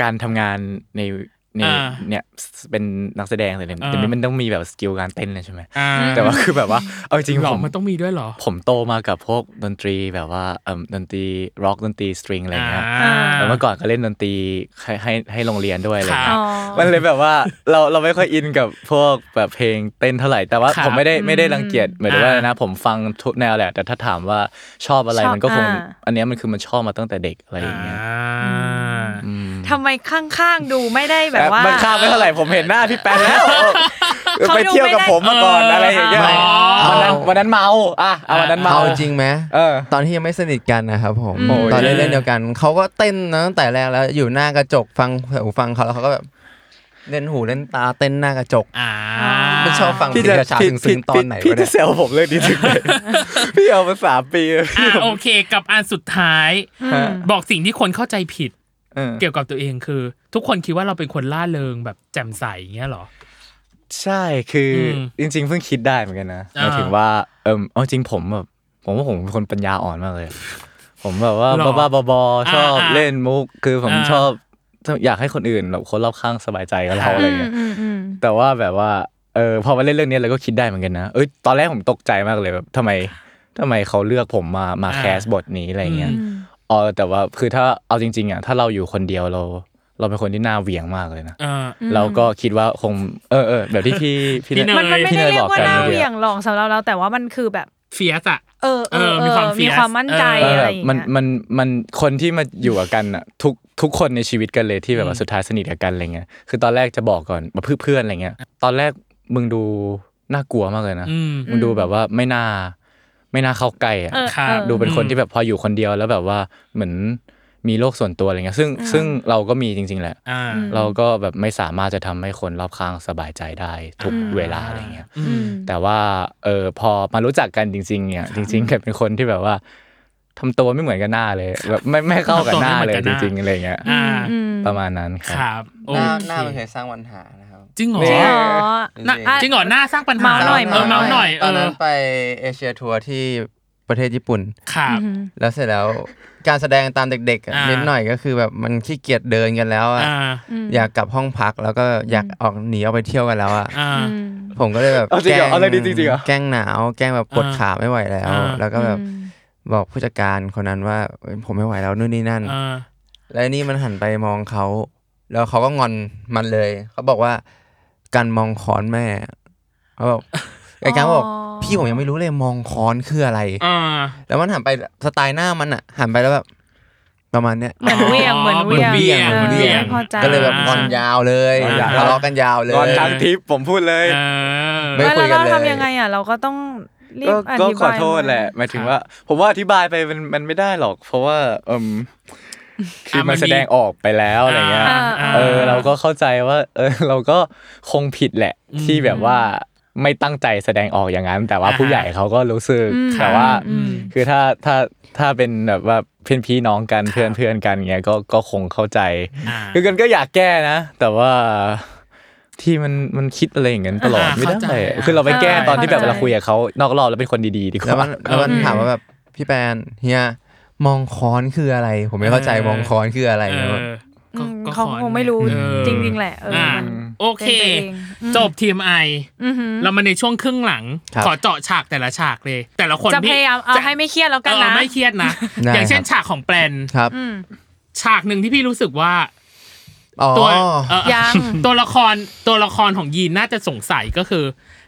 [SPEAKER 5] การทำงานใน นี่
[SPEAKER 3] อ่า
[SPEAKER 5] เนี่ยเป็นนักแสดงเลยเนี่ย
[SPEAKER 3] อ่า
[SPEAKER 5] แต่มันต้องมีแบบสกิลการเต้นเลยใช่ไหม
[SPEAKER 3] อ่า
[SPEAKER 5] แต่ว่าคือแบบว่าเอาจริง
[SPEAKER 3] หร
[SPEAKER 5] ๆ
[SPEAKER 3] อ
[SPEAKER 5] ผม
[SPEAKER 3] มันต้องมีด้วยเหรอ
[SPEAKER 5] ผมโตมากับพวกดนตรีแบบว่าเอิ่มดนตรีร็อกดนตรีสตริงอะไรเงี้ย
[SPEAKER 3] อ่า
[SPEAKER 5] แต่เมื่อก่อนก็เล่นดนตรีให้ให้ให้โรงเรียนด้วยอะไร
[SPEAKER 3] ครับ
[SPEAKER 5] เงี้ย
[SPEAKER 2] อ๋
[SPEAKER 3] อ่ะ
[SPEAKER 2] อ
[SPEAKER 5] มันเลยแบบว่าเราเราไม่ค่อยอินกับพวกแบบเพลงเต้นเท่าไหร่แต่ว่า
[SPEAKER 3] ครับ
[SPEAKER 5] ผมไม่ได้ไม่ได้
[SPEAKER 2] อืม
[SPEAKER 5] รังเกียจหมายถึงว่า
[SPEAKER 3] อ่า
[SPEAKER 5] นะผมฟังทุกแนวแหละ แต่ถ้าถามว่าชอบอะไร
[SPEAKER 2] ชอบ
[SPEAKER 5] มันก็คง
[SPEAKER 2] อ่า
[SPEAKER 5] อันเนี้ยมันคือมันชอบมาตั้งแต่เด็กอะไร
[SPEAKER 3] อ่
[SPEAKER 5] อย่างเงี้ย
[SPEAKER 3] า
[SPEAKER 5] อืม
[SPEAKER 2] ทำไมข้างๆดูไม่ได้แบบว่า
[SPEAKER 5] มันข้ามไม่เท่าไหร่ผมเห็นหน้าพี่แป๊น แล้ว
[SPEAKER 2] เขาดู
[SPEAKER 5] ไปเที่ยวกั
[SPEAKER 2] ไม่
[SPEAKER 5] บ
[SPEAKER 2] ได้
[SPEAKER 5] ผมมาก่อนอะไรอย่างเงี้ย
[SPEAKER 3] อ๋อ
[SPEAKER 5] วันนั้นวันนั้นเมาอ่ะเอาวันนั้นเมา
[SPEAKER 4] เอาจริงไหม
[SPEAKER 5] เออ
[SPEAKER 4] ตอนที่ยังไม่สนิทกันนะครับผม
[SPEAKER 5] โอ้ย
[SPEAKER 4] ตอนเล่นเล่นเดียวกันเขาก็เต้นนะตั้งแต่แรกแล้วอยู่หน้ากระจกฟังหูฟังเขาแล้วเขาก็แบบเล่นหูเล่นตาเต้นหน้ากระจก
[SPEAKER 3] อ่า
[SPEAKER 4] ไม่ชอบฟัง
[SPEAKER 5] พี่
[SPEAKER 4] พี่กระชา
[SPEAKER 5] พี่
[SPEAKER 4] ถึงซึ้งๆตอนไหน
[SPEAKER 5] พี่
[SPEAKER 4] วะ
[SPEAKER 5] จะ
[SPEAKER 4] เนี่ย
[SPEAKER 5] เซลผมเรื่องนี้ถึงไหนพี่เอามาสามปีเลย
[SPEAKER 3] อ่าโอเค กับอันสุดท้าย
[SPEAKER 5] ฮะ
[SPEAKER 3] บอกสิ่งที่คนเข้าใจผิด
[SPEAKER 5] เออ
[SPEAKER 3] เกี่ยวกับตัวเองคือ ทุกคนคิดว่าเราเป็นคนล่าเริงแบบแจ่มใสอย่างเงี้ยเหรอ
[SPEAKER 5] ใช่คืออ
[SPEAKER 3] ม
[SPEAKER 5] จริง ๆ เพิ่งคิดได้เหมือนกันนะ
[SPEAKER 3] อ่าม
[SPEAKER 5] หายถึงว่าเออเอาจริงผมแบบผมว่าผมเป็นคนปัญญาอ่อนมาก เลย ผมแบบว่า
[SPEAKER 3] หรอ
[SPEAKER 5] บ้าๆบอๆชอบ
[SPEAKER 3] อ่าๆ
[SPEAKER 5] เล่นมุกคือผม
[SPEAKER 3] อ่า
[SPEAKER 5] ชอบอยากให้คนอื่นแบบคนรอบข้างสบายใจกับเรา
[SPEAKER 3] อ่า
[SPEAKER 5] อะไรเงี้ยแต่ว่าแบบว่าเออพอมาเล่นเรื่องนี้เราก็คิดได้เหมือนกันนะเอ้ยตอนแรกผมตกใจมากเลยแบบทำไมทำไมเขาเลือกผมมามาแคสบทนี้อะไรเงี้ยอ๋อแต่ว่าคือถ้าเอาจริง ๆอ่ะถ้าเราอยู่คนเดียวเรา เราเป็นคนที่หน้าเหวียงมากเลยนะ
[SPEAKER 3] เออ
[SPEAKER 5] เราก็คิดว่าคงเออเออแบบที่พี่ พี่
[SPEAKER 3] พี่เนย
[SPEAKER 2] มันมันไม่ได้เรียกว่าหน้า
[SPEAKER 5] มื่อ
[SPEAKER 2] เหวี่
[SPEAKER 5] กี้
[SPEAKER 2] ยงหรอกสำหรับเราแต่ว่ามันคือแบบ
[SPEAKER 3] เฟียสอะ
[SPEAKER 2] เออเออ
[SPEAKER 3] เอ
[SPEAKER 2] เอ
[SPEAKER 3] อมีความ
[SPEAKER 2] อมี
[SPEAKER 3] fierce
[SPEAKER 2] ความมั่นใจ
[SPEAKER 5] เออ
[SPEAKER 2] อะ
[SPEAKER 5] แบ
[SPEAKER 2] ไร
[SPEAKER 5] บ
[SPEAKER 2] อย่าง
[SPEAKER 5] มัน
[SPEAKER 2] เงี้ย
[SPEAKER 5] มันมันคนที่มาอยู่กับกันอะทุกทุกคนในชีวิตกันเลยที่แบบว่าสุดท้ายสนิทกับกันอะไรเงี้ยคือตอนแรกจะบอกก่อนแบบเพื่อนๆอะไรเงี้ย ตอนแรกมึงดูน่ากลัวมากเลยนะ
[SPEAKER 3] อืม
[SPEAKER 5] มึงดูแบบว่าไม่น่าไม่น่าเข้าใกล้อะ
[SPEAKER 2] เออ
[SPEAKER 3] ครับ
[SPEAKER 2] เออ
[SPEAKER 5] ดูเป็นคนที่แบบพออยู่คนเดียวแล้วแบบว่าเหมือนมีโลกส่วนตัวอะไรเงี้ยซึ่งซึ่งเราก็มีจริง ๆแหละ
[SPEAKER 3] อ่า
[SPEAKER 2] อืม
[SPEAKER 5] เราก็แบบไม่สามารถจะทำให้คนรอบข้างสบายใจได้ทุกเวลาอะไรเงี้ย
[SPEAKER 3] อืม
[SPEAKER 5] แต่ว่าเออพอมารู้จักกันจริง ๆ เนี่ย จริงๆแกเป็นคนที่แบบว่าทำตัวไม่เหมือนกันหน้าเลยแบบไม่ไม่เข้ากับหน้าเล
[SPEAKER 3] ทำตัว
[SPEAKER 5] ย
[SPEAKER 3] ไม่เหมือนกันห
[SPEAKER 5] จ
[SPEAKER 3] น้า
[SPEAKER 5] ริงๆอะไรเงี้ย
[SPEAKER 3] อ่า
[SPEAKER 5] ประมาณนั้นค
[SPEAKER 3] ครับ รับโอ
[SPEAKER 4] ห
[SPEAKER 3] เค
[SPEAKER 4] น้าหน้ามันเคยสร้างปัญหานะครับ
[SPEAKER 3] จริงเหรอ
[SPEAKER 5] จริง
[SPEAKER 2] อ๋อ
[SPEAKER 3] หน้าจริงเหรอหน้าสร้างปัญหา
[SPEAKER 2] เมาหน่อย
[SPEAKER 3] เออเมาหน่อยเอ
[SPEAKER 4] ตอน
[SPEAKER 3] อ
[SPEAKER 4] นั้นไปเอเชียทัวร์ที่ประเทศญี่ปุ่น
[SPEAKER 3] ครับ
[SPEAKER 4] แล้วเสร็จแล้วการแสดงตามเด็กๆอะ
[SPEAKER 3] อ่านิ
[SPEAKER 4] นิดหน่อยก็คือแบบมันขี้เกียจเดินกันแล้วอะ
[SPEAKER 3] อ่า
[SPEAKER 4] อยากกลับห้องพักแล้วก็อยากออกหนีออกไปเที่ยวกันแล้วอะ
[SPEAKER 3] อ่า
[SPEAKER 4] ผมก็เลยแบบ
[SPEAKER 5] เอาจริงเหรอเอาเลยดิจริงๆเหรอ
[SPEAKER 4] แกล้งหนาวแกล้งแบบปวดขาไม่ไหวแล้ว
[SPEAKER 3] อ่า
[SPEAKER 4] แล้วก็แบบบอกผู้จัดการคนนั้นว่าเอ้ยผมไม่ไหวแล้วนู่นนี่นั่น
[SPEAKER 3] อ่า
[SPEAKER 4] แล้วไอ้นี่มันหันไปมองเขา แล้วเขาก็งอนมันเลย เขาบอกว่าการมองค้อนแม่เขาบอกไอ้การบอกพี่ผมยังไม่รู้เลยมองค้อนคืออะไร
[SPEAKER 3] อ่า
[SPEAKER 4] แล้วมันหันไปสไตล์หน้ามันอ่ะหันไปแล้วแบบประมาณเนี้ย
[SPEAKER 2] เหมือนเหวียงเหมือนเห
[SPEAKER 3] เหมื
[SPEAKER 2] วี
[SPEAKER 3] อย น
[SPEAKER 2] ง
[SPEAKER 3] เหวี่ยง
[SPEAKER 2] ออ
[SPEAKER 3] เหมือนเหวี่ยง
[SPEAKER 2] ไม่พอใจ
[SPEAKER 4] ก็เลยแบบงอนยาวเลย
[SPEAKER 3] อ่า
[SPEAKER 4] ทะเลาะกันยาวเล
[SPEAKER 5] ตอน
[SPEAKER 4] ย
[SPEAKER 5] ทางทิปผมพูดเลย
[SPEAKER 3] เออ
[SPEAKER 4] ไม่
[SPEAKER 2] แล้ว
[SPEAKER 4] คุยกัน
[SPEAKER 2] เรา
[SPEAKER 4] เลย
[SPEAKER 2] ทำยังไงอ่ะ เราก็ต้องรีบ
[SPEAKER 5] ก็
[SPEAKER 2] อ
[SPEAKER 5] ก็ขอบ
[SPEAKER 2] ธิาย
[SPEAKER 5] โทษแหละหมายถึง
[SPEAKER 3] ครับ
[SPEAKER 5] ว่า ผมว่าอธิบายไปมันมันไม่ได้หรอก เพราะว่าเอมคือ
[SPEAKER 3] มั
[SPEAKER 5] มัน น
[SPEAKER 3] มี
[SPEAKER 5] แสดงออกไปแล้วอะไรเงี้ย
[SPEAKER 3] อ่า
[SPEAKER 5] เออเราก็เข้าใจว่า เออเราก็คงผิดแหละ ที่แบบว่าไม่ตั้งใจแสดงออกอย่างนั้น แต่ว่าผู้ใหญ่เขาก็รู้สึกแต่ว่า
[SPEAKER 3] อืม
[SPEAKER 5] คือถ้าถ้าถ้าเป็นแบบว่าเพื่อนพี่น้องกันเพื่อนเพื่อนกันเงี้ยก็ก็คงเข้าใจ
[SPEAKER 3] อ่า
[SPEAKER 5] คือกันก็อยากแก้นะ แต่ว่าที่มันมันคิดอะไรอย่างนั้นตลอด
[SPEAKER 3] อ่า
[SPEAKER 5] ไม่ได้
[SPEAKER 3] เข้าใจอ่า
[SPEAKER 5] คือเราไปแก้ตอนที่แบบ
[SPEAKER 2] เข้าใจ
[SPEAKER 5] เราคุยกับเขานอกรอบแล้วเป็นคนดีๆดีก
[SPEAKER 4] แล้วมั
[SPEAKER 5] ว่า
[SPEAKER 4] นแล้วมันถามว่าแบบพี่แปนเฮียมองค้อนคืออะไร ผมไม่เข้าใจมองค้อนคืออะไร
[SPEAKER 3] เอ
[SPEAKER 4] นะ
[SPEAKER 3] อ
[SPEAKER 2] อืม
[SPEAKER 3] ก็
[SPEAKER 2] เขา
[SPEAKER 3] ขอ
[SPEAKER 2] คงไม่รู้
[SPEAKER 3] เออ
[SPEAKER 2] จริงๆแหละเอออา มัน
[SPEAKER 3] โอเค
[SPEAKER 2] เป็นตัวเองอืม
[SPEAKER 3] จบ TMI
[SPEAKER 2] อือหือ
[SPEAKER 3] เรามาในช่วงครึ่งหลัง ขอเจาะฉากแต่ละฉากเลย แต่ละคน
[SPEAKER 2] จะพยายามเอาให้ไม่เครียดแล้วกัน
[SPEAKER 3] เออ
[SPEAKER 2] นะ
[SPEAKER 3] ไม่เครียดนะ
[SPEAKER 4] ได้
[SPEAKER 3] อย่างเช่นฉากของแปลน
[SPEAKER 4] ครับ
[SPEAKER 3] ฉากหนึ่งที่พี่รู้สึกว่า
[SPEAKER 4] อ๋อ
[SPEAKER 3] ตัวเออ
[SPEAKER 2] ยัง
[SPEAKER 3] ตัวละครตัวละครของยีนน่าจะสงสัยก็คือ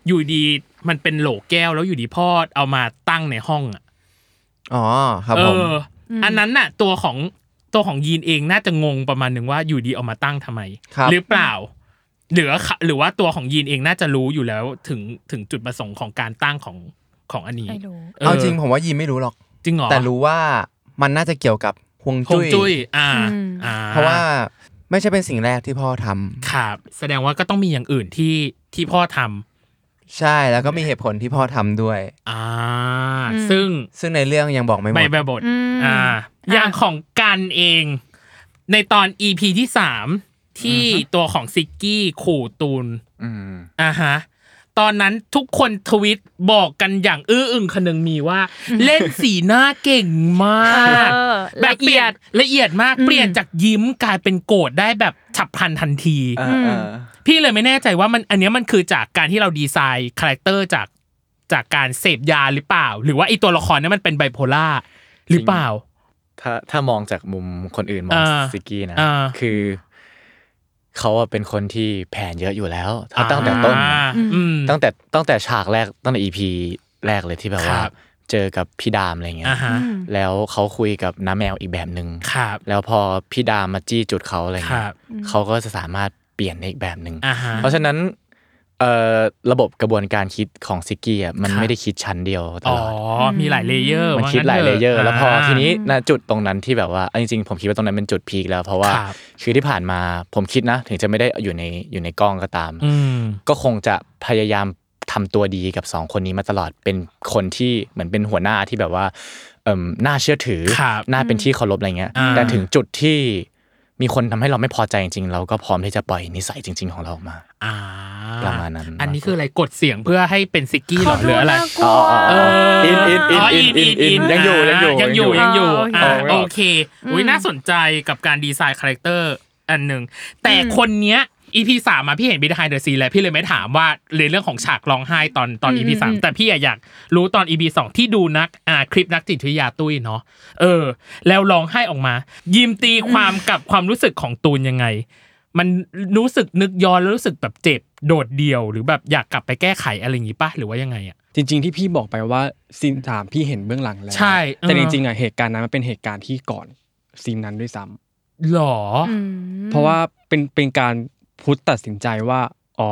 [SPEAKER 3] อยู่ดีมันเป็นโหลแก้วแล้วอยู่ดีพ่อเอามาตั้งในห้องอะ
[SPEAKER 4] อ๋อครับ
[SPEAKER 3] เอ
[SPEAKER 4] ผม
[SPEAKER 3] อออันนั้นน่ะ ตัวของตัวของยีนเองน่าจะงงประมาณหนึ่งว่าอยู่ดีเอามาตั้งทำไม
[SPEAKER 4] ครับ
[SPEAKER 3] หรือเปล่า หรือว่าหรือว่าตัวของยีนเองน่าจะรู้อยู่แล้วถึงถึงจุดประสงค์ของการตั้งของของอันนี้
[SPEAKER 2] ไม่รู้
[SPEAKER 4] เอาจริงผมว่ายีไม่รู้หรอก
[SPEAKER 3] จริงเหรอ
[SPEAKER 4] แต่รู้ว่ามันน่าจะเกี่ยวกับฮวง
[SPEAKER 3] คง
[SPEAKER 4] จุ้
[SPEAKER 3] จุ้
[SPEAKER 4] ย
[SPEAKER 3] ยอ่า
[SPEAKER 2] อืม
[SPEAKER 3] อ่า
[SPEAKER 4] เพราะว่าไม่ใช่เป็นสิ่งแรกที่พ่อทำ
[SPEAKER 3] ครับแสดงว่าก็ต้องมีอย่างอื่นที่ที่พ่อทำ
[SPEAKER 4] ใช่แล้วก็มีเหตุผลที่พ่อทำด้วย
[SPEAKER 3] อ่า
[SPEAKER 2] อืม
[SPEAKER 3] ซึ่ง
[SPEAKER 4] ซึ่งในเรื่องยังบอกไม่หม
[SPEAKER 3] ใบ
[SPEAKER 4] ด
[SPEAKER 3] ใบบท
[SPEAKER 2] อืม
[SPEAKER 3] อ่า อย่างของกันเอง ในตอน EP ที่สามที่ตัวของซิกกี้ขู่ตูน อ่าฮะ ตอนนั้นทุกคนทวิตบอกกันอย่างอื้ออึงคะนึงมีว่า เล่นสีหน้าเก่งมาก
[SPEAKER 7] เออ
[SPEAKER 3] แบ
[SPEAKER 7] ละ
[SPEAKER 3] บปน
[SPEAKER 7] เอียด
[SPEAKER 3] ละเอียดมาก
[SPEAKER 7] อืม
[SPEAKER 3] เปลี่ยนจากยิ้มกลายเป็นโกรธได้แบบฉับพลันทันที
[SPEAKER 4] อ่าอ่า
[SPEAKER 3] พี่เลยไม่แน่ใจว่ามันอันเนี้ยมันคือจากการที่เราดีไซน์คาแรคเตอร์จากจากการเสพยาหรือเปล่า หรือว่าไอตัวละครเนั้นมันเป็นไบโพล่าหรือเปล่า
[SPEAKER 5] ถ้าถ้ามองจากมุมคนอื่นมอง
[SPEAKER 3] อ่า
[SPEAKER 5] ซิกกี้นะ
[SPEAKER 3] อ่า
[SPEAKER 5] คือเขาอะเป็นคนที่แผนเยอะอยู่แล้วเอาตั้งแต่ต้นนะ
[SPEAKER 3] อ่าอืม
[SPEAKER 5] ตั้งแต่ตั้งแต่ฉากแรกตั้งแต่อีพีแรกเลยที่แบบว่า
[SPEAKER 3] ครับ
[SPEAKER 5] เจอกับพี่ดามอะไรเงี้
[SPEAKER 3] อ่าย ฮะ
[SPEAKER 5] แล้วเขาคุยกับน้าแมวอีกแบบหนึ่ง
[SPEAKER 3] ครับ
[SPEAKER 5] แล้วพอพี่ดามมาจี้จุดเขาอะไร
[SPEAKER 3] ครั
[SPEAKER 5] เงี้
[SPEAKER 3] บ
[SPEAKER 5] ยเขาก็จะสามารถเปลี่ยนได้อีกแบบหนึ่ง
[SPEAKER 3] อ่าฮะ
[SPEAKER 5] เพราะฉะนั้นเอ่อระบบกระบวนการคิดของซิกกี้อ่ะมัน
[SPEAKER 3] ครับ
[SPEAKER 5] ไม่ได้คิดชั้นเดียวต
[SPEAKER 3] อ๋อ
[SPEAKER 5] ลอด
[SPEAKER 3] มีหลายเลเยอร์
[SPEAKER 5] มัน
[SPEAKER 3] ว่
[SPEAKER 5] คิด
[SPEAKER 3] งั้
[SPEAKER 5] หลายเล
[SPEAKER 3] ถะ
[SPEAKER 5] เยอร์ แล้วพออา ทีนี้ณจุดตรงนั้นที่แบบว่าเอาจริงๆผมคิดว่าตรงนั้นเป็นจุดพีคแล้วเพราะว่า
[SPEAKER 3] ครับ
[SPEAKER 5] คือที่ผ่านมาผมคิดนะ ถึงจะไม่ได้อยู่ในอยู่ในกล้องก็ตาม
[SPEAKER 3] อืม
[SPEAKER 5] ก็คงจะพยายามทำตัวดีกับสองคนนี้มาตลอดเป็นคนที่เหมือนเป็นหัวหน้าที่แบบว่าเอิ่มน่าเชื่อถือ
[SPEAKER 3] ครับ
[SPEAKER 5] น่าเป็นที่เคารพอะไรเงี้ย
[SPEAKER 3] อ่า
[SPEAKER 5] แต่ถึงจุดที่มีคนทำให้เราไม่พอใจจริงๆ เราก็พร้อมที่จะปล่อยนิสัยจริง ๆ ของเราออกมา
[SPEAKER 3] อ่า
[SPEAKER 5] ประมาณนั้น
[SPEAKER 3] อันนี้คืออะไรกดเสียงเพื่อให้เป็นซิกกี้เหร
[SPEAKER 7] เขา
[SPEAKER 3] อห
[SPEAKER 7] ดู
[SPEAKER 3] รืออะไร
[SPEAKER 7] น่ากลัว
[SPEAKER 5] อ๋ออ๋อ อินอินอินอินอินอินยังอยู่ยังอยู่
[SPEAKER 3] ยังอยู่
[SPEAKER 5] ยั
[SPEAKER 3] ยัง
[SPEAKER 5] ง
[SPEAKER 3] อ
[SPEAKER 5] อยู่
[SPEAKER 3] ยู่
[SPEAKER 5] อ๋
[SPEAKER 3] อ่า
[SPEAKER 5] อ
[SPEAKER 3] โอ
[SPEAKER 5] โอ
[SPEAKER 3] เค
[SPEAKER 5] เค
[SPEAKER 3] อุ้ย
[SPEAKER 7] อืม
[SPEAKER 3] น่าสนใจกับการดีไซน์คาแรคเตอร์อันหนึ่งแต่คนเนี้ย EP สามมาพี่เห็น behind the scene แล้วพี่เลยไม่ถามว่าในเรื่องของฉากร้องไห้ตอนตอน EP สามแต่พี่อะอยากรู้ตอน EP สองที่ดูนักอ่าคลิปนักจิตวิทยาตุ้ยเนาะเออ แล้วร้องไห้ออกมา ยิมตีความกับความรู้สึกของตูนยังไง มันรู้สึกนึกย้อนแล้วรู้สึกแบบเจ็บโดดเดี่ยวหรือแบบอยากกลับไปแก้ไขอะไรอย่างงี้ป่ะหรือว่ายังไงอ่ะ
[SPEAKER 6] จริง ๆที่พี่บอกไปว่าซีนสามพี่เห็นเบื้องหลังแล้ว
[SPEAKER 3] ใช่เออ
[SPEAKER 6] แต่จริงๆอ่ะเหตุการณ์นั้นมันเป็นเหตุการณ์ที่ก่อนซีนนั้นด้วยซ้ำ
[SPEAKER 3] หรอ
[SPEAKER 7] อืม
[SPEAKER 6] เพราะว่าเป็นเป็นการพุทธตัดสินใจว่า อ๋อ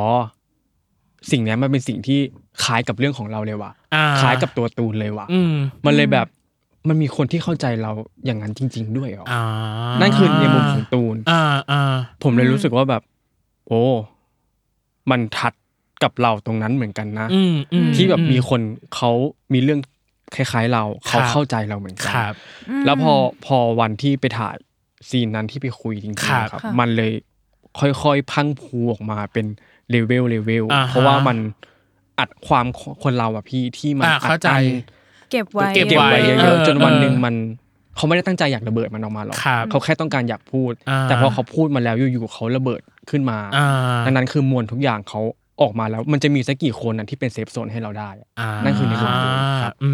[SPEAKER 6] สิ่งเนี้ยมันเป็นสิ่งที่คล้ายกับเรื่องของเราเลยว่ะ
[SPEAKER 3] อ่า
[SPEAKER 6] คล้ายกับตัวตูนเลยว่ะ
[SPEAKER 3] อืม
[SPEAKER 6] มันเลยแบบมันมีคนที่เข้าใจเราอย่างนั้นจริง ๆ ด้วยเหรออ
[SPEAKER 3] อ่านั่
[SPEAKER 6] นั่นคือในมุมของตูน
[SPEAKER 3] อ่าอ่า
[SPEAKER 6] ผมเลยรู้สึกว่าแบบ โอ้ มันทัดกับเราตรงนั้นเหมือนกันนะ
[SPEAKER 3] อืมอืม
[SPEAKER 6] ที่แบบมีคนเขามีเรื่องคล้าย ๆ เราเขา
[SPEAKER 3] ครับ
[SPEAKER 6] เข้าใจเราเหมือนกั
[SPEAKER 3] ครับ
[SPEAKER 6] แล้วพอพอวันที่ไปถ่ายซีนนั้นที่ไปคุยจริงๆ
[SPEAKER 3] ครับ
[SPEAKER 6] อะครับ มันเลยค่อยๆพรังพรูออกมาเป็นเลเวลเลเวล
[SPEAKER 3] อ่าฮะ
[SPEAKER 6] เพราะว่ามันอัดความคนเราอะพี่ที่มัน
[SPEAKER 3] อ่าเข้าใจ
[SPEAKER 6] อัดอั้น
[SPEAKER 7] เก็บไว้
[SPEAKER 3] เก็
[SPEAKER 6] เก็
[SPEAKER 3] บบ ไว้
[SPEAKER 6] ไว้เย
[SPEAKER 3] เออ
[SPEAKER 6] อะๆจนวันหนึ่ง
[SPEAKER 3] เออ
[SPEAKER 6] มันเขาไม่ได้ตั้งใจอยากระเบิดมันออกมาหรอก
[SPEAKER 3] ครับ
[SPEAKER 6] เขาแค่ต้องการอยากพูด
[SPEAKER 3] อ่า
[SPEAKER 6] แต่พอเขาพูดมาแล้วอยู่ๆเขาระเบิดขึ้นมา
[SPEAKER 3] อ่า
[SPEAKER 6] ดังนั้นคือมวลทุกอย่างเขาออกมาแล้ว มันจะมีสักกี่คนนะที่เป็นเซฟโซนให้เราได้อะ
[SPEAKER 3] อ่า
[SPEAKER 6] นั่นคือในมุมตูนครับ
[SPEAKER 3] อื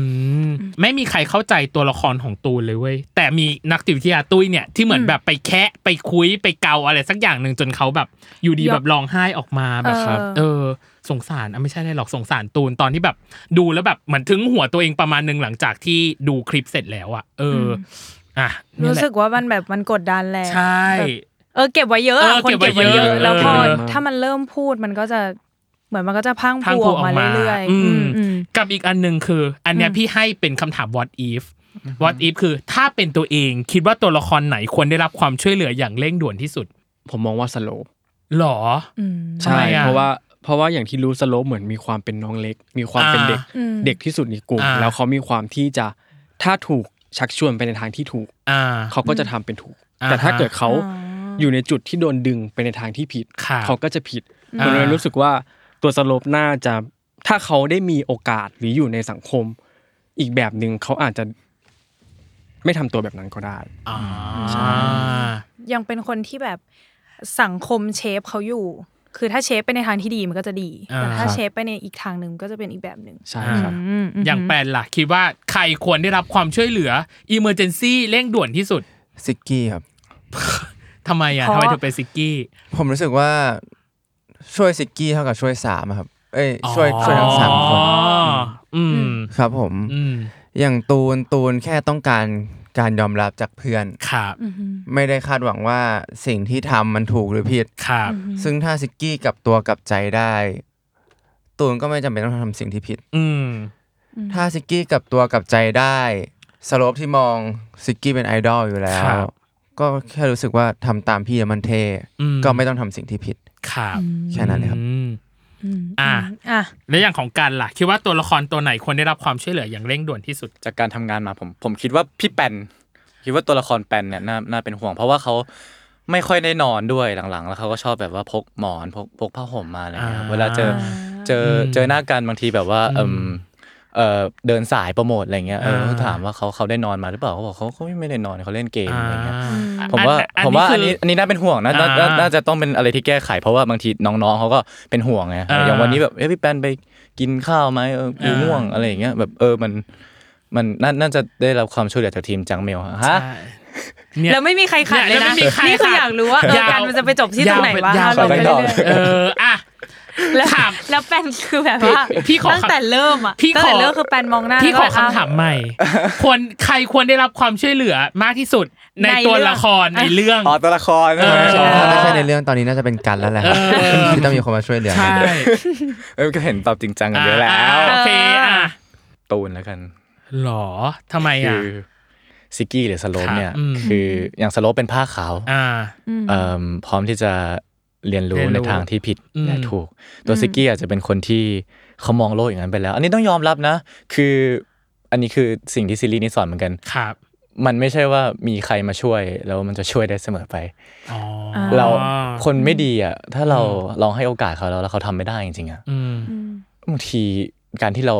[SPEAKER 3] มไม่มีใครเข้าใจตัวละครของตูนเลยเว้ยแต่มีนักจิตวิทยาตุ้ยเนี่ยที่เหมือน
[SPEAKER 7] อืม
[SPEAKER 3] แบบไปแคะไปคุยไปเกาอะไรสักอย่างหนึ่งจนเขาแบบอยู่ดี
[SPEAKER 7] ยอม
[SPEAKER 3] แบบร้องไห้ออกมาแบบ
[SPEAKER 7] เออ
[SPEAKER 3] เออ สงสารอ่ะไม่ใช่ได้หรอกสงสารตูนตอนที่แบบ ดูแล้วแบบเหมือนถึงหัวตัวเองประมาณหนึ่งหลังจากที่ดูคลิปเสร็จแล้วอ่ะเอออ่ะนี่
[SPEAKER 7] รู้
[SPEAKER 3] แหละ
[SPEAKER 7] สึกว่ามันแบบมันกดดันแหละ
[SPEAKER 3] ใช่
[SPEAKER 7] แบบเออเก็บไว้เยอะอะ
[SPEAKER 3] เออ
[SPEAKER 7] คน
[SPEAKER 3] เก็
[SPEAKER 7] เก็
[SPEAKER 3] บบ ไว้
[SPEAKER 7] ไว้
[SPEAKER 3] เย
[SPEAKER 7] เย
[SPEAKER 3] อะ
[SPEAKER 7] อะ แล้วพอ
[SPEAKER 3] เออ
[SPEAKER 7] ถ้ามันเริ่มพูดมันก็จะเหมือนมันก็จะพัง
[SPEAKER 3] พรั่ง
[SPEAKER 7] พู
[SPEAKER 3] พรู
[SPEAKER 7] ออกมา
[SPEAKER 3] ออกมา
[SPEAKER 7] เรื่อย
[SPEAKER 3] อืม
[SPEAKER 7] ๆอืมอืม
[SPEAKER 3] กับอีกอันหนึ่งคือ อันเนี้ย
[SPEAKER 7] อืม
[SPEAKER 3] พี่ให้เป็นคำถาม what if what if คือถ้าเป็นตัวเองคิดว่าตัวละครไหนควรได้รับความช่วยเหลืออย่างเร่งด่วนที่สุด
[SPEAKER 6] ผมมองว่าสโลป
[SPEAKER 3] หรอ
[SPEAKER 7] อืม
[SPEAKER 3] ทำ
[SPEAKER 6] ใช่
[SPEAKER 3] ไมอะ
[SPEAKER 6] เพราะว่าเพราะว่าอย่างที่รู้สโลปเหมือนมีความเป็นน้องเล็ก มีความเป็นเด็ก
[SPEAKER 7] อืม
[SPEAKER 6] เด็กที่สุดในกลุ่ม
[SPEAKER 3] อ่า
[SPEAKER 6] แล้วเขามีความที่จะถ้าถูกชักชวนไปในทางที่ถูก
[SPEAKER 3] อ่า
[SPEAKER 6] เขาก็จะทำเป็นถูก
[SPEAKER 3] อ่า
[SPEAKER 6] แต่ถ้าเกิดเขา
[SPEAKER 7] อ๋ออ
[SPEAKER 6] อยู่ในจุดที่โดนดึงไปในทางที่ผิด
[SPEAKER 3] ครับ
[SPEAKER 6] เขาก็จะผิด
[SPEAKER 3] อ่า
[SPEAKER 6] ผมเลยรู้สึกว่าตัวสโลปน่าจะถ้าเขาได้มีโอกาสหรืออยู่ในสังคม อีกแบบหนึ่งเขาอาจจะไม่ทำตัวแบบนั้นก็ได้
[SPEAKER 3] อ่า
[SPEAKER 7] ยังเป็นคนที่แบบสังคมเชฟเขาอยู่ คือถ้าเชฟไปในทางที่ดีมันก็จะดี
[SPEAKER 3] อ่า
[SPEAKER 7] แต่ถ้า
[SPEAKER 6] ครับ
[SPEAKER 7] เชฟไปในอีกทางหนึ่งก็จะเป็นอีกแบบหนึ่ง
[SPEAKER 6] ใช่
[SPEAKER 3] อ่า
[SPEAKER 6] ครับ
[SPEAKER 7] อืมม
[SPEAKER 3] อย่างแปนล่ะ คิดว่าใครควรได้รับความช่วยเหลือ emergency เร่งด่วนที่สุด
[SPEAKER 4] ซิกกี้ครับ
[SPEAKER 3] ทำไมอ่ะทำไมถึงเป็นซิกกี้
[SPEAKER 4] ผมรู้สึกว่าช่วยซิกกี้เท่ากับช่วยสามอะครับ เอ้ยช่วย
[SPEAKER 3] อ๋อ
[SPEAKER 4] ช่วยทั้งสามคน
[SPEAKER 3] อืม
[SPEAKER 4] ครับผม
[SPEAKER 3] อืม
[SPEAKER 4] อย่างตูนตูนแค่ต้องการการยอมรับจากเพื่อน
[SPEAKER 3] ครับ
[SPEAKER 7] อืมอืม
[SPEAKER 4] ไม่ได้คาดหวังว่าสิ่งที่ทำมันถูกหรือผิด
[SPEAKER 3] ครับ
[SPEAKER 4] ซึ่งถ้าซิกกี้กลับตัวกลับใจได้ ตูนก็ไม่จำเป็นต้องทำสิ่งที่ผิด
[SPEAKER 3] อืม
[SPEAKER 4] ถ้าซิกกี้กลับตัวกลับใจได้สโลปที่มองซิกกี้เป็นไอดอลอยู่แล้
[SPEAKER 3] ครั
[SPEAKER 4] ว
[SPEAKER 3] บ
[SPEAKER 4] ก็แค่รู้สึกว่าทำตามพี่มันเท
[SPEAKER 3] อืม
[SPEAKER 4] ก็ไม่ต้องทำสิ่งที่ผิด
[SPEAKER 3] ครับ
[SPEAKER 4] แค่นั้นเลยครับ
[SPEAKER 3] อืม
[SPEAKER 7] อืม
[SPEAKER 3] อ่ะ
[SPEAKER 7] อ่ะ
[SPEAKER 3] แล้วอย่างของการล่ะ คิดว่าตัวละครตัวไหนควรได้รับความช่วยเหลืออย่างเร่งด่วนที่สุด
[SPEAKER 5] จากการทำงานมาผมผมคิดว่าพี่แปนคิดว่าตัวละครแปนเนี่ยน่าน่าเป็นห่วง เพราะว่าเขาไม่ค่อยได้นอนด้วยหลังๆ แล้วเขาก็ชอบแบบว่าพกหมอนพกพกผ้าห่มมาอะไรเงี้ยครับ
[SPEAKER 3] อ่า
[SPEAKER 5] เวลาเจอ เจอ
[SPEAKER 3] อืม
[SPEAKER 5] เจอหน้ากันบางทีแบบว่า
[SPEAKER 3] อื
[SPEAKER 5] เอิ่
[SPEAKER 3] ม
[SPEAKER 5] มเออเดินสายโปรโมทอะไรเงี้ยเออ
[SPEAKER 3] อ่า
[SPEAKER 5] เขาถามว่าเขาเขาได้นอนมาหรือเปล่าเขาบอกเขาเขาไม่ได้นอนเขาเล่นเกม
[SPEAKER 3] อ่า
[SPEAKER 5] อะไรเงี้ย
[SPEAKER 3] อ่ะ
[SPEAKER 5] ผมว่า
[SPEAKER 3] อัน
[SPEAKER 5] ผมว่าอัน
[SPEAKER 3] คื
[SPEAKER 5] นี้อันนี้น่าเป็นห่วงนะน่าน่า
[SPEAKER 3] อ่า
[SPEAKER 5] น่าจะต้องเป็นอะไรที่แก้ไข เพราะว่าบางทีน้องๆเขาก็เป็นห่วงไง
[SPEAKER 3] อ่า
[SPEAKER 5] อย่างวันนี้แบบเอ้ยพี่แปนไปกินข้าวไหมเออกู
[SPEAKER 3] อ่า
[SPEAKER 5] ง่วงอะไรอย่างเงี้ยแบบเออมันมันน่าน่าจะได้รับความช่วยเหลือจากทีมจังเมลฮะ
[SPEAKER 3] ใช่เนี่ย
[SPEAKER 7] แล้วไม่มีใครขาดเลย
[SPEAKER 3] แล้ว
[SPEAKER 7] นะ
[SPEAKER 3] ไม่มีใคร
[SPEAKER 7] นี่คือ
[SPEAKER 3] ขาด
[SPEAKER 7] อยากรู้ว่าเออย
[SPEAKER 3] าว
[SPEAKER 7] การมันจะไปจบที่ตรงไหนวะ
[SPEAKER 3] ยาวไป
[SPEAKER 7] เราไป
[SPEAKER 5] ต่
[SPEAKER 7] เรื่
[SPEAKER 5] อ
[SPEAKER 7] อย
[SPEAKER 3] เอออ่ะ
[SPEAKER 7] ๆแล้ว
[SPEAKER 3] ถาม
[SPEAKER 7] แล้วแปนคือแบบว่า
[SPEAKER 3] พี่พี่ขอ
[SPEAKER 7] ตั้งแต่เริ่มอ่ะ
[SPEAKER 3] พี่ข
[SPEAKER 7] ตั้
[SPEAKER 3] อ
[SPEAKER 7] งแต่เริ่มคือแปนมองหน้า
[SPEAKER 3] พี่ขอ
[SPEAKER 7] แล้วก็
[SPEAKER 3] คำถามใหม่ ควรใครควรได้รับความช่วยเหลือมากที่สุดใน
[SPEAKER 7] ใน
[SPEAKER 3] ตัว
[SPEAKER 7] เรื่อง
[SPEAKER 3] ละครในเรื่อง
[SPEAKER 5] อ๋อตัวละคร
[SPEAKER 3] เออ
[SPEAKER 5] ใช่
[SPEAKER 4] ถ้าไม่
[SPEAKER 5] ใช่
[SPEAKER 4] ใช่ในเรื่องตอนนี้น่าจะเป็นกันแล้วแหละครับ
[SPEAKER 3] เออ
[SPEAKER 4] ที่ต้องมีคนมาช่วยเหลือ
[SPEAKER 3] ใช่
[SPEAKER 5] เออก็เห็นตอบจริงจังกันเยอะแล้ว
[SPEAKER 3] โอเคอ่ะ
[SPEAKER 5] ตูนแล้วกัน
[SPEAKER 3] หรอทำไม
[SPEAKER 5] คื
[SPEAKER 3] อ่ะ
[SPEAKER 5] อซิกกี้หรือสโลปเนี่
[SPEAKER 3] ค
[SPEAKER 5] ย
[SPEAKER 3] รับอืม
[SPEAKER 5] คืออย่างสโลปเป็นผ้าขาว
[SPEAKER 3] อ่า
[SPEAKER 5] เอิ่มพร้อมที่จะเรียนรู้
[SPEAKER 3] เรียนรู้
[SPEAKER 5] ในทางที่ผิด
[SPEAKER 3] อืม
[SPEAKER 5] และถูก ตัวซิกกี้อาจจะเป็นคนที่เขามองโลกอย่างนั้นไปแล้ว อันนี้ต้องยอมรับนะ คืออันนี้คือสิ่งที่ซีรีส์นี้สอนเหมือนกัน
[SPEAKER 3] ครับ
[SPEAKER 5] มันไม่ใช่ว่ามีใครมาช่วยแล้วมันจะช่วยได้เสมอไป
[SPEAKER 3] อ๋อ
[SPEAKER 5] เราคนไม่ดีอ่ะถ้าเราลองให้โอกาสเขาแล้วแล้วเขาทำไม่ได้จริงๆอ่ะ
[SPEAKER 3] อืม
[SPEAKER 5] บางทีการที่เรา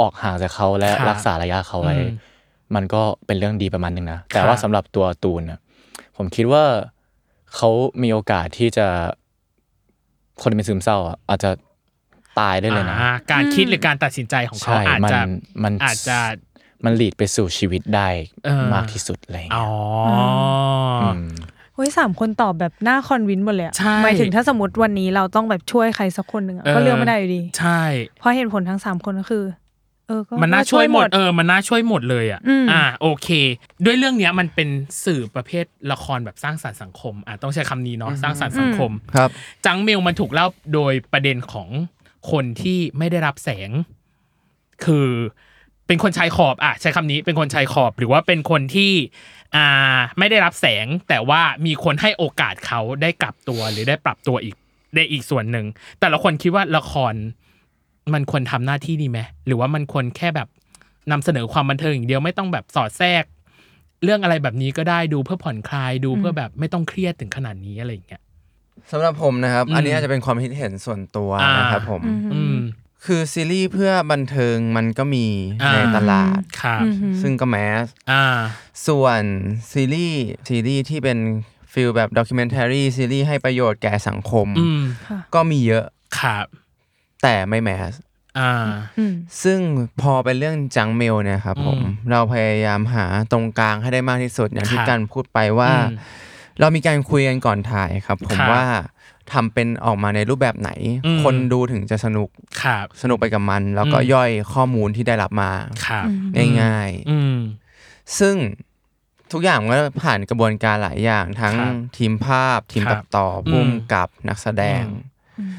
[SPEAKER 5] ออกห่างจากเขาและ
[SPEAKER 3] ครับ
[SPEAKER 5] รักษาระยะเขาไว้
[SPEAKER 3] อืม
[SPEAKER 5] มันก็เป็นเรื่องดีประมาณหนึงนะ แต่
[SPEAKER 3] ครับ
[SPEAKER 5] ว่าสำหรับตัวตูนนะผมคิดว่าเขามีโอกาสที่จะคนเป็นซึมเศร้าอ่ะอาจจะตายได้เลยนะ
[SPEAKER 3] าการคิดหรือการตัดสินใจของเขา
[SPEAKER 5] ใช่
[SPEAKER 3] อาจจะ
[SPEAKER 5] มันมัน
[SPEAKER 3] อาจจะ
[SPEAKER 5] มันหลีดไปสู่ชีวิตได้
[SPEAKER 3] เออ
[SPEAKER 5] มากที่สุดอะไรอย่างเล
[SPEAKER 3] อ๋อย อ
[SPEAKER 5] ม
[SPEAKER 7] เฮ้ยสามคนตอบแบบหน้าคอนวินหมดเลยอะ
[SPEAKER 3] ใช่
[SPEAKER 7] หมายถึงถ้าสมมติวันนี้เราต้องแบบช่วยใครสักคนหนึ่งอะ
[SPEAKER 3] เออ
[SPEAKER 7] ก็เลือกไม่ได้อยู่ดี
[SPEAKER 3] ใช่
[SPEAKER 7] เพราะเหตุผลทั้งสามคนก็คือ เออก็
[SPEAKER 3] มันน่าช่วยหมดเออมันน่าช่วยหมดเลยอ่ะ
[SPEAKER 7] อืม
[SPEAKER 3] อ่าโอเค ด้วยเรื่องเนี้ยมันเป็นสื่อประเภทละครแบบสร้างสรรค์สังคมอ่ะต้องใช้คำนี้เนาะสร้างสรรค์สังคม
[SPEAKER 4] ครับ
[SPEAKER 3] จังเมลมันถูกเล่าโดยประเด็นของคนที่ไม่ได้รับแสง คือเป็นคนชายขอบอ่ะใช้คำนี้เป็นคนชายขอบหรือว่าเป็นคนที่อ่าไม่ได้รับแสง แต่ว่ามีคนให้โอกาสเขาได้กลับตัวหรือได้ปรับตัวอีกได้อีกส่วนหนึ่งแต่ละคนคิดว่าละครมันควรทำหน้าที่นี้ไหมหรือว่ามันควรแค่แบบนำเสนอความบันเทิงอย่างเดียวไม่ต้องแบบสอดแทรก เรื่องอะไรแบบนี้ก็ได้ดูเพื่อผ่อนคลายดูเพื่อแบบไม่ต้องเครียดถึงขนาดนี้อะไรอย่างเงี้ย
[SPEAKER 4] สำหรับผมนะครับ
[SPEAKER 3] อืม
[SPEAKER 4] อันนี้อาจจะเป็นความคิดเห็นส่วนตัว
[SPEAKER 3] อ่าน
[SPEAKER 4] นะครับผม
[SPEAKER 3] อืม
[SPEAKER 4] คือซีรีส์เพื่อบันเทิงมันก็มี
[SPEAKER 3] อ่า
[SPEAKER 4] ในตลาด
[SPEAKER 3] ครับ
[SPEAKER 4] ซึ่งก็แมส
[SPEAKER 3] อ่า
[SPEAKER 4] ส่วนซีรีส์ซีรีส์ที่เป็นฟิลแบบด็อกิเมน a r y ซีรีส์ให้ประโยชน์แก่สังคม
[SPEAKER 3] อืม
[SPEAKER 4] ก็มีเยอะ
[SPEAKER 3] ครับ
[SPEAKER 4] แต่ไม่แมส
[SPEAKER 3] อ่า
[SPEAKER 7] อืม
[SPEAKER 4] ซึ่งพอเป็นเรื่องจังเมลเนี่ยครับผม
[SPEAKER 3] อืม
[SPEAKER 4] เราพยายามหาตรงกลางให้ได้มากที่สุดอย่างที่
[SPEAKER 3] ครับ
[SPEAKER 4] การพูดไปว่า
[SPEAKER 3] อืม
[SPEAKER 4] เรามีการคุยกันก่อนถ่ายครับ ผม
[SPEAKER 3] ครับ
[SPEAKER 4] ว่าทำเป็นออกมาในรูปแบบไหน
[SPEAKER 3] อืม
[SPEAKER 4] คนดูถึงจะสนุก
[SPEAKER 3] ครับ
[SPEAKER 4] สนุกไปกับมัน แล้วก็
[SPEAKER 3] อืม
[SPEAKER 4] ย่อยข้อมูลที่ได้รับมา
[SPEAKER 3] ครับ
[SPEAKER 4] ง่าย
[SPEAKER 3] อืม
[SPEAKER 4] ๆ ซึ่งทุกอย่างมันก็ผ่านกระบวนการหลายอย่าง ทั้ง
[SPEAKER 3] ครับ
[SPEAKER 4] ทีมภาพ ทีม
[SPEAKER 3] ครั
[SPEAKER 4] ตั
[SPEAKER 3] บ
[SPEAKER 4] ดต่ออ
[SPEAKER 3] ม
[SPEAKER 4] พุ่มกับนักแสดง
[SPEAKER 3] อืม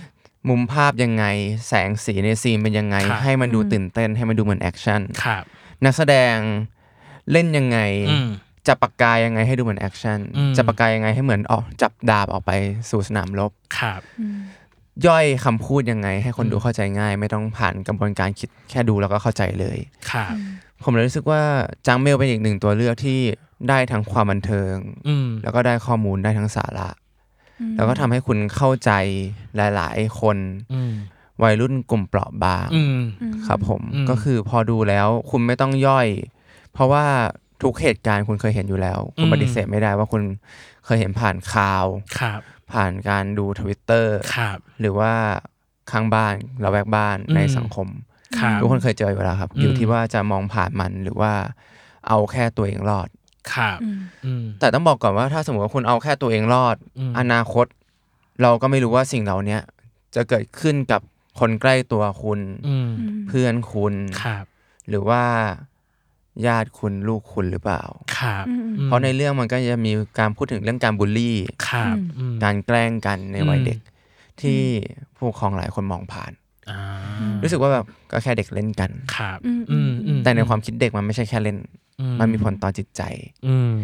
[SPEAKER 4] มุมภาพยังไง แสงสีในซีนเป็นยังไง
[SPEAKER 3] ครับ
[SPEAKER 4] ให้มันดูตื่นเต้น ให้มันดูเหมือนแอคชั่น
[SPEAKER 3] ครับ
[SPEAKER 4] นักแสดงเล่นยังไง
[SPEAKER 3] อืม
[SPEAKER 4] จะปากกายยังไงให้ดูเหมือนแอคชั่น
[SPEAKER 3] อืม
[SPEAKER 4] จะปากกายยังไงให้เหมือนออกจับดาบออกไปสู่สนามรบ
[SPEAKER 3] ครับ
[SPEAKER 4] ย่อยคำพูดยังไง ให้คนดูเข้าใจง่าย ไม่ต้องผ่านกระบวนการคิดแค่ดูแล้วก็เข้าใจเลย
[SPEAKER 3] ครับ
[SPEAKER 4] ผมเลยรู้สึกว่าจังเมลเป็นอีกหนึ่งตัวเลือกที่ได้ทั้งความบันเทิง
[SPEAKER 3] อืม
[SPEAKER 4] แล้วก็ได้ข้อมูลได้ทั้งสาระ แล้วก็ทำให้คุณเข้าใจหลาย ๆ คน
[SPEAKER 3] อืม
[SPEAKER 4] วัยรุ่นกลุ่มเปราะบาง
[SPEAKER 3] อืม
[SPEAKER 4] ครับผม
[SPEAKER 3] อืม
[SPEAKER 4] ก็คือพอดูแล้วคุณไม่ต้องย่อย เพราะว่าทุกเหตุการณ์คุณเคยเห็นอยู่แล้ว คุณปฏิเสธไม่ได้ว่าคุณเคยเห็นผ่านข่าว
[SPEAKER 3] ครับ
[SPEAKER 4] ผ่านการดูทวิตเตอร์
[SPEAKER 3] ครับ
[SPEAKER 4] หรือว่าข้างบ้านเราแวกบ้าน
[SPEAKER 3] อืม
[SPEAKER 4] ในสังคม
[SPEAKER 3] ครับ
[SPEAKER 4] ทุกคนเคยเจออยู่แล้วครับ
[SPEAKER 3] อืม
[SPEAKER 4] อยู่ที่ว่าจะมองผ่านมันหรือว่าเอาแค่ตัวเองรอด
[SPEAKER 3] ครับ อืม
[SPEAKER 4] แต่ต้องบอกก่อนว่าถ้าสมมติว่าคุณเอาแค่ตัวเองรอด
[SPEAKER 3] อืม
[SPEAKER 4] อนาคต เราก็ไม่รู้ว่าสิ่งเหล่าเนี้ยจะเกิดขึ้นกับคนใกล้ตัวคุณ
[SPEAKER 3] อืม
[SPEAKER 4] เพื่อนคุณ
[SPEAKER 3] ครับ
[SPEAKER 4] หรือว่าญาติคุณลูกคุณหรือเปล่า
[SPEAKER 3] ครับอืม
[SPEAKER 4] เพราะในเรื่องมันก็จะมีการพูดถึงเรื่องการบูลลี่
[SPEAKER 3] ครับอืม
[SPEAKER 4] การแกล้งกันในวัย
[SPEAKER 3] อืม
[SPEAKER 4] เด็ก ที่ผู้ปกครองหลายคนมองผ่าน
[SPEAKER 3] อ่า
[SPEAKER 4] รู้สึกว่าแบบก็แค่เด็กเล่นกัน
[SPEAKER 3] ครับ อืมอืม
[SPEAKER 4] แต่ในความคิดเด็กมันไม่ใช่แค่เล่น
[SPEAKER 3] อื
[SPEAKER 4] มันมีผลต่อจิตใจ
[SPEAKER 3] อืม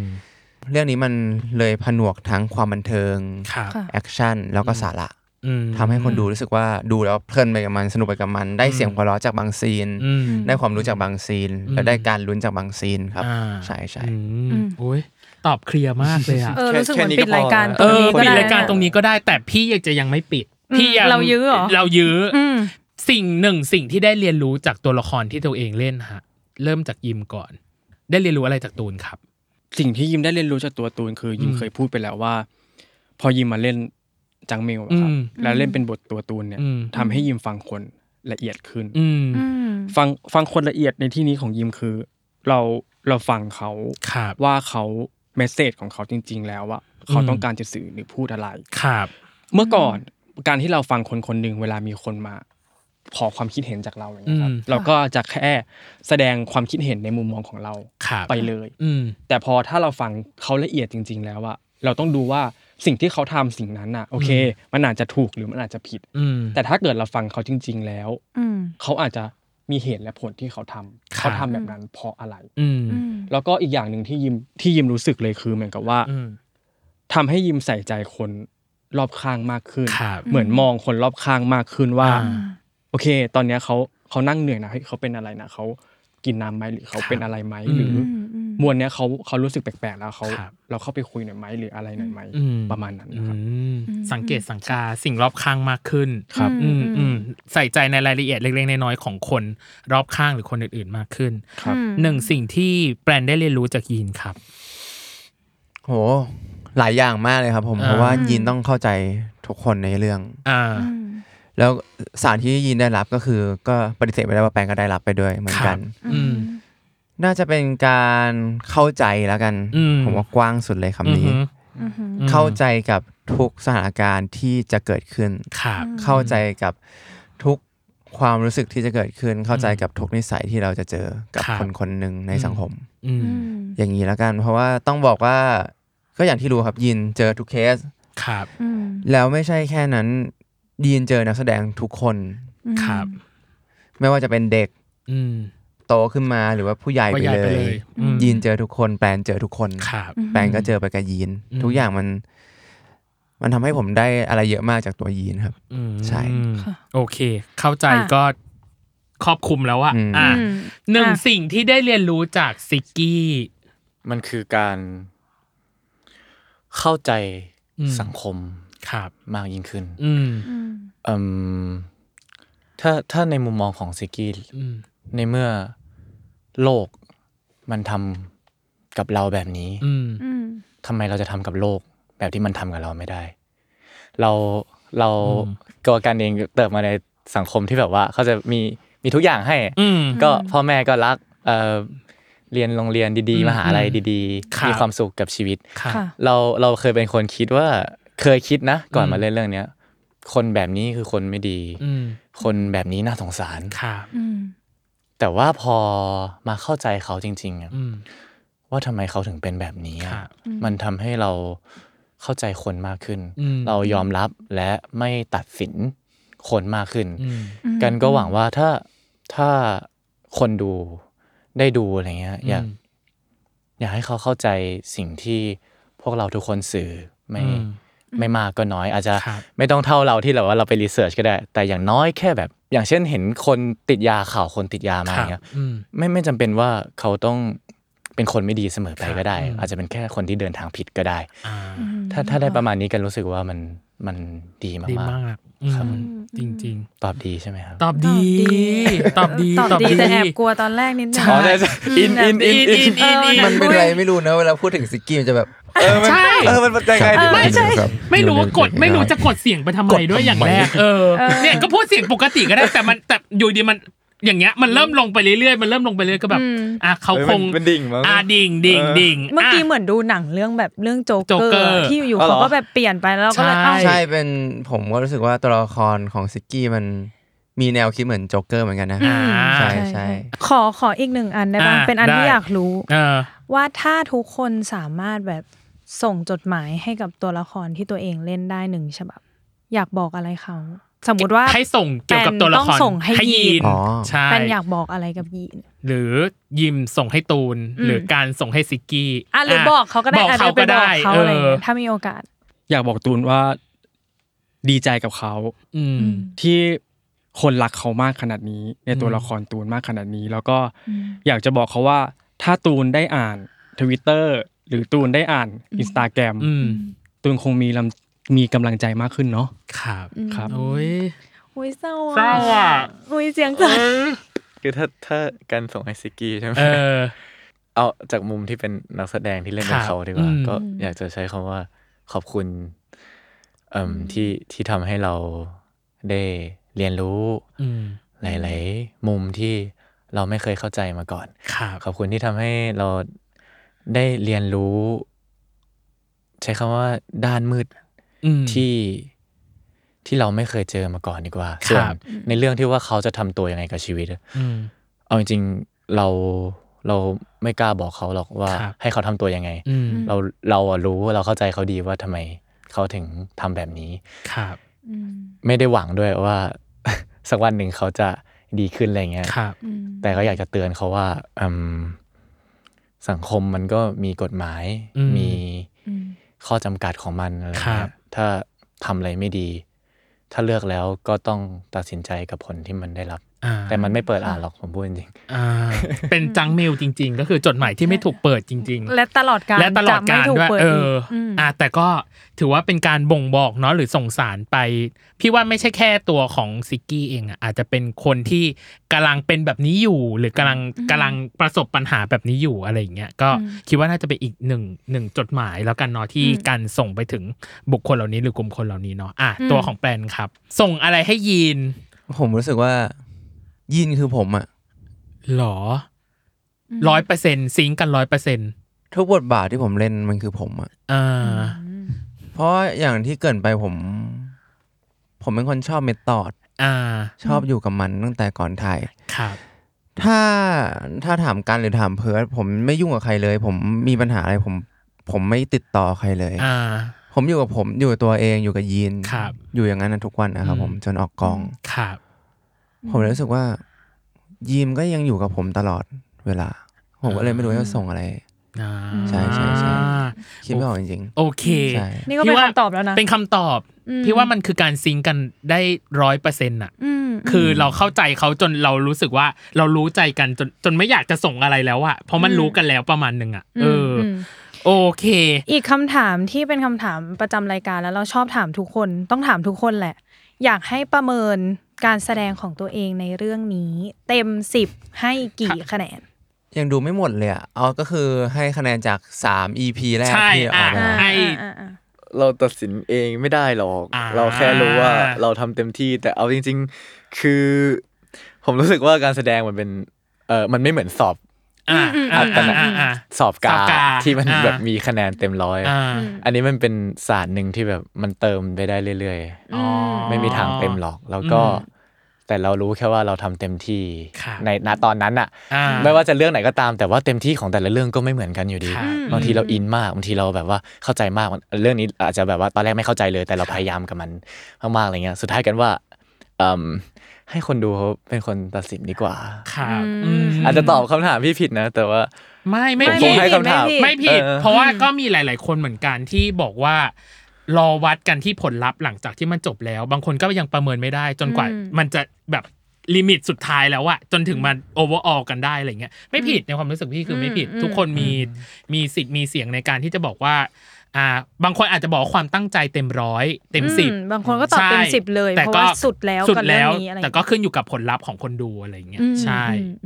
[SPEAKER 4] เรื่องนี้มันเลยผนวกทั้งความบันเทิง
[SPEAKER 3] ครับ
[SPEAKER 4] แอคชั่นแล้วก็สาระ
[SPEAKER 3] อืม
[SPEAKER 4] ทำให้คนดูรู้สึกว่าดูแล้วเพลินไปกับมันสนุกไปกับมัน ได้เสียงหัวเราะจากบางซีน
[SPEAKER 3] อืม
[SPEAKER 4] ได้ความรู้จากบางซีน
[SPEAKER 3] อืม
[SPEAKER 4] แล้วได้การลุ้นจากบางซีนครับ
[SPEAKER 3] อ่า
[SPEAKER 4] ใช่ใช่
[SPEAKER 3] อืมโอ้ยตอบเคลียร์มากเลยอ่ะ
[SPEAKER 7] เออรู้สึกเหมือน
[SPEAKER 5] แค่นี้
[SPEAKER 7] ปิด
[SPEAKER 5] ก็พอ
[SPEAKER 7] รายการ
[SPEAKER 5] นะ
[SPEAKER 7] ต
[SPEAKER 3] เอ
[SPEAKER 7] รง
[SPEAKER 3] อ
[SPEAKER 7] นี้ก็
[SPEAKER 3] ปิด
[SPEAKER 7] ได้
[SPEAKER 3] รายการตรงนี้ก็ได้แต่พี่ยังจะยังไม่ปิด พี่ยัง
[SPEAKER 2] เรายื้อเหรอ
[SPEAKER 3] เรายื้ออ
[SPEAKER 2] อืม
[SPEAKER 3] สิ่งหนึ่งสิ่งที่ได้เรียนรู้จากตัวละครที่ตัวเองเล่นฮะ เริ่มจากยิมก่อน ได้เรียนรู้อะไรจากตูนครับ
[SPEAKER 6] สิ่งที่ยิมได้เรียนรู้จากตัวตูนคือยิม
[SPEAKER 3] อืม
[SPEAKER 6] เคยพูดไปแล้วว่า พอยิมมาเล่นจังเมลอะครับ
[SPEAKER 3] อืม
[SPEAKER 6] แล้วเล่นเป็นบทตัวตูนเนี่ย
[SPEAKER 3] อืม
[SPEAKER 6] ทำให้ยิมฟังคนละเอียดขึ้น
[SPEAKER 3] อืม
[SPEAKER 2] อืม
[SPEAKER 6] ฟังฟังคนละเอียดในที่นี้ของยิมคือ เราเราฟังเขา
[SPEAKER 3] ครับ
[SPEAKER 6] ว่าเขาเมสเซจของเขาจริง ๆ แล้วว่าเขา
[SPEAKER 3] อืม
[SPEAKER 6] ต้องการจะสื่อหรือพูดอะไร
[SPEAKER 3] ครับ
[SPEAKER 6] เมื่อก่อนการที่เราฟังคนคนหนึ่งเวลามีคนมา ขอความคิดเห็นจากเราอย่างเงี้ยครับ
[SPEAKER 3] อืม
[SPEAKER 6] เราก็จะแค่แสดงความคิดเห็นในมุมมองของเรา
[SPEAKER 3] ครับ
[SPEAKER 6] ไปเลย
[SPEAKER 3] อืม
[SPEAKER 6] แต่พอถ้าเราฟังเขาละเอียดจริง ๆ แล้วอะเราต้องดูว่าสิ่งที่เขาทำสิ่งนั้นอะโอเค มันอาจจะถูกหรือมันอาจจะผิด
[SPEAKER 3] อืม
[SPEAKER 6] แต่ถ้าเกิดเราฟังเขาจริง ๆ แล้ว
[SPEAKER 2] อืม
[SPEAKER 6] เขาอาจจะมีเหตุและผลที่เขาทำ
[SPEAKER 3] ครับ
[SPEAKER 6] เขาทำแบบนั้นเพราะอะไร
[SPEAKER 3] อืม
[SPEAKER 2] อืม
[SPEAKER 6] แล้วก็อีกอย่างหนึ่งที่ยิมที่ยิมรู้สึกเลยคือเหมือนกับว่า
[SPEAKER 3] อืม
[SPEAKER 6] ทำให้ยิมใส่ใจคนรอบข้างมากขึ้น
[SPEAKER 3] ครับ
[SPEAKER 6] เหมือนมองคนรอบข้างมากขึ้นว่า
[SPEAKER 3] อ่า
[SPEAKER 6] โอเค ตอนเนี้ยเขาเขานั่งเหนื่อยนะเฮ้ยเขาเป็นอะไรนะเขากินน้ำไหมหรือเขาเป็นอะไรไหมหรืออ มวลเนี้ยเขาเขารู้สึกแปลกๆแล้วเขา
[SPEAKER 3] ครับ
[SPEAKER 6] เราเข้าไปคุยหน่อยไหมหรืออะไรหน่อยไหม
[SPEAKER 3] อืม
[SPEAKER 6] ประมาณนั้น
[SPEAKER 3] อื
[SPEAKER 6] นะครับ
[SPEAKER 3] มสังเกตสังกาสิ่งรอบข้างมากขึ้น
[SPEAKER 6] ครับ
[SPEAKER 3] อืมอืมใส่ใจในรายละเอียดเล็กๆน้อยๆของคนรอบข้างหรือคนอื่นๆมากขึ้น
[SPEAKER 6] ครับ
[SPEAKER 3] หนึ่งสิ่งที่แปลนได้เรียนรู้จากยีนครับ
[SPEAKER 4] โห หลายอย่างมากเลยครับผม
[SPEAKER 3] อ่า
[SPEAKER 4] เพราะว่ายีนต้องเข้าใจทุกคนในเรื่อง
[SPEAKER 3] อ่า
[SPEAKER 4] แล้วสารที่ยีนได้รับก็คือ ก็ปฏิเสธไม่ได้ว่าแปงก็ได้รับไปด้วยเหมือนกัน
[SPEAKER 3] ครับ อืม
[SPEAKER 4] น่าจะเป็นการเข้าใจแล้วกัน
[SPEAKER 3] อืม
[SPEAKER 4] ผมว่ากว้างสุดเลยคำนี้
[SPEAKER 3] อือหืออืม
[SPEAKER 4] เข้าใจกับทุกสถานการณ์ที่จะเกิดขึ้น
[SPEAKER 3] ครับ
[SPEAKER 4] เข้าใจกับทุกความรู้สึกที่จะเกิดขึ้น เข้าใจกับทุกนิสัยที่เราจะเจอกับ
[SPEAKER 3] ครับ
[SPEAKER 4] คนคนหนึ่งในสังคม
[SPEAKER 3] อืม
[SPEAKER 4] อย่างนี้แล้วกัน เพราะว่าต้องบอกว่าก็อย่างที่รู้ครับยินเจอทุกเคส
[SPEAKER 3] ครับ
[SPEAKER 4] แล้วไม่ใช่แค่นั้นยีนเจอนักแสดงทุกคน
[SPEAKER 3] ครับ
[SPEAKER 4] ไม่ว่าจะเป็นเด็ก
[SPEAKER 3] อืม
[SPEAKER 4] โตขึ้นมาหรือว่าผู้ใหญ่
[SPEAKER 3] ก็
[SPEAKER 4] ไป
[SPEAKER 3] ย้าย
[SPEAKER 4] เล
[SPEAKER 3] ไป
[SPEAKER 4] ย
[SPEAKER 3] เลยอืม
[SPEAKER 4] ยีนเจอทุกคน แปลนเจอทุกคน
[SPEAKER 3] ครับ
[SPEAKER 4] แปลนก็เจอไปกับยีน
[SPEAKER 3] อืม
[SPEAKER 4] ทุกอย่างมัน มันทำให้ผมได้อะไรเยอะมากจากตัวยีนครับ
[SPEAKER 3] อืม
[SPEAKER 4] ใช่
[SPEAKER 7] ค่ะ
[SPEAKER 3] โอเค เข้าใจ
[SPEAKER 2] อ่ะ
[SPEAKER 3] ก็ครอบคลุมแล้วอะ
[SPEAKER 4] อืม
[SPEAKER 3] อ่ะ
[SPEAKER 2] อืม
[SPEAKER 3] หนึ่ง
[SPEAKER 2] อ่ะ
[SPEAKER 3] สิ่งที่ได้เรียนรู้จากซิกกี้
[SPEAKER 5] มันคือการเข้าใจ
[SPEAKER 3] อืม
[SPEAKER 5] สังคม
[SPEAKER 3] ครับ
[SPEAKER 5] มากยิ่งขึ้น
[SPEAKER 3] อืม
[SPEAKER 5] เอิ่มถ้าถ้าในมุมมองของซิกกี้
[SPEAKER 3] อืม
[SPEAKER 5] ในเมื่อโลกมันทำกับเราแบบนี้
[SPEAKER 3] อืม
[SPEAKER 2] อืม
[SPEAKER 5] ทำไมเราจะทำกับโลกแบบที่มันทำกับเราไม่ได้ เราเรา
[SPEAKER 3] อืม
[SPEAKER 5] ตัวกันเองเติบมาในสังคมที่แบบว่าเขาจะมีมีทุกอย่างให้
[SPEAKER 3] อืม
[SPEAKER 5] ก็พ่อแม่ก็รักเอ่อเรียนโรงเรียนดี
[SPEAKER 3] อืม
[SPEAKER 5] ๆมหาลัยดี
[SPEAKER 3] ครับ
[SPEAKER 5] ๆ มีความสุขกับชีวิต
[SPEAKER 3] ค่ะ
[SPEAKER 7] ค่ะ
[SPEAKER 5] เราเราเคยเป็นคนคิดว่าเคยคิดนะ ก่อน
[SPEAKER 3] อืม
[SPEAKER 5] มาเล่นเรื่องเนี้ยคนแบบนี้คือคนไม่ดี
[SPEAKER 3] อืม
[SPEAKER 5] คนแบบนี้น่าสงสาร
[SPEAKER 3] ครับ
[SPEAKER 5] แต่ว่าพอมาเข้าใจเขาจริงๆอะ
[SPEAKER 3] อืม
[SPEAKER 5] ว่าทำไมเขาถึงเป็นแบบนี้อะ
[SPEAKER 3] ครับ
[SPEAKER 5] มันทำให้เราเข้าใจคนมากขึ้น
[SPEAKER 3] อืม
[SPEAKER 5] เรายอมรับและไม่ตัดสินคนมากขึ้น
[SPEAKER 3] อืม
[SPEAKER 5] กันก็หวังว่าถ้าถ้าคนดูได้ดูอะไรเงี้ย อยาก
[SPEAKER 3] อืม
[SPEAKER 5] อยากให้เขาเข้าใจสิ่งที่พวกเราทุกคนสื่อไม่
[SPEAKER 3] อืม
[SPEAKER 5] ไม่มากก็น้อย อาจจะ
[SPEAKER 3] ครับ
[SPEAKER 5] ไม่ต้องเท่าเราที่แบบว่าเราไปรีเสิร์ชก็ได้ แต่อย่างน้อยแค่แบบ อย่างเช่นเห็นคนติดยาข่าวคนติดยามา
[SPEAKER 3] ครับ
[SPEAKER 5] เงี้ย
[SPEAKER 3] อืม
[SPEAKER 5] ไม่ไม่จำเป็นว่าเขาต้องเป็นคนไม่ดีเสมอไป
[SPEAKER 3] ครับ
[SPEAKER 5] ก็ได้
[SPEAKER 3] อืม
[SPEAKER 5] อาจจะเป็นแค่คนที่เดินทางผิดก็ได้
[SPEAKER 3] อ่า
[SPEAKER 5] ถ้าถ้าได้ประมาณนี้กันรู้สึกว่ามันมันดีมา
[SPEAKER 3] ดี
[SPEAKER 5] ก
[SPEAKER 3] มากอื
[SPEAKER 5] ครับ
[SPEAKER 3] มจริง
[SPEAKER 5] ๆ ตอบดีใช่ไหมครับ
[SPEAKER 3] ๆ ตอบดี ตอบดี
[SPEAKER 7] ตอบดีแต่แอบกลัวตอนแรกนิดนึง
[SPEAKER 5] อ๋อใช่ใช่อินอินอินอิน
[SPEAKER 3] อินอิน
[SPEAKER 4] มันเป็นอะไรไม่รู้นะเวลาพูดถึงซิกกี้มันจะแบบ
[SPEAKER 3] ใช่
[SPEAKER 4] เออมันเป็นยังไงดี
[SPEAKER 3] ไม่ใช่
[SPEAKER 4] ครับ
[SPEAKER 3] ไม่รู้ว่ากดไม่รู้จะกดเสียงไปทำไมด้วยอย่างแรก เออ เนี่ยก็พูดเสียงปกติก็ได้แต่มันแต่อยู่ดีมันอย่างเงี้ยมันเริ่มลงไปเรื่อยๆมันเริ่มลงไปเรื่อยก็แบบอ่ะเขาคง
[SPEAKER 5] มันดิ่งมั้ง
[SPEAKER 3] อ่ะดิ่งดิ่งดิ่ง
[SPEAKER 7] เมื่อกี้เหมือนดูหนังเรื่องแบบเรื่องโจ๊กเกอ
[SPEAKER 3] Joker
[SPEAKER 7] ร์ ที่อยู่ๆ
[SPEAKER 5] อ๋อเหร
[SPEAKER 7] เขา
[SPEAKER 5] อ
[SPEAKER 7] ก็แบบเปลี่ยนไปแล้วเราก็แบบ
[SPEAKER 3] ใช่
[SPEAKER 7] เอ้า
[SPEAKER 4] ใช่เป็นผมก็รู้สึกว่าตัวละครของซิกกี้มันมีแนวคิดเหมือนโจ๊กเกอร์เหมือนกันนะ
[SPEAKER 3] อ่า
[SPEAKER 4] ใช่
[SPEAKER 7] ใช่
[SPEAKER 4] ใช่
[SPEAKER 7] ขอขออีกหนึ่งอันได้ปะ
[SPEAKER 3] อ่ะ
[SPEAKER 7] เป็นอันที่
[SPEAKER 3] ได้
[SPEAKER 7] อยากรู้
[SPEAKER 3] เออ
[SPEAKER 7] ว่าถ้าทุกคนสามารถแบบส่งจดหมายให้กับตัวละครที่ตัวเองเล่นได้หนึ่งฉบับ อยากบอกอะไรเขา สมมุติว่า
[SPEAKER 3] ให้ส่งเกี่ยวกับตัวละค
[SPEAKER 7] แปน
[SPEAKER 3] ร
[SPEAKER 7] ต้องส่งให้ยีน
[SPEAKER 4] อ๋อ
[SPEAKER 3] ใช่
[SPEAKER 7] แฟนอยากบอกอะไรกับยีน
[SPEAKER 3] หรือยิมส่งให้ตูน
[SPEAKER 7] อืม
[SPEAKER 3] หรือการส่งให้ซิกกี้
[SPEAKER 7] อ่ะหรือบอกเขาก็ได้
[SPEAKER 3] บอก
[SPEAKER 7] อ่ะ
[SPEAKER 3] เขา
[SPEAKER 7] เดี๋ยวไปบอ
[SPEAKER 3] ก็ได้
[SPEAKER 7] กเขา
[SPEAKER 3] เอ
[SPEAKER 7] อะไร
[SPEAKER 3] อ
[SPEAKER 7] เงี้ยถ้ามีโอกาส
[SPEAKER 6] อยากบอกตูนว่าดีใจกับเขา
[SPEAKER 3] อืม
[SPEAKER 6] ที่คนรักเขามากขนาดนี้ ในตัว
[SPEAKER 3] อืม
[SPEAKER 6] ละครตูนมากขนาดนี้ แล้วก็อยากจะบอกเขาว่า ถ้าตูนได้อ่านทวิตเตอร์หรือตูนได้อ่านอินสตาแกรม
[SPEAKER 3] อืม
[SPEAKER 6] ตูนคงมีล มีกำลังใจมากขึ้นเนาะ
[SPEAKER 3] ครับ
[SPEAKER 6] ครับ
[SPEAKER 3] โอ้ย
[SPEAKER 7] อุ้ยเศร้า
[SPEAKER 3] เศร้าอะ
[SPEAKER 7] อุ้ยเสียงสั่น
[SPEAKER 5] คือถ้าถ้าการส่งให้ซิกกี้ใช่ไหม
[SPEAKER 3] เออ
[SPEAKER 5] เอาจากมุมที่เป็นนักแสดงที่เล่นเป็
[SPEAKER 3] ครั
[SPEAKER 5] น
[SPEAKER 3] บ
[SPEAKER 5] เขาดีกว่า
[SPEAKER 3] อืม
[SPEAKER 5] ก็อยากจะใช้คำว่าขอบคุณเอ่มที่ที่ทำให้เราได้เรียนรู้
[SPEAKER 3] อืม
[SPEAKER 5] หลาย ๆ มุมที่เราไม่เคยเข้าใจมาก่อน
[SPEAKER 3] ครับ
[SPEAKER 5] ขอบคุณที่ทำให้เราได้เรียนรู้ ใช้คำว่าด้านมืด
[SPEAKER 3] อืม
[SPEAKER 5] ที่ที่เราไม่เคยเจอมาก่อนดีกว่า
[SPEAKER 3] ครับ
[SPEAKER 5] ส่วนในเรื่องที่ว่าเขาจะทำตัวยังไงกับชีวิตอะ
[SPEAKER 3] อืม
[SPEAKER 5] เอาจริงๆเราเราไม่กล้าบอกเขาหรอกว่า
[SPEAKER 3] ครับ
[SPEAKER 5] ให้เขาทำตัวยังไง
[SPEAKER 3] อืม
[SPEAKER 5] เราเราอะรู้เราเข้าใจเขาดีว่าทำไมเขาถึงทำแบบนี้
[SPEAKER 3] ครับ
[SPEAKER 5] ไม่ได้หวังด้วยว่า สักวันหนึ่งเขาจะดีขึ้นอะไรเงี้ย
[SPEAKER 3] ครับ
[SPEAKER 5] แต่ก็อยากจะเตือนเขาว่าอืมสังคมมันก็มีกฎหมาย
[SPEAKER 3] อืม
[SPEAKER 5] มีข้อจำกัดของมันอะไร
[SPEAKER 3] ครั
[SPEAKER 5] เงี้
[SPEAKER 3] บ
[SPEAKER 5] ยถ้าทำอะไรไม่ดี ถ้าเลือกแล้วก็ต้องตัดสินใจกับผลที่มันได้รับ
[SPEAKER 3] อ่า
[SPEAKER 5] แต่มันไม่เปิดอ่านหรอกผมพูดจริง
[SPEAKER 3] อ่า เป็นจังเมลจริง ๆ ก็คือจดหมายที่ไม่ถูกเปิดจริง ๆ
[SPEAKER 2] และตลอดการ
[SPEAKER 3] และตลอด
[SPEAKER 2] จะ
[SPEAKER 3] กา
[SPEAKER 2] ไม่
[SPEAKER 3] ร
[SPEAKER 2] ถูก
[SPEAKER 3] ด้วย
[SPEAKER 2] เปิด
[SPEAKER 3] เอ
[SPEAKER 2] อีก
[SPEAKER 3] ออ
[SPEAKER 2] ม
[SPEAKER 3] อ่ะแต่ก็ถือว่าเป็นการบ่งบอกเนาะหรือส่งสารไป พี่ว่าไม่ใช่แค่ตัวของซิกกี้เองอ่ะอาจจะเป็นคนที่กำลังเป็นแบบนี้อยู่ หรือกำลังกำลังประสบปัญหาแบบนี้อยู่อะไรอย่างเงี้ยก็คิดว่าน่าจะเป็นอีกหนึ่งหนึ่งจดหมายแล้วกันเนาะที่การส่งไปถึงบุคคลเหล่านี้หรือกลุ่มคนเหล่านี้เนาะอ่ะตัวของแปลนครับ ส่งอะไรให้ยีน
[SPEAKER 4] ผมรู้สึกว่า ยินคือผมอะ
[SPEAKER 3] หรอร้อยเปอร์เซ็นต์ซิงค์กันร้อยเปอร์เซ็นต์
[SPEAKER 4] ทุกบทบาทที่ผมเล่นมันคือผมอะ
[SPEAKER 3] อ่า
[SPEAKER 4] เพราะอย่างที่เกรินไปผม ผมเป็นคนชอบเมทอด
[SPEAKER 3] อ่า
[SPEAKER 4] ชอบอยู่กับมันตั้งแต่ก่อนถ่าย
[SPEAKER 3] ครับ
[SPEAKER 4] ถ้าถ้าถามกันหรือถามเพิร์ดผมไม่ยุ่งกับใครเลย ผมมีปัญหาอะไรผม ผมไม่ติดต่อใครเลย
[SPEAKER 3] อ่า
[SPEAKER 4] ผมอยู่กับผมอยู่กับตัวเองอยู่กับยีน
[SPEAKER 3] ครับ
[SPEAKER 4] อยู่อย่างนั้นนะทุกวันนะครับ
[SPEAKER 3] อืม
[SPEAKER 4] ผมจนออกกอง
[SPEAKER 3] ครับ
[SPEAKER 4] ผมเลยรู้สึกว่า ยีมก็ยังอยู่กับผมตลอดเวลา ผมก็เลยไม่รู้จะส่งอะไร
[SPEAKER 3] อ่า
[SPEAKER 4] ใช่ใช่ใช่ คิดไม่ออกจริง
[SPEAKER 3] โอเค
[SPEAKER 4] ใช่
[SPEAKER 2] นี่ก็เป็น
[SPEAKER 3] พี่า
[SPEAKER 2] คำตอบแล้วนะ
[SPEAKER 3] เป็นคำตอบ พี่ว่ามันคือการซิงค์กันได้ร้อยเปอร์เซ็นต์อ่ะ
[SPEAKER 2] อืม
[SPEAKER 3] คือเราเข้าใจเขาจนเรารู้สึกว่าเรารู้ใจกันจนจนไม่อยากจะส่งอะไรแล้วอะเพราะมันรู้กันแล้วประมาณหนึ่งอะเอออ
[SPEAKER 2] ม
[SPEAKER 3] โอเค
[SPEAKER 2] อีกคำถามที่เป็นคำถามประจำรายการแล้วเราชอบถามทุกคน ต้องถามทุกคนแหละ อยากให้ประเมินการแสดงของตัวเองในเรื่องนี้ เต็มสิบให้กี่คะแนน
[SPEAKER 4] ๆ ยังดูไม่หมดเลยอะเอาก็คือให้คะแนนจาก 3 EP แรก
[SPEAKER 3] ใช่
[SPEAKER 4] ที่ออก
[SPEAKER 3] อ่ะ
[SPEAKER 4] มา
[SPEAKER 3] ไ
[SPEAKER 5] ๆ เราตัดสินเองไม่ได้หรอก
[SPEAKER 3] อ่า
[SPEAKER 5] เราแค่รู้ว่าเราทำเต็มที่ แต่เอาจริง ๆ คือ ผมรู้สึกว่าการแสดงมันเป็นเออมันไม่เหมือนสอบ
[SPEAKER 3] อ่าอ่า
[SPEAKER 5] อันนั้น
[SPEAKER 3] อ่าอ่า
[SPEAKER 5] สอบกา
[SPEAKER 3] สอบกา
[SPEAKER 5] ที่มัน
[SPEAKER 3] อ่า
[SPEAKER 5] แบบมีคะแนนเต็มร้อย
[SPEAKER 3] อ่า
[SPEAKER 5] อันนี้มันเป็นศาสตร์หนึ่งที่แบบมันเติมไปได้เรื่อย ๆ
[SPEAKER 3] อ๋อ
[SPEAKER 5] ไม่มีทางเต็มหรอก แล้วก็
[SPEAKER 3] อืม
[SPEAKER 5] แต่เรารู้แค่ว่าเราทำเต็มที่
[SPEAKER 3] ครับ
[SPEAKER 5] ในณตอนนั้นอะ
[SPEAKER 3] อ่า
[SPEAKER 5] ไม่ว่าจะเรื่องไหนก็ตาม แต่ว่าเต็มที่ของแต่ละเรื่องก็ไม่เหมือนกันอยู่ดี
[SPEAKER 3] ครับ
[SPEAKER 5] บางทีเราอินมากบางทีเราแบบว่าเข้าใจมากมันเรื่องนี้อาจจะแบบว่าตอนแรกไม่เข้าใจเลย แต่เราพยายามกับมันมากๆอะไรเงี้ยสุดท้ายกันว่าเอิ่มให้คนดูเขาเป็นคนตัดสินดีกว่า
[SPEAKER 3] ครับม
[SPEAKER 5] อาจจะตอบคำถามพี่ผิดนะ แต่ว่า
[SPEAKER 3] ไม่ไม่
[SPEAKER 5] ผม
[SPEAKER 3] ผิด
[SPEAKER 5] ให้คำถาม
[SPEAKER 3] ไม่ผิด
[SPEAKER 5] เออ
[SPEAKER 3] เพราะว่าก็มีหลาย ๆ คนเหมือนกันที่บอกว่า รอวัดกันที่ผลลัพธ์หลังจากที่มันจบแล้ว บางคนก็ยังประเมินไม่ได้จนกว่ามันจะแบบลิมิตสุดท้ายแล้วอะจนถึงมันโอเวอร์ออกันได้อะไรเงี้ยไม่ผิดในความรู้สึกพี่คือไม่ผิด ทุกคนมีมีสิทธิ์มีเสียงในการที่จะบอกว่าอ่า บางคนอาจจะบอกว่าความตั้งใจเต็มร้อยเต็ม
[SPEAKER 2] อืม
[SPEAKER 3] สิบบ
[SPEAKER 2] างคนก็ตอบเต็มสิบเลย
[SPEAKER 3] แต่
[SPEAKER 2] เพราะ
[SPEAKER 3] ก็
[SPEAKER 2] ว่าสุดแล้ว
[SPEAKER 3] สุด
[SPEAKER 2] กับเรื่
[SPEAKER 3] แล้
[SPEAKER 2] อง
[SPEAKER 3] ว
[SPEAKER 2] นี้อะไรอย่างเงี้ย
[SPEAKER 3] แต่ก็ขึ้นอยู่กับผลลัพธ์ของคนดูอะไรอย่างเงี้ยใช่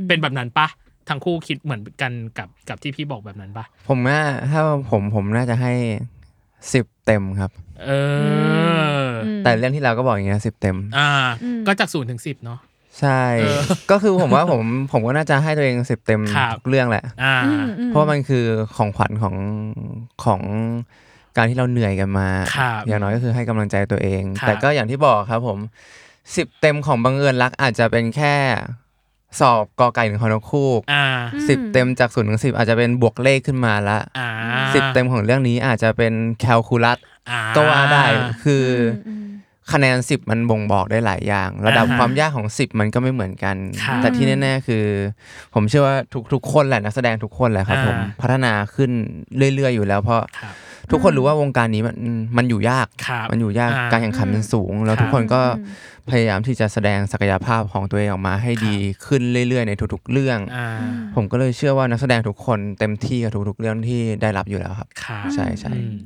[SPEAKER 3] เป็นแบบนั้นปะทั้งคู่คิดเหมือนกันกับกับที่พี่บอกแบบนั้นปะ
[SPEAKER 4] ผมน่าถ้าผมผมน่าจะให้ 10 เต็มครับ
[SPEAKER 3] เอออ
[SPEAKER 4] แต่เรื่องที่เราก็บอกอย่างเงี้ยสิบเต็ม
[SPEAKER 3] อ่า ก็จากศูนย์ถึงสิบเนาะ
[SPEAKER 4] ใช่ ก็คือผมว่าผมผมก็น่าจะให้ตัวเองสิบเต็ม
[SPEAKER 3] ครับ
[SPEAKER 4] ทุกเรื่องแหละ
[SPEAKER 3] อ่า
[SPEAKER 4] เพราะว่ามันคือของขวัญของของการที่เราเหนื่อยกันมา
[SPEAKER 3] ครับ
[SPEAKER 4] อย่างน้อยก็คือให้กำลังใจตัวเอง
[SPEAKER 3] ครับ
[SPEAKER 4] แต่ก็อย่างที่บอกครับผมสิบเต็มของบังเอิญรักอาจจะเป็นแค่สอบกอไก่ถึงฮอนกคูก
[SPEAKER 3] อ่า
[SPEAKER 4] สิบเต็มจากศูนย์ถึงสิบอาจจะเป็นบวกเลขขึ้นมาละ
[SPEAKER 3] อ่า
[SPEAKER 4] สิบเต็มของเรื่องนี้อาจจะเป็นแคลคูลัส
[SPEAKER 3] อ่า
[SPEAKER 4] ก็ว่าได้คืออคะแนน 10 มันบ่งบอกได้หลายอย่าง ระดับ
[SPEAKER 3] อ่าฮะ
[SPEAKER 4] ความยากของ 10 มันก็ไม่เหมือนกัน
[SPEAKER 3] ครับ
[SPEAKER 4] แต่ที่แน่ๆคือ ผมเชื่อว่าทุกๆคนแหละนักแสดงทุกคนแหละครับ
[SPEAKER 3] อ่า
[SPEAKER 4] ผมพัฒนาขึ้นเรื่อยๆอยู่แล้วเพราะ
[SPEAKER 3] ครับ
[SPEAKER 4] ทุกคนรู้ว่าวงการนี้มันมันอยู่ยาก
[SPEAKER 3] ครับ
[SPEAKER 4] มันอยู่ยาก
[SPEAKER 3] อ่า
[SPEAKER 4] การแข่งขันมันสูง แล้
[SPEAKER 3] ค
[SPEAKER 4] ว
[SPEAKER 3] รับ
[SPEAKER 4] ทุกคนก็พยายามที่จะแสดงศักยภาพของตัวเองออกมาให้
[SPEAKER 3] ครับ
[SPEAKER 4] ดีขึ้นเรื่อยๆในทุกๆเรื่อง
[SPEAKER 3] อ่า
[SPEAKER 4] ผมก็เลยเชื่อว่านักแสดงทุกคนเต็มที่กับทุกๆเรื่องที่ได้รับอยู่แล้วครับ
[SPEAKER 3] ครับ
[SPEAKER 4] ใช่ใช่
[SPEAKER 3] อืม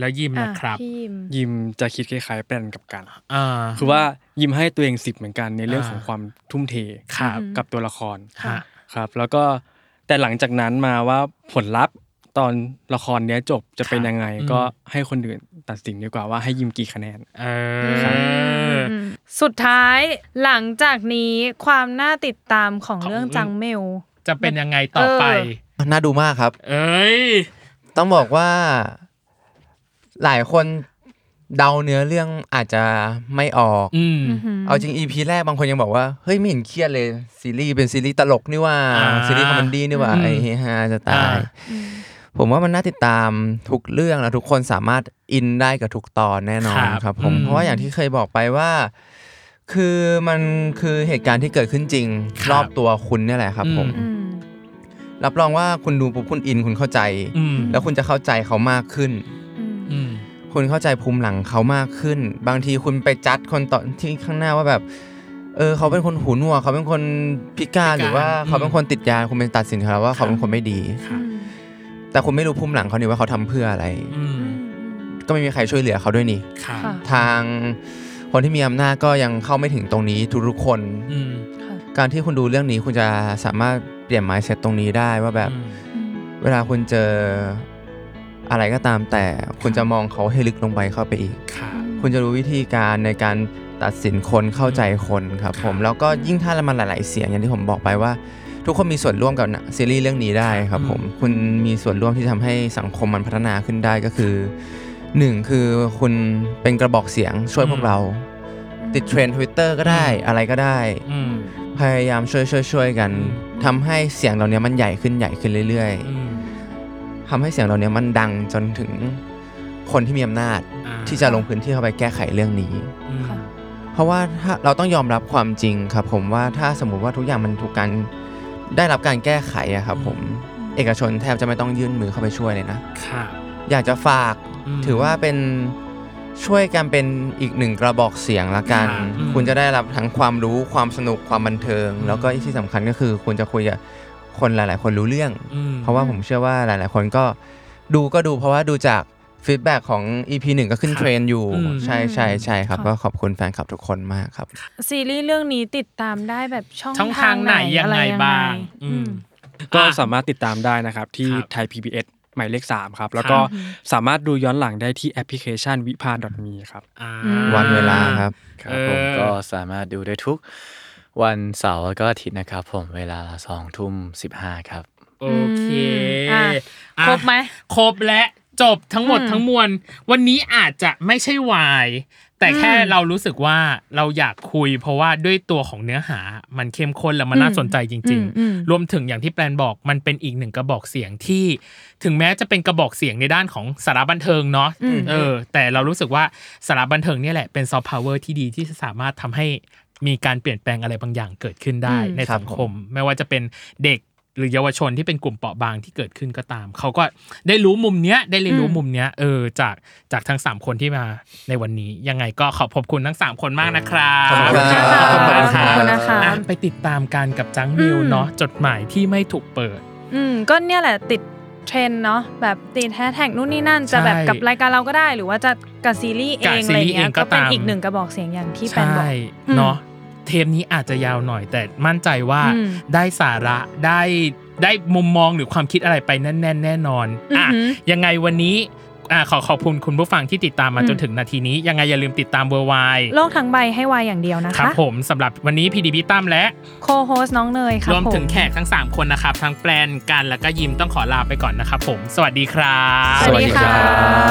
[SPEAKER 3] แล้วยิม
[SPEAKER 7] อ่ะ
[SPEAKER 3] นะครับ
[SPEAKER 7] พี่ยิม
[SPEAKER 6] ยิมจะคิดคล้ายๆแปลนกับกัน
[SPEAKER 3] อ่า
[SPEAKER 6] คือว่ายิมให้ตัวเองสิบเหมือนกันในเรื่อง
[SPEAKER 3] อ่า
[SPEAKER 6] ของความทุ่มเท
[SPEAKER 3] ครับ
[SPEAKER 6] กับตัวละคร
[SPEAKER 3] ฮะ
[SPEAKER 6] ครับ แล้วก็แต่หลังจากนั้นมาว่าผลลัพธ์ตอนละครเนี้ยจบจะเป็นยังไง ก็ให้คนอื่นตัดสินดีกว่าว่าให้ยิมกี่คะแนน
[SPEAKER 3] เอ
[SPEAKER 6] ครับ
[SPEAKER 3] อ
[SPEAKER 7] สุดท้ายหลังจากนี้ความน่าติดตามของ
[SPEAKER 3] ของ
[SPEAKER 7] เรื่องจังเมล
[SPEAKER 3] จะเป็นยังไงต่อไป
[SPEAKER 7] เออ
[SPEAKER 4] น่าดูมากครับ
[SPEAKER 3] เอ้ย
[SPEAKER 4] ต้องบอกว่า หลายคนเดาเนื้อเรื่องอาจจะไม่ออก
[SPEAKER 3] อืม
[SPEAKER 4] เอาจริง EP แรกบางคนยังบอกว่า เฮ้ยไม่เห็นเครียดเลย ซีรีส์เป็นซีรีส์ตลกนี่ว่า
[SPEAKER 3] อ่า
[SPEAKER 4] ซีรีส์คอมเมดี้นี่ว่า
[SPEAKER 3] อืม
[SPEAKER 4] ไอ้เฮฮาจะตาย
[SPEAKER 3] อ่า
[SPEAKER 4] ผมว่ามันน่าติดตามทุกเรื่องแล้วทุกคนสามารถอินได้กับทุกตอนแน่นอน
[SPEAKER 3] ค
[SPEAKER 4] ค
[SPEAKER 3] รั
[SPEAKER 4] รั
[SPEAKER 3] บบ
[SPEAKER 4] ผม
[SPEAKER 3] อืม
[SPEAKER 4] เพราะว่าอย่างที่เคยบอกไปว่า คือมันคือเหตุการณ์ที่เกิดขึ้นจริง
[SPEAKER 3] ครับ
[SPEAKER 4] รอบตัวคุณเนี่ยแหละครับ ผม
[SPEAKER 3] อื
[SPEAKER 7] อืม
[SPEAKER 4] รับรองว่าคุณดูปุ๊บคุณอินคุณเข้าใจ
[SPEAKER 3] อืม
[SPEAKER 4] แล้วคุณจะเข้าใจเขามากขึ้น
[SPEAKER 7] อืม
[SPEAKER 3] อืม
[SPEAKER 4] คุณเข้าใจภูมิหลังเขามากขึ้น บางทีคุณไปจัดคนต่อที่ข้างหน้าว่าแบบ เออเขาเป็นคนหูหนวกเขาเป็นคนพิกา
[SPEAKER 3] พิการ
[SPEAKER 4] รหรือว่าเขาเป็นคนติดยาคุณไปตัดสินเขาแล้วว่าเขาเป็นคนไม่ดี
[SPEAKER 3] ครับ
[SPEAKER 4] แต่คุณไม่รู้ภูมิหลังเขานี่ว่าเขาทำเพื่ออะไร
[SPEAKER 3] อืม
[SPEAKER 4] ก็ไม่มีใครช่วยเหลือเขาด้วยนี่
[SPEAKER 3] ค่ะ
[SPEAKER 7] ค่ะ
[SPEAKER 4] ทางคนที่มีอำนาจก็ยังเข้าไม่ถึงตรงนี้ทุกๆคน
[SPEAKER 3] อืม
[SPEAKER 4] การที่คุณดูเรื่องนี้คุณจะสามารถเปลี่ยน mindset ตรงนี้ได้ว่าแบบ
[SPEAKER 3] อืม
[SPEAKER 4] เวลาคุณเจออะไรก็ตามแต่คุณจะมองเขาให้ลึกลงไปเข้าไปอีก
[SPEAKER 3] ค่ะ
[SPEAKER 4] คุณจะรู้วิธีการในการตัดสินคนเข้าใจคนครับผม แล้วก็ยิ่งถ้ามันหลาย ๆ เสียงอย่างที่ผมบอกไปว่า ทุกคนมีส่วนร่วมกับหนังซีรีส์เรื่องนี้ได้ครับผม คุณมีส่วนร่วมที่ทำให้สังคมมันพัฒนาขึ้นได้ก็คือหนึ่งคือคุณเป็นกระบอกเสียงช่วยพว
[SPEAKER 3] อื
[SPEAKER 4] ก
[SPEAKER 3] ม
[SPEAKER 4] เรา ติดเทรนด์ทวิตเตอร์ก็ได้
[SPEAKER 3] อืม
[SPEAKER 4] อะไรก็ได้
[SPEAKER 3] อืม
[SPEAKER 4] พยายามช่วยช่วยช่วยกัน
[SPEAKER 3] อื
[SPEAKER 4] ทำให้เสียงเหล่านี้มันใหญ่ขึ้นใหญ่ขึ้นเรื่อย
[SPEAKER 3] อืม
[SPEAKER 4] ๆทำให้เสียงเหล่านี้มันดังจนถึงคนที่มีอำนาจ
[SPEAKER 3] อ่า
[SPEAKER 4] ที่จะลงพื้นที่เข้าไปแก้ไขเรื่องนี้
[SPEAKER 3] อืม
[SPEAKER 4] เพราะว่าถ้าเราต้องยอมรับความจริงครับ ผมว่าถ้าสมมุติว่าทุกอย่างมันถูกการได้รับการแก้ไขอะครับ ผมเอกชนแทบจะไม่ต้องยื่นมือเข้าไปช่วยเลยนะ
[SPEAKER 3] ค่ะ
[SPEAKER 4] อยากจะฝาก
[SPEAKER 3] ม
[SPEAKER 4] ถือว่าเป็นช่วยกันเป็นอีกหนึ่งกระบอกเสียงละกัน
[SPEAKER 3] ค่ะอืม
[SPEAKER 4] คุณจะได้รับทั้งความรู้ความสนุกความบันเทิง
[SPEAKER 3] อืม
[SPEAKER 4] แล้วก็ที่สำคัญก็คือคุณจะคุยกับคนหลาย ๆ คนรู้เรื่อง
[SPEAKER 3] อืม
[SPEAKER 4] เพราะว่าผมเชื่อว่าหลาย ๆ คนก็ดูก็ดูเพราะว่าดูจากฟีดแบ็ของ EP หนึ่งก็ขึ้น
[SPEAKER 3] ครับ
[SPEAKER 4] เทรนด์อยู่
[SPEAKER 3] อืม
[SPEAKER 4] ใช่ใช่ใช่ครับ
[SPEAKER 7] ค่ะ
[SPEAKER 4] ก็ขอบคุณแฟนคลับทุกคนมากครับ
[SPEAKER 7] ซีรีส์เรื่องนี้ติดตามได้แบบช่อง
[SPEAKER 3] ช่องทางไหนยังไงบ้าง
[SPEAKER 7] อื
[SPEAKER 3] อื
[SPEAKER 7] ม
[SPEAKER 3] ม
[SPEAKER 6] ก็สามารถติดตามได้นะครับ ที่
[SPEAKER 3] ครับ
[SPEAKER 6] ไทย PBS หมายเลข 3 ครับ แล้วก็
[SPEAKER 3] ครับ
[SPEAKER 6] สามารถดูย้อนหลังได้ที่แอปพลิเคชันวิภา .me ครับ
[SPEAKER 3] อ่า
[SPEAKER 4] วันเวลาครับ
[SPEAKER 5] ครับผม
[SPEAKER 3] เออ
[SPEAKER 5] ก็สามารถดูได้ทุกวันเสาร์แล้วก็อาทิตย์นะครับ ผมเวลาสองทุ่มสิบห้าครับ
[SPEAKER 3] โอเค
[SPEAKER 7] อืมอ่ะ
[SPEAKER 3] อ่ะ
[SPEAKER 7] ครบไหม
[SPEAKER 3] ครบและจบทั้งหมดทั้งมวล วันนี้อาจจะไม่ใช่วาย แต่แค่
[SPEAKER 7] อืม
[SPEAKER 3] เรารู้สึกว่าเราอยากคุย เพราะว่าด้วยตัวของเนื้อหา มันเข้มข้นและมันน่าสนใจจริง
[SPEAKER 7] อืม
[SPEAKER 3] ๆ รวมถึงอย่างที่แปลนบอกมันเป็นอีกหนึ่งกระบอกเสียงที่ ถึงแม้จะเป็นกระบอกเสียงในด้านของสาระบันเทิงเนาะเออ แต่เรารู้สึกว่าสาระบันเทิงเนี่ยแหละเป็นซอฟต์พาวเวอร์ที่ดีที่สามารถทำให้มีการเปลี่ยนแปลงอะไรบางอย่างเกิดขึ้นได้
[SPEAKER 7] อืม
[SPEAKER 3] ใน
[SPEAKER 4] ครั
[SPEAKER 3] สั
[SPEAKER 4] บ
[SPEAKER 3] ง
[SPEAKER 4] ผม
[SPEAKER 3] คม ไม่ว่าจะเป็นเด็กหรือเยาวชนที่เป็นกลุ่มเปราะบางที่เกิดขึ้นก็ตาม เขาก็ได้รู้มุมเนี้ยได้เรียนรู้
[SPEAKER 7] อืม
[SPEAKER 3] มุมเนี้ยเออจากจากทั้ง 3 คนที่มาในวันนี้ ยังไงก็ขอบขอบคุณทั้ง 3 คนมากนะครับ
[SPEAKER 4] ขอบคุณครับ
[SPEAKER 3] ขอบคุณมาก
[SPEAKER 7] ข
[SPEAKER 3] ค
[SPEAKER 7] อบ
[SPEAKER 3] รับ
[SPEAKER 7] คุณนะคะ
[SPEAKER 3] อ่ะไปติดตามกันกับจังมิวเนาะจดหมายที่ไม่ถูกเปิด
[SPEAKER 7] อืมก็เนี่ยแหละติดเทรนด์เนาะแบบติดแฮชแท็กนู่นนี่นั่นจะแบบ
[SPEAKER 3] ใช่
[SPEAKER 7] กับรายการเราก็ได้ หรือว่าจะกับซีรีส์เอง
[SPEAKER 3] กับซี
[SPEAKER 7] อะไร
[SPEAKER 3] รีส์
[SPEAKER 7] เงี้ย
[SPEAKER 3] เองก็
[SPEAKER 7] ก็เป็น
[SPEAKER 3] ตาม
[SPEAKER 7] อีกหนึ่งกระบอกเสียงอย่างที่แปน
[SPEAKER 3] ใช่
[SPEAKER 7] บอก
[SPEAKER 3] เนาะเทปนี้อาจจะยาวหน่อย แต่มั่นใจว่า
[SPEAKER 7] อืม
[SPEAKER 3] ได้สาระได้ได้มุมมองหรือความคิดอะไรไปแน่นๆแน่นอนอ่ะ
[SPEAKER 7] อือหือ
[SPEAKER 3] ยังไงวันนี้อ่ะขอขอบคุณคุณผู้ฟังที่ติดตามมา
[SPEAKER 7] อืม
[SPEAKER 3] จนถึงนาทีนี้ ยังไงอย่าลืมติดตามเวอร์ไว
[SPEAKER 7] โลกทั้งใบให้วายอย่างเดียวนะ
[SPEAKER 3] ครั
[SPEAKER 7] คะ
[SPEAKER 3] บผมสำหรับวันนี้พีดีพิตั้มและ
[SPEAKER 7] โคโฮสน้องเนยครับ
[SPEAKER 3] รวมถึง
[SPEAKER 7] ผ
[SPEAKER 3] แขกทั้ง 3 คนนะครับ ทั้งแปลนกันแล้วก็ยิมต้องขอลาไปก่อนนะครับผม สวัสดีครับ
[SPEAKER 7] สวัสดีค่ะ